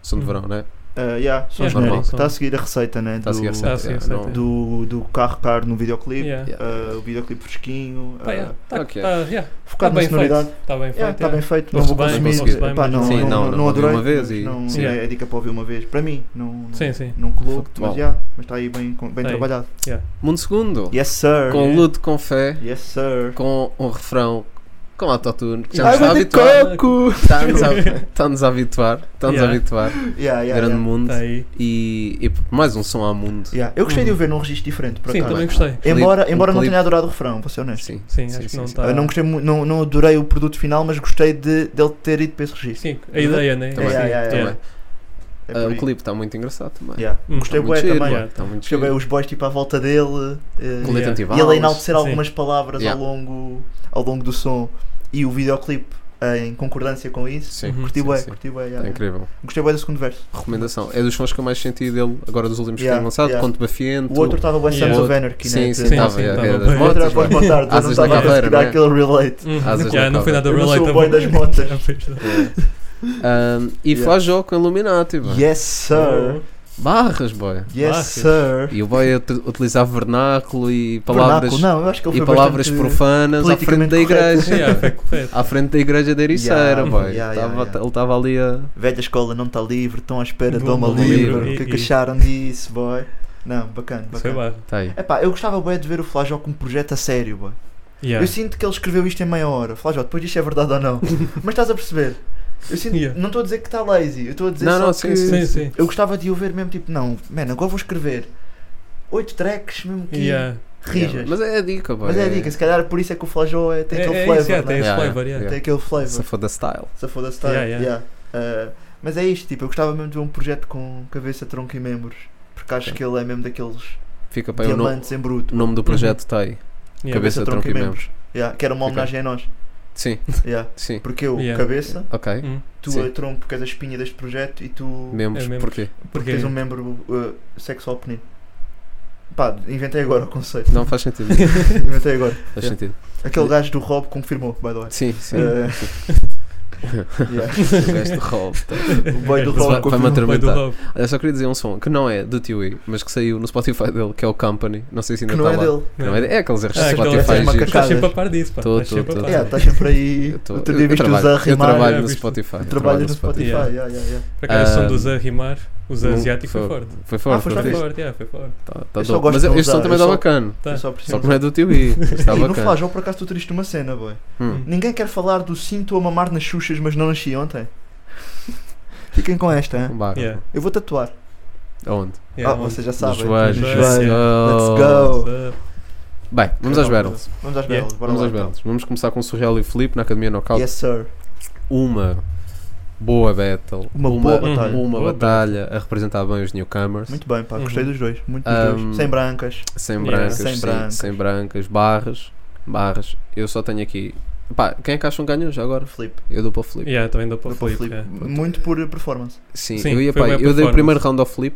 G: Som de
H: Hum.
G: Verão, não é?
F: Uh, yeah, só
H: Yeah,
F: genérico.
H: normal.
F: Está a seguir a receita, né?
G: Está a seguir a
F: do-
G: receita.
H: Tá a seguir a
G: é,
H: receita,
G: não-
H: é.
F: Do, do carro caro no videoclipe.
H: Yeah.
G: Yeah.
F: Uh, o videoclipe fresquinho.
H: Pá,
F: uh,
H: yeah. Tá,
G: Ok.
H: tá, yeah.
F: Focado
H: tá
F: na
H: bem
F: sonoridade.
H: feito. Está bem feito.
F: Yeah, Está bem feito, não
H: Ouve-se
F: vou
H: bem,
F: consumir.
H: ouve-se bem,
F: Pá,
H: mas-
F: não,
H: Sim,
F: não,
G: não,
F: não,
G: não ouvi
F: adorei.
G: uma vez
F: mas
G: e-
F: não,
H: Sim.
F: é, é dica para ouvir uma vez. Para mim, não,
H: Sim, sim.
F: não colou,
G: Factual.
F: mas, já, mas está aí bem, com- bem
H: Tá aí.
F: trabalhado.
G: Mundo Segundo,
F: Yes, sir.
G: com Ludo, com Fé,
F: Yes, sir.
G: com um refrão, com autotune, que já
H: Ai,
G: nos está a
H: mas é
G: habituar. né? Tá
H: coco!
G: Está-nos a, está-nos a habituar, está-nos a
H: Yeah.
G: habituar.
F: Yeah, yeah,
G: Grande
F: yeah.
G: mundo.
H: Tá aí.
G: E, e mais um som ao mundo.
F: Yeah. Eu gostei de o ver num registro diferente, por
H: Sim,
F: acaso.
H: também gostei.
F: Embora,
G: Um
F: embora não
G: clipe.
F: tenha adorado o refrão, vou ser honesto.
G: Sim,
H: Sim, acho que não
G: sim.
H: está.
F: Eu não, gostei, mu- não, não adorei o produto final, mas gostei de, dele ter ido para esse registro.
H: Sim, a ideia, né?
G: Também,
H: Sim,
F: yeah, yeah,
G: Também.
F: É
G: Ah,
F: por
G: o
F: aí.
G: clipe está muito engraçado também.
F: Yeah.
H: Hum,
F: Gostei
G: Está
F: bué
G: muito giro,
F: também.
G: yeah, está muito
F: Gostei
G: giro.
F: bué os boys tipo à volta dele. eh,
G: Colete
H: Yeah.
F: E ele a
G: antibalas.
F: enaltecer
H: Sim.
F: algumas palavras
G: Yeah.
F: ao, longo, ao longo do som e o videoclipe eh, em concordância com isso.
G: Sim,
H: Uhum.
F: Curti
G: sim,
F: bué,
G: sim.
F: curti bué, yeah,
G: É
F: yeah.
G: incrível.
F: Gostei bué do segundo verso.
G: Recomendação. É dos sons que eu mais senti dele agora dos últimos
F: Yeah,
G: que tem lançado.
F: yeah.
G: Conto Bafiento.
F: O outro estava bué
H: Yeah.
F: Sons of Anarchy,
G: Sim,
F: né?
G: sim,
F: de-
H: Sim,
G: estava.
H: sim,
G: é,
H: tava
G: é das
H: bem.
F: O outro era
G: motas,
F: para
G: vai.
F: botar, eu não
G: Asas
F: estava
G: da
F: a
G: caveira,
F: conseguir
G: não
F: dar
G: é?
F: aquele relate.
H: Uhum.
G: Asas
H: Yeah,
G: na
H: não foi nada
F: Eu não sou
H: relatable.
F: o boy das motas.
G: Ahm, Um, e
F: Yeah.
G: Flajou com Illuminati, boy.
F: Yes, sir.
G: Barras, boy.
F: Yes,
H: Barras.
F: sir.
G: E o boy a ut- utilizar vernáculo e palavras,
F: Vernáculo, não, eu acho que ele
G: e
F: foi
G: palavras
F: bastante-
G: profanas à frente
F: politicamente
G: da igreja.
H: Yeah, foi correto.
G: À frente da igreja da Ericeira,
F: Yeah,
G: boy.
F: yeah,
G: Tava-
F: yeah, yeah.
G: Ele estava ali a.
F: Velha escola não está livre, estão à espera de
H: Do
F: uma
H: Alma
F: livre.
G: Livre.
F: O que é que
H: tá E-
F: acharam disso, boy? Não, bacana,
H: Isso foi
F: bacana.
H: barra.
G: Tá aí.
F: Epá, eu gostava bué de ver o Flajó como projeto a sério, boy.
H: Yeah.
F: Eu sinto que ele escreveu isto em meia hora. Flajó, depois disto é verdade ou não. Mas estás a perceber? Eu sinto,
H: Yeah.
F: não estou a dizer que está lazy, eu estou a dizer
G: Não,
F: só
G: não,
F: que
G: sim,
H: Sim,
G: sim,
H: sim.
F: eu gostava de o ver mesmo tipo, não, man, agora vou escrever oito tracks mesmo que
H: Yeah.
F: rijas.
G: Yeah,
F: mas,
G: Mas é a dica, boy.
F: é a dica, se calhar por isso é que o Flajó é, tem
H: É-
F: aquele
H: é
F: flavor,
H: isso, yeah,
F: né?
H: tem esse
G: Yeah,
H: flavor,
G: yeah.
H: yeah.
F: tem aquele flavor.
G: Safa da style.
F: Se for da style.
H: Yeah, yeah.
F: yeah. Uh, mas é isto, tipo, eu gostava mesmo de ver um projeto com cabeça, tronco e membros. Porque acho
G: Sim.
F: que ele é mesmo daqueles
G: Fica para o no-
F: diamantes em bruto.
G: o nome do projeto, está aí.
H: Yeah.
G: Cabeça, tronco e membros.
F: Yeah, que era uma homenagem a nós.
G: Sim,
F: Yeah.
G: sim.
F: Porque eu,
H: Yeah.
F: cabeça,
G: Ok.
H: Hum.
F: tu
G: Sim.
F: a tronco porque és a espinha deste projeto e tu
G: Membros,
H: É membros.
G: porquê?
F: porque
H: Porque-
F: tens um membro uh, sexual pequenino. Pá, inventei agora o conceito.
G: Não faz sentido.
F: inventei agora.
G: Faz
F: Yeah.
G: sentido.
F: Aquele gajo do Rob confirmou, by the way.
G: Sim, sim.
F: Uh, yeah.
G: O gajo do Rob.
F: O boy do
H: Mas
F: Rob
G: vai- vai-me
F: confirmou.
H: Foi do
G: atormentar.
H: Rob.
G: Eu só queria dizer um som que não é do Tiwi, mas que saiu no Spotify dele, que é o Company. Não sei se ainda
F: Que não
G: está
F: é
G: lá.
F: dele.
G: Que Não é, dele. é aqueles erros
H: Ah,
G: do
H: aquele-
G: Spotify.
F: essas
G: giros.
F: macacadas.
H: Estás sempre a par disso, pá.
G: Tô,
H: Estás
G: tô,
H: sempre a
G: tô.
H: par.
F: Yeah, estás sempre aí.
G: Tá Eu, tô-
F: Outro
G: eu-
F: dia
G: eu
F: viste-os a
G: trabalho, eu
F: rimar.
G: trabalho
H: Ah,
G: no
H: visto.
G: Spotify. eu
F: Trabalho no Spotify.
H: Yeah.
F: yeah, yeah, yeah.
H: Por acaso, o som
G: Ah,
H: dos a rimar, os
G: Não-
H: asiáticos foi forte.
G: Foi forte,
F: Ah, foi
G: foi
H: Foi
F: forte.
G: forte.
H: forte, yeah, foi forte.
G: Tá- tá
F: Eu só
G: dope.
F: gosto
G: Mas
F: de
G: este som
F: usar,
G: também
F: eu
G: está
F: só-
G: bacana.
H: Tá.
F: Eu só
G: Só
F: preciso.
G: que não é do Tiwi. Está
F: E no
G: bacana.
F: Flajol, por acaso, tu triste uma cena, boy.
G: Hum.
F: Ninguém quer falar do cinto a mamar nas xuxas, mas não nasci ontem. Fiquem com esta, hein?
G: Um barco.
H: Yeah.
F: Eu vou tatuar.
G: Aonde?
F: Ah,
H: Yeah, um-
F: vocês já
G: Nos
F: sabem.
G: joelhos.
H: Nos
G: Let's
H: joelhos.
G: go.
F: Let's go.
H: Ah,
G: Bem, vamos às battles.
F: Vamos às
H: Yeah.
F: belas, bora
G: Vamos
F: lá.
G: às
F: então.
G: battles. Vamos começar com o Surreal e o Felipe na Academia Knockout.
F: Yes, sir.
G: Uma boa battle.
F: Uma boa batalha.
G: Uma
H: Boa
G: batalha a representar bem os newcomers.
F: Muito bem, pá. Gostei
H: Uhum.
F: dos dois. Muito
G: Ahm,
F: dos dois. Sem brancas.
G: Sem
H: Yeah.
G: brancas,
F: Sem
G: sim,
F: brancas.
G: sem brancas, barras, barras. Eu só tenho aqui. Pá, quem é que acham que ganhou já agora?
F: Flip.
G: Eu dou para o Flip.
H: Yeah, também dou para o
F: Deu para o
H: Felipe.
F: flip.
H: yeah.
F: Muito por performance.
G: Sim,
H: Sim,
G: eu ia
H: foi
G: pá,
H: uma
G: Eu dei o
H: performance.
G: primeiro round ao Flip,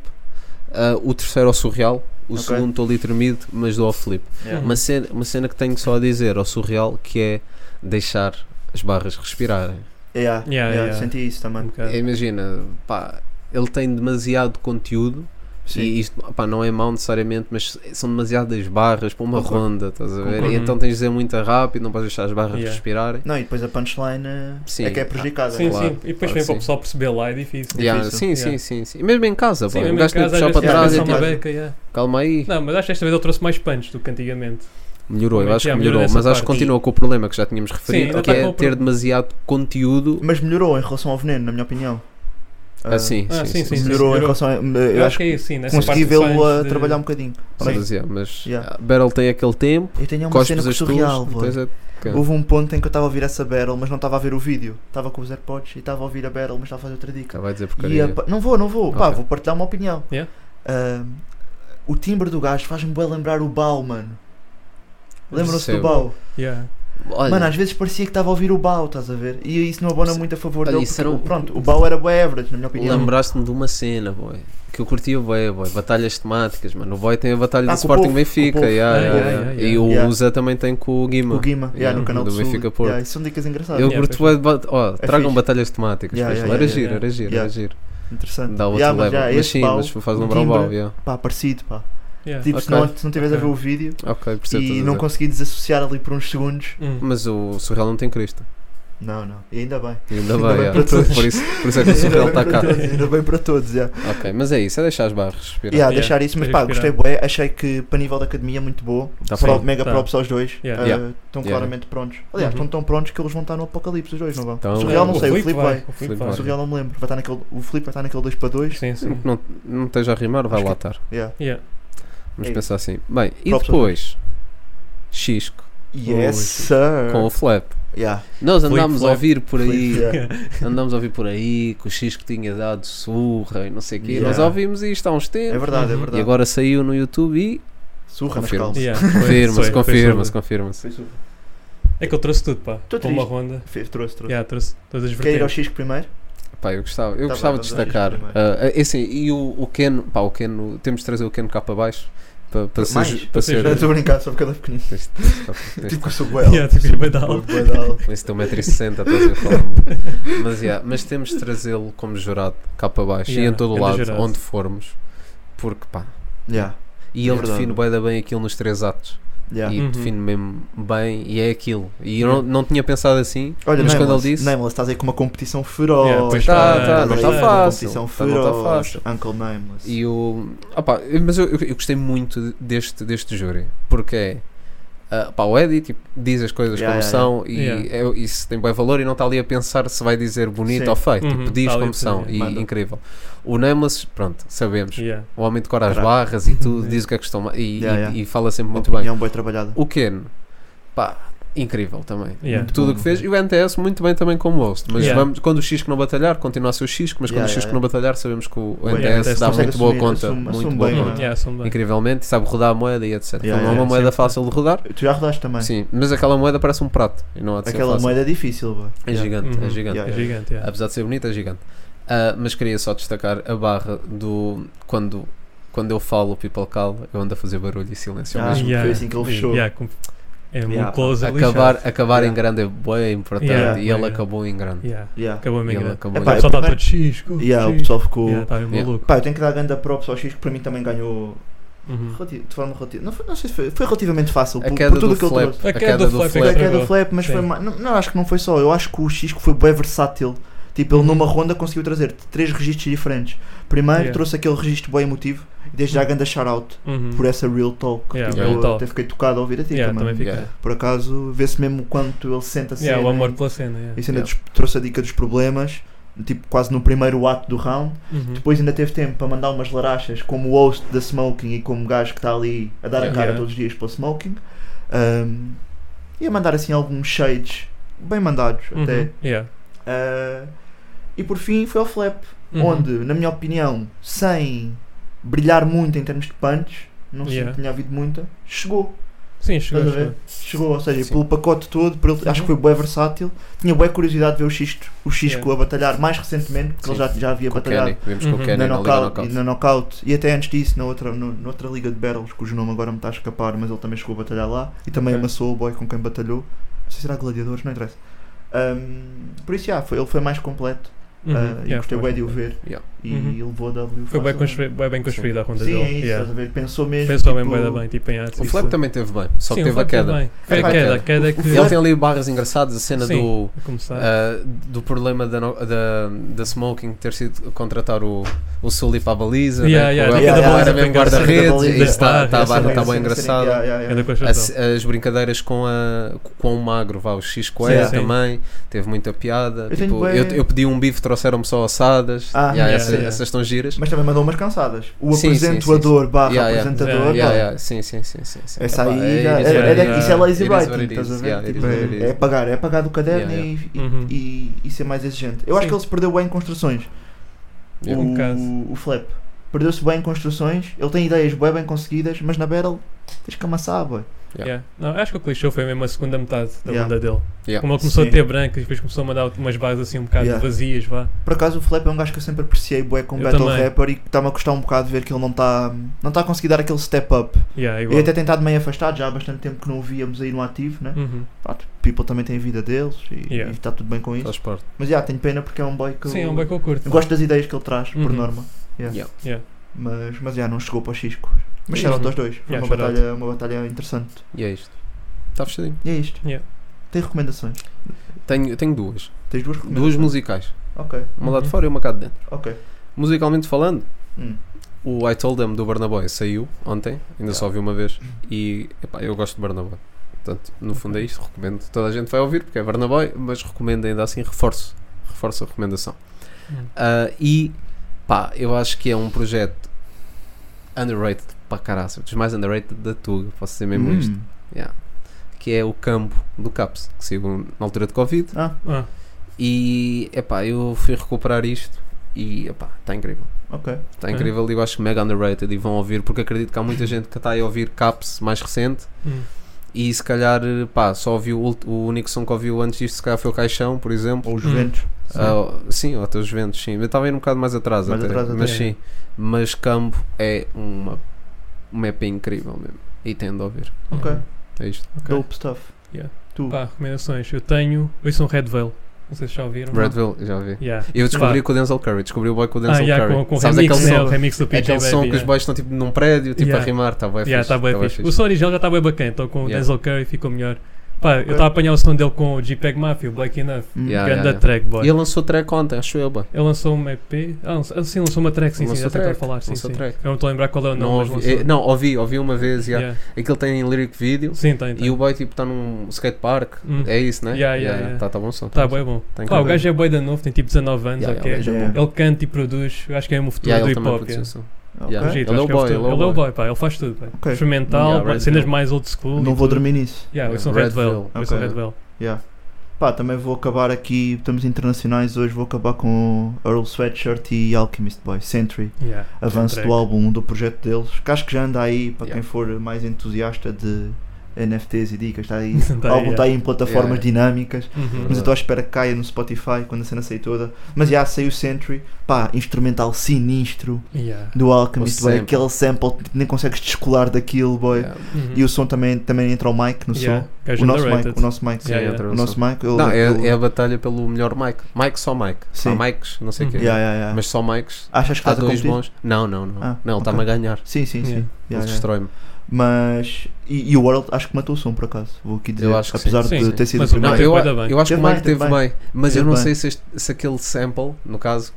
G: ah, o terceiro ao Surreal, o
F: Ok.
G: segundo estou ali tremido, mas dou ao Flip.
H: Yeah.
G: Uma, cena, uma cena que tenho só a dizer ao Surreal que é deixar as barras respirarem.
F: Yeah.
H: Yeah,
F: Yeah,
H: yeah.
F: Senti isso
H: Um
F: também.
H: bocado.
G: Imagina, pá, ele tem demasiado conteúdo
F: Sim.
G: E isto pá, não é mau necessariamente, mas são demasiadas barras para uma
F: Concordo.
G: ronda, estás a ver?
H: Concordo.
G: E então tens de dizer muito rápido, não podes deixar as barras
H: Yeah.
G: respirarem.
F: Não, e depois a punchline eh,
G: Sim.
F: é que é prejudicada.
H: Sim,
G: Claro,
H: sim. E depois
G: claro
H: vem
G: que
H: para o
G: sim.
H: pessoal perceber lá, é difícil.
G: Yeah,
F: difícil.
G: sim, sim,
H: Yeah.
G: sim, sim. E mesmo em casa,
H: Sim,
G: pô,
H: mesmo
G: um
H: em
G: gajo tem de
H: casa, às
G: puxar para
H: vezes
F: yeah,
G: trás
H: só
G: e
F: é
H: uma
G: tipo,
F: mais-
H: beca, yeah.
G: calma aí.
H: Não, mas acho que esta vez ele trouxe mais punch do que antigamente.
G: Melhorou, eu
H: Yeah,
G: acho que
H: melhorou
G: melhorou,
H: nessa
G: mas acho que
H: parte.
G: continua com o problema que já tínhamos referido,
H: ainda
G: que
H: tá
G: é
H: com o
G: ter
H: problema.
G: demasiado conteúdo.
F: Mas melhorou em relação ao veneno, na minha opinião. Ah,
G: Assim,
H: Ah,
G: sim, sim.
H: sim,
F: melhorou
H: melhorou.
F: em relação a,
H: Eu,
F: eu
H: acho que é isso, sim. nessa
F: consegui
H: parte do
F: vê-lo
H: punch
F: a
H: de-
F: trabalhar um bocadinho.
G: Mas,
F: Sim.
G: yeah, mas
F: Yeah.
G: a Battle tem aquele tempo,
F: Eu tenho uma
G: cospes
F: cena
G: as
F: surreal,
G: tuas.
F: boy.
G: tens é, a- Yeah.
F: Houve um ponto em que eu estava a ouvir essa battle, mas não estava a ver o vídeo. Estava com os AirPods e estava a ouvir a battle, mas estava a fazer outra dica.
G: Cá vai dizer
F: E
G: porcaria.
F: a pa- Não vou, não vou. Pá,
G: Ok.
F: vou partilhar uma opinião.
H: Yeah.
F: Ah, o timbre do gajo faz-me bem lembrar o Bau, mano. Lembram-se
G: Percebo.
F: do Bau?
H: Yeah.
G: é Olha,
F: Mano, às vezes parecia que estava a ouvir o Bau, estás a ver? E isso não abona
G: Sim.
F: muito a favor
G: Olha,
F: dele.
G: isso
F: porque,
G: era um-
F: Pronto, o Bau era bué average, na minha opinião.
G: Lembraste-me de uma cena, boy. Que eu curtia bem, boy. Batalhas temáticas, mano. O boy tem a batalha
F: Ah, com
G: do
F: o
G: Sporting
F: povo, com
G: Benfica.
F: o povo.
G: yeah,
H: Ah,
G: yeah,
H: yeah,
G: yeah.
H: yeah,
G: E o
F: yeah.
G: Usa também tem com o Guima.
F: O Guima, yeah,
G: Yeah,
F: no canal
G: do
F: do Sul.
G: Benfica Porto.
F: Yeah, isso são dicas engraçadas.
G: Eu
H: Yeah,
G: curto
H: foi
G: bué de bat- ó,
F: É
G: tragam
F: fixe.
G: batalhas temáticas.
F: Yeah,
G: pois,
F: yeah,
G: era
H: yeah,
G: giro,
H: yeah.
G: era giro,
F: Yeah.
G: era giro.
F: Interessante.
G: Dá outro
F: Yeah, mas
G: level.
F: já,
G: mas
F: esse
G: sim,
F: Bau,
G: mas faz
F: o
G: lembrar o
F: timbre,
G: Bau. Yeah.
F: Pá, parecido, pá.
H: Yeah.
F: Tipo, se
G: Ok.
F: não, se não tiveres a ver o vídeo
G: Ok, percebo.
F: e
G: estás a
F: não
G: dizer.
F: consegui desassociar ali por uns segundos,
H: Hum.
G: Mas o Surreal não tem Cristo.
F: não, não. E ainda bem.
G: E Ainda
F: Ainda
G: bem,
F: bem
G: yeah.
F: para todos.
G: Por, isso, por isso é que o
F: ainda,
G: Surreal
F: bem
G: está
F: para
G: cá.
F: todos, ainda bem para todos, já. Yeah.
G: Ok, mas é isso, é deixar as barras respirar.
F: Yeah,
H: Yeah,
F: deixar isso, mas pá, gostei
H: respirar.
F: bué, achei que para nível da academia é muito boa.
G: Tá
F: Pro-
G: bem.
F: mega
H: Tá.
F: props aos dois.
H: Yeah.
F: eh,
G: Yeah.
F: Estão
G: Yeah.
F: claramente prontos. Aliás,
H: Uhum.
F: estão tão prontos que eles vão estar no apocalipse os dois, não vão?
G: Então-
F: o surreal não
G: O
F: sei, o Flip vai.
H: O Flip
G: Flip
H: vai.
F: O surreal não me lembro. Vai estar naquele, o Flip vai estar naquele 2 para 2.
H: Sim, sim.
G: Não, não esteja a rimar, vai
F: Acho
G: lá
F: que-
G: estar.
F: Yeah.
H: Yeah.
G: Vamos
F: É isso.
G: pensar assim. Bem, e
F: Props aos
G: depois? Xisco
F: Yes, sir.
G: com o Flap.
F: Yeah.
G: Nós
H: Flip,
G: andámos a
H: flap.
G: ouvir por aí,
F: Yeah.
G: andámos a ouvir por aí que o Xisco tinha dado surra e não sei o quê.
F: Yeah.
G: Nós ouvimos isto há uns
F: É
G: tempos.
F: verdade, é
H: Uhum.
G: e
F: verdade.
G: agora saiu no YouTube e
F: Surra nas
G: Confirmo.
F: calças.
H: Yeah, foi-
G: confirma-se,
H: foi- foi
G: confirma-se,
H: sobre.
G: confirma-se.
F: Foi surra.
H: É que eu trouxe tudo, pá.
F: Tô
H: Para uma
F: triste.
H: ronda.
F: Fe- Trouxe, trouxe.
H: Yeah, trouxe todas as
F: Quer ir ao
H: vertentes.
F: X primeiro?
G: Pá, eu gostava, eu
F: Tá
G: gostava
F: bem,
G: de
F: vamos ao
G: destacar.
F: X
G: ah, ah, assim, e o, o Ken, pá, o Ken, o- temos de trazer o Ken cá para baixo para, para
F: Mais?
G: ser.
H: Para
G: Para
H: ser
G: ser
F: Não estou a brincar, só porque ele é pequenino.
G: tens- tens-
F: Tipo que eu sou bué
H: Yeah, tipo,
F: alto.
H: bué de alto.
F: Bué de alto.
G: Mas tem 1,60m, estás a falar. muito. Mas, yeah, mas temos de trazê-lo como jurado cá para baixo e em
H: Yeah,
G: todo o
H: grande
G: lado,
H: jurado.
G: onde formos. Porque pá.
F: Yeah,
G: E ele
F: Verdade.
G: define bem, da bem aquilo nos três atos.
F: yeah.
G: E
H: Uhum.
G: define mesmo bem e é aquilo. E eu não, não tinha pensado assim,
F: Olha, é
G: mas quando
F: Nameless,
G: ele disse.
F: Nameless, estás aí com uma competição feroz.
H: Yeah, pois
G: Tá,
H: Ah,
G: tá,
F: Estás
G: não
F: aí
G: está
F: com
G: fácil.
F: Uma competição
G: tá, não está
F: feroz.
G: fácil.
F: Uncle Nameless.
G: E o. opá, mas eu, eu, eu gostei muito deste, deste júri, porque é. ah, pá, o Eddie tipo, diz as coisas
F: Yeah,
G: como
F: yeah,
G: são e
H: Yeah.
G: é- isso tem bem valor e não está ali a pensar se vai dizer bonito
F: Sim.
G: ou feio.
H: Uhum,
G: tipo, diz
H: tá ali
G: como
H: a
G: são
H: fazer,
G: e
F: manda.
G: incrível. O Nameless, pronto, sabemos.
H: Yeah.
G: O homem decora as
F: Crack.
G: barras e tudo,
H: Uhum.
G: diz o que é que estão ma- e,
F: Yeah,
G: e-
F: yeah.
G: e fala sempre
F: Uma
G: muito bem.
F: opinião bem trabalhada.
G: O Ken, pá, incrível também.
H: Yeah.
G: Tudo o que fez e o NTS muito bem também como host. Mas
H: Yeah.
G: vamos, quando o Xisco não batalhar, continua a ser o Xisco, mas quando
F: Yeah,
G: o Xisco
F: yeah,
G: não batalhar, sabemos que o, o
F: Yeah,
G: NTS
H: NTS
G: dá
H: consegue
G: muito boa
F: assumir,
G: conta.
F: assume-
G: muito
F: assume
G: boa
F: bem,
G: conta.
F: né?
H: Uhum, Yeah, são bem.
G: Incrivelmente, sabe rodar a moeda e etc.
F: Yeah,
G: Então não é
F: yeah,
G: uma moeda
H: sempre.
G: fácil de rodar,
F: Tu já rodaste também.
G: sim, mas aquela moeda parece um prato e não há de ser
F: Aquela
G: fácil.
F: moeda é difícil, boy.
G: É
F: Yeah.
G: gigante, é
H: Uhum.
G: gigante.
H: É
F: Yeah, yeah.
H: gigante, yeah.
G: Apesar de ser bonita, é gigante. Ah, mas queria só destacar a barra do. Quando, quando eu falo People Call, eu ando a fazer barulho e silêncio. ao
F: Ah,
G: mesmo
H: Yeah.
F: Foi assim que ele fechou.
H: Yeah, com- É
F: Yeah.
H: muito close ali.
G: acabar, acabar
F: Yeah.
G: em grande é bem importante
H: Yeah.
G: e ele
H: Yeah.
G: acabou em grande.
H: Yeah.
F: Yeah.
H: Acabou a minha
G: Ele
H: grande.
G: acabou
H: O é.
F: Epá,
G: em
H: pessoal está
F: primeiro-
H: todo xisco.
F: Yeah, o
H: xisco.
F: pessoal ficou.
H: Yeah, tá mesmo
G: Yeah.
H: maluco.
F: Pá, eu tenho que dar ganda props ao X, que para mim também ganhou
H: Uhum.
F: relati- de forma relativa. Não, foi, não sei se foi, foi relativamente fácil
G: A
F: por,
G: queda
F: por tudo
G: do
F: o que ele
G: flap,
F: trouxe.
H: A queda do flap é
F: Foi
H: Flap
F: a queda
H: agora.
F: do flap, mas
H: Sim.
F: foi mais. Não, não, acho que não foi só. Eu acho que o Xisco foi bem versátil. Tipo,
H: Uhum.
F: ele numa ronda conseguiu trazer três registros diferentes. Primeiro
H: Yeah.
F: trouxe aquele registro bem emotivo, e desde já a ganda shout-out
H: Uhum.
F: por essa real talk.
H: Yeah,
F: Tipo,
G: real
F: eu
H: talk.
F: até fiquei tocado a ouvir a ti
H: Yeah,
F: também.
H: também fica.
G: Yeah.
F: Por acaso, vê-se mesmo quanto ele sente a cena.
H: Yeah, o amor pela cena. yeah.
F: Isso ainda
G: Yeah.
F: dos- trouxe a dica dos problemas, tipo, quase no primeiro ato do round.
H: Uhum.
F: Depois ainda teve tempo para mandar umas larachas como o host da Smoking e como gajo que está ali a dar
H: Yeah.
F: a cara
H: Yeah.
F: todos os dias para o Smoking. Ahm, e a mandar assim alguns shades bem mandados
H: Uhum.
F: até.
H: Yeah.
F: Ah, e por fim foi ao flap,
H: Uhum.
F: onde, na minha opinião, sem brilhar muito em termos de punch, não sei
H: Yeah.
F: se tinha havido muita, chegou.
H: Sim, chegou.
F: Estás a ver?
H: chegou. Uhum.
F: Chegou, ou seja,
G: Sim.
F: pelo pacote todo, por ele- acho que foi bué versátil. Tinha bué curiosidade de ver o Xisco, o Xisco
H: Yeah.
F: a batalhar mais recentemente, porque
G: Sim.
F: ele já, já havia
G: com o
F: batalhado
G: Kenny. é Vimos com
H: Uhum.
G: o Kenny
F: na
G: na Liga
F: knockout,
G: Knockout.
F: e na knockout e até antes disso na outra, no- noutra liga de battles cujo nome agora me está a escapar mas ele também chegou a batalhar lá e também
H: Ok.
F: amassou o boy com quem batalhou não sei se era gladiadores, não interessa Ahm, por isso, já, foi, ele foi mais completo
H: Uhum.
F: ah, e
H: Yeah,
F: gostei
H: foi
F: bem de o
H: bem.
F: ver
G: Yeah.
F: e
H: Uhum.
F: levou a W
H: Foi bem
F: facilmente.
H: construí- bué bem construída a ronda
F: sim,
H: dele.
F: é isso,
H: yeah.
F: estás a ver pensou mesmo
H: Pensou bem,
F: tipo,
H: bué da bem, tipo em artes.
G: O
H: isso.
G: Flap também teve bem, só
H: Sim, o
G: teve a
H: Flap teve
G: queda.
H: bem. Foi
G: Teve
H: a
G: a
H: queda, a
G: queda.
H: queda que.
G: Ele tem ali barras engraçadas, a cena
H: Sim. Tá.
G: do.
H: a começar.
G: ah, do problema da, no- da, da Smoking ter sido contratar o, o Sully para a baliza,
H: Yeah,
G: né?
H: yeah,
G: o
F: aquela
G: Elton
F: baliza
G: era mesmo
H: tem graça.
F: Sim, da
G: guarda-redes,
F: baliza.
G: isso tá-
H: Ah,
G: tá- a
H: essa
G: barra
H: cena,
G: está
H: essa
G: bem
H: cena,
G: engraçada.
F: Yeah, yeah, yeah.
H: Cada coisa
G: As, as brincadeiras com, a, com o magro, vá, o Xisco é
F: Yeah.
H: Sim.
G: também, teve muita piada.
F: Eu
G: tipo,
F: tenho bué-
G: eu, eu pedi um bife, trouxeram-me só assadas.
F: Ah,
G: yeah,
H: yeah, yeah.
G: essa- Essas estão giras.
F: mas também mandou umas cansadas o
G: Sim, sim, sim,
F: apresentador barra
G: Yeah, yeah.
F: apresentador
H: Yeah,
G: Yeah,
F: pá,
G: yeah, Sim, sim, sim. sim, sim.
F: É Essa
G: Epá,
F: aí
G: é
F: já,
G: isso,
F: é, é,
G: yeah,
F: daqui-
G: yeah.
F: isso é lazy
G: It is what
F: writing,
G: it
F: estás a
G: is,
F: ver?
G: yeah, it
F: Tipo,
G: is what
F: é-
G: it is.
F: é, pagar, é pagar do caderno
G: Yeah,
F: E,
H: Uhum.
F: e- e ser mais exigente. Eu acho
H: Sim.
F: que ele se perdeu bem em construções. é
G: Yeah.
H: Um bocado.
F: O, o Flap perdeu-se bem em construções. Ele tem ideias bem, bem conseguidas, mas na Battle tens que amassar, boy.
H: Yeah. Não, acho que o clichê foi mesmo a segunda metade da
F: Yeah.
H: ronda dele.
G: Yeah.
H: Como ele começou
F: Sim.
H: a ter brancas e depois começou a mandar umas bases assim um bocado
F: Yeah.
H: vazias, vá.
F: Por acaso, o Flap é um gajo que eu sempre apreciei, bué, como
H: Eu
F: Battle
H: também.
F: Rapper e que está-me a custar um bocado ver que ele não está não tá a conseguir dar aquele step up.
H: Yeah, É
F: Eu
H: igual.
F: até tentado meio afastado, já há bastante tempo que não o víamos aí no ativo, né?
H: Uhum.
F: Pronto, People também tem a vida deles e está
H: Yeah. Tá.
F: tudo bem com isso.
G: Faz parte.
F: Mas já, tenho pena porque é um boy que.
H: Sim, é
F: eu-
H: um bem que eu curto.
F: Eu gosto das ideias que ele traz, por
H: Uhum.
F: norma. Yeah.
G: Yeah.
H: Yeah.
F: Mas, mas já não chegou para o Xisco. Mas
H: Sim.
F: shout out aos dois. Foi
H: Yeah,
F: uma,
H: shout out.
F: batalha, uma batalha interessante.
G: E é isto. Está fechadinho.
F: E é isto.
H: Yeah.
F: Tem recomendações?
G: Tenho, tenho duas.
F: Tens duas
G: Duas
F: recomendações?
G: musicais.
F: Ok,
G: Uma lá de
H: Uhum.
G: fora e uma cá de dentro.
F: ok.
G: Musicalmente falando,
F: Hum.
G: o I Told Them do Barnaboy saiu ontem, ainda só vi uma vez. E epá, eu gosto de Barnaboy. Portanto, no fundo é isto. Recomendo. Toda a gente vai ouvir porque é Barnaboy, mas recomendo ainda assim, reforço. Reforço a recomendação.
H: Hum.
G: Ah, e pá, eu acho que é um projeto underrated para caraça. Dos mais underrated da Tuga, posso dizer mesmo
F: Hum.
G: isto. Que é o campo do CAPS, que saiu na altura de Covid.
F: Ah,
H: Ah,
G: E epá, eu fui recuperar isto e epá, está incrível.
F: ok.
G: Está
H: É.
G: incrível tá e eu acho mega underrated e vão ouvir porque acredito que há muita gente que está a ouvir Caps mais recente
H: hum.
G: E se calhar, pá, só ouviu o, ult- o único som que ouviu antes disto, se calhar foi o Caixão, por exemplo.
F: Ou os Juventus.
G: Ah, o- Sim, ou até os Juventus, sim. Eu estava a ir um bocado mais atrás,
F: Mais
G: até,
F: atrás até.
G: mas sim. Mas Campo é uma, uma EP incrível mesmo. E tendo a ouvir.
F: Ok.
G: É isto.
H: Ok.
F: Dope stuff.
H: Yeah.
F: Tu.
H: Uhum. Pá, recomendações. Eu tenho. Ouço um Red Veil. Não sei se já ouviram.
G: Bradville, já ouvi.
H: Yeah.
G: Eu descobri
H: Pá.
G: com o Denzel Curry, descobri o boy com o Denzel
H: Ah, yeah,
G: Curry.
H: com, com o
G: Sabes
H: remix,
G: aquele
H: né?
G: som,
H: O remix do PJ
G: aquele
H: Baby,
G: som que
H: yeah.
G: os boys estão tipo num prédio, tipo
H: Yeah.
G: a rimar, tá bué
H: Yeah,
G: fixe,
H: tá bué
G: tá bué
H: fixe.
G: fixe.
H: O som original já está bem bacana, então com o
G: Yeah.
H: Denzel Curry ficou melhor. Pá, eu
F: Ok.
H: estava a apanhar o som dele com o JPEG Mafia, o Black Enough.
F: Hum.
G: Yeah,
H: Ganda
G: yeah, yeah.
H: track, boy.
G: E ele lançou track ontem, acho eu, boy.
H: Ele lançou um EP. Ah, lançou- ah, sim, lançou uma track, sim, sim,
G: Lançou
H: já estou a
G: track,
H: falar. Sim,
G: lançou
H: sim.
G: track.
H: Eu não estou a lembrar qual é o
G: Não,
H: nome. mas
G: ouvi,
H: lançou.
G: eh, não, ouvi, ouvi uma vez, yeah.
H: Yeah.
G: Aquilo tem em lyric video
H: Sim, tem, tem.
G: e o boy tipo está num skatepark,
H: Hum.
G: é isso, né?
H: Yeah, yeah, yeah.
G: Tá, tá bom som.
H: Tá bem bom.
G: Tem
H: Pá, o
G: que-
H: gajo é boi da novo, tem tipo 19 anos,
G: Yeah,
H: ok?
G: yeah,
F: é bom.
H: Ele canta e produz, eu acho que é o futuro
G: Yeah,
H: do
G: ele
H: hip
G: também
H: hop.
G: produziu
H: yeah.
G: som.
F: Hum.
H: Eu
G: Yeah.
H: acredito,
G: Ele é
H: acho
G: o
H: que é o
G: boy,
H: futuro.
G: ele
H: Ele é o
G: boy.
H: boy, pá, ele faz tudo. pá.
F: Ok.
H: Experimental,
G: Yeah,
H: pá,
G: Red
H: cenas
G: Velvet.
H: mais old school.
F: Não
H: e
F: vou
H: tudo.
F: dormir nisso.
H: Yeah, ouçam
G: Yeah,
H: Red
G: Red
H: Veil.
G: Veil.
H: ouçam
F: Ok.
H: Red Veil.
F: Yeah. Pá, também vou acabar aqui. Estamos internacionais hoje. Vou acabar com o Earl Sweatshirt e Alchemist Boy. Century.
H: Yeah,
F: Avanço
H: track.
F: do álbum, do projeto deles. Que acho que já anda aí para
G: Yeah.
F: quem for mais entusiasta de NFTs e dicas. Está aí.
H: Tá
F: o álbum
H: aí, yeah.
F: está aí em plataformas
G: Yeah.
F: dinâmicas.
H: Uhum.
F: Mas eu estou à espera que caia no Spotify quando a cena sair toda. Mas já saiu Century. Pá, instrumental sinistro
H: Yeah.
F: do Alchemist
G: O
F: boy.
G: sample.
F: Aquele sample tipo, nem consegues descolar daquilo, boy.
G: Yeah.
H: Uhum.
F: E o som também, também entra o mic no
H: Yeah,
F: som.
H: gajo
F: O nosso
H: underrated.
F: mic, o nosso mic,
H: Yeah,
G: entra
H: yeah.
F: o nosso
G: som.
F: mic. ele-
G: Não, é,
F: ele-
G: é a batalha pelo melhor mic. Mike só Mike.
F: Sim.
G: Há mics, não sei o
H: Uhum.
G: quê.
F: Yeah, yeah, yeah.
G: Mas só Mikes.
F: Achas que
G: Há
F: estás a
G: dois
F: competir?
G: bons. Não, não, não.
F: Ah,
G: não, ele
F: ok.
G: está-me a ganhar.
F: Sim, sim,
H: Yeah.
F: sim. Yeah,
G: ele
F: yeah.
G: destrói-me.
F: Mas. E, e o World acho que matou o som por acaso. Vou aqui dizer.
G: Eu acho que sim.
F: Apesar
H: Sim,
F: de
H: sim.
F: ter sido
H: Mas
F: o
H: o
G: Não,
H: Mike
F: primeiro.
G: eu,
H: foi da bem.
G: eu acho
F: Teve
G: que o Mike
F: bem, teve
G: teve bem, mas
F: Teve
G: eu não
F: bem.
G: sei se, este- se aquele sample, no caso,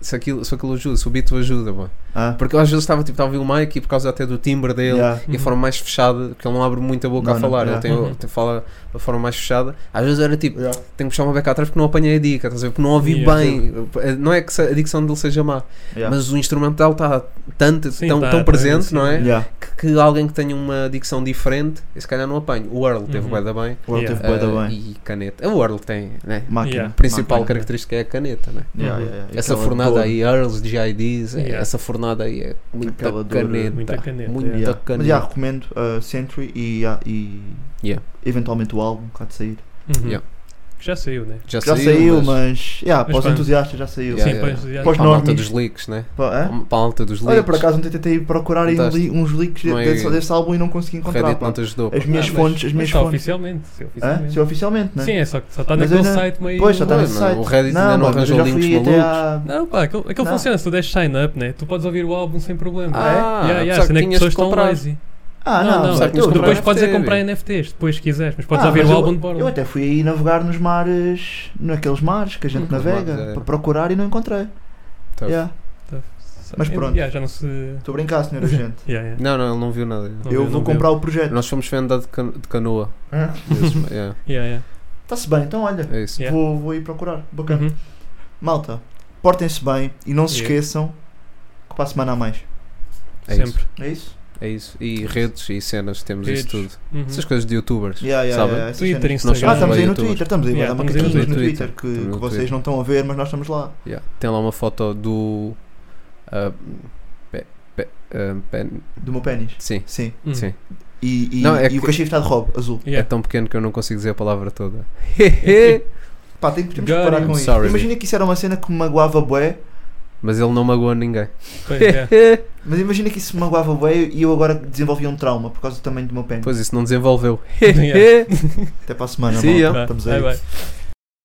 G: se aquilo, se aquilo ajuda, se o beat o ajuda, pá.
F: Ah,
G: porque eu às vezes estava tipo, a ouvir o Mike e por causa até do timbre dele
F: yeah.
G: e a forma mais fechada, porque ele não abre muita boca
F: Não,
G: a
F: não,
G: falar,
F: yeah.
G: ele tem,
H: Uhum.
G: tem- fala a forma mais fechada, às vezes era tipo, tenho que puxar uma beca atrás porque não apanhei a dica, estás a ver? porque não ouvi
H: Yeah.
G: bem, não é que se- a dicção dele seja má,
F: Yeah.
G: mas o instrumental está tanto,
H: Sim,
G: tão,
H: tá-
G: tão
H: tá
G: presente,
H: assim,
G: não é?
F: Yeah.
G: Que, que alguém que tenha uma dicção diferente, se calhar não apanho. O Earl teve
H: Uhum.
G: bué da bem.
F: O World
H: Yeah.
F: teve bué da
G: Ah,
F: bem.
G: E caneta. O Earl tem, né?
F: Máquina.
H: Yeah.
G: Principal
F: Máquina.
G: característica é a caneta, né?
F: Yeah, yeah, yeah.
G: Essa
F: Aquela
G: fornada
F: dor.
G: aí, é Earls, GIDs, é,
H: Yeah.
G: essa fornada aí é muita
F: Aquela dor,
G: caneta.
H: muita caneta,
G: muita
H: yeah.
F: Yeah.
G: caneta.
F: Mas já recomendo uh, Century e, ah, e
G: Yeah.
F: eventualmente o álbum cá de sair.
H: Uhum.
G: Yeah.
H: Que Já saiu, né?
G: Já,
F: Já saiu, mas, yeah,
H: Mas
F: para os
H: pá.
F: entusiastas já saiu.
G: Yeah,
H: Sim,
G: yeah.
H: pois, já-
F: Pois
G: Para a malta
F: normies.
G: dos leaks, né?
F: Pá, hã?
G: Para a malta dos leaks.
F: Olha, por acaso ontem tentei procurar aí um li- uns leaks
G: Não é-
F: desse, desse álbum e não consegui encontrar.
G: Reddit
F: pá.
G: não te ajudou. pá.
F: As minhas
H: Ah, mas-
F: fontes, as
H: mas
F: minhas
H: tá
F: fontes.
H: oficialmente. sim,
F: Hã?
H: oficialmente.
F: Se oficialmente, né?
H: Sim, é só que só está
F: Mas
H: naquele
F: eu não-
H: site meio.
F: Pois, já está
G: Não, é.
F: nesse
G: não,
F: site.
G: o Reddit
F: não,
G: ainda não
F: mano, mas eu
G: arranjou
F: já
G: links
F: fui até
G: malucos.
F: à...
H: Não, pá, é aquele, aquele
F: Não.
H: funciona, se tu deres sign up, né? Tu podes ouvir o álbum sem problema.
G: Ah,
H: yeah, yeah,
G: só que
H: sendo é que as
G: tinhas
H: pessoas
G: de
H: estão
G: comprar.
H: lazy.
F: Ah,
H: não,
F: não,
H: não,
G: só
F: eu-
G: que tinhas de
H: depois
G: comprar
H: podes é
G: NFT.
H: comprar NFTs, depois se quiseres, mas podes
F: Ah,
H: ouvir
F: mas
H: o
F: eu-
H: álbum de borla.
F: Eu até fui aí navegar nos mares, naqueles mares que a gente
H: Uhum.
F: navega,
G: Mares, é.
F: para procurar e não encontrei.
G: Tá.
F: Yeah. Mas pronto.
H: Yeah, já não se.
F: Estou a brincar, senhora gente.
H: Yeah, yeah.
G: Não, não, ele não viu nada.
H: Uhum. Não
F: Eu
H: viu,
F: vou
H: não viu.
F: comprar o projeto.
G: Nós fomos venda de, can de canoa. Esses- yeah,
H: Yeah, yeah.
F: Está-se bem, então olha,
G: é isso.
H: Yeah.
F: vou, vou ir procurar. Bacana.
H: Uhum.
F: Malta, portem-se bem e não se
H: Yeah.
F: esqueçam que para a semana há mais.
G: É isso.
H: Sempre.
F: É isso?
G: É isso. E redes e cenas, temos
H: Redes.
G: isso tudo.
H: Uhum.
G: Essas coisas de youtubers.
F: Yeah, yeah,
G: Sabem?
F: yeah, essas
H: Twitter,
F: cenas.
H: Instagram.
F: Ah, estamos aí no
G: Youtubers.
F: Twitter, estamos aí,
H: Yeah,
F: vai dar
H: estamos aí no
F: macaquinhos no
G: Twitter.
F: Twitter, que,
G: Estamos
F: que
G: no
F: vocês
G: Twitter.
F: não estão a ver, mas nós estamos lá.
G: Yeah. Tem lá uma foto do. ah, pe- pe- ah, pen-
F: Do meu pênis.
G: sim,
F: Sim.
H: Uhum.
G: sim.
F: E, e,
G: Não, é
F: e o
G: que-
F: cachimbo está de robe, azul.
G: É
H: Yeah.
G: tão pequeno que eu não consigo dizer a palavra toda.
F: Pá, tem que, temos que
H: God,
F: parar
H: I'm
F: com isso.
G: sorry.
F: Imagina que isso era uma cena que me magoava bué,
G: Mas ele não magoou ninguém.
H: Pois, yeah.
F: mas imagina que isso me magoava bué e eu agora desenvolvia um trauma por causa do tamanho do meu pênis.
G: Pois isso não desenvolveu.
H: Yeah.
F: Até para a semana,
G: See
F: malta.
G: ya.
H: Vá,
F: Estamos aí.
H: bye, bye.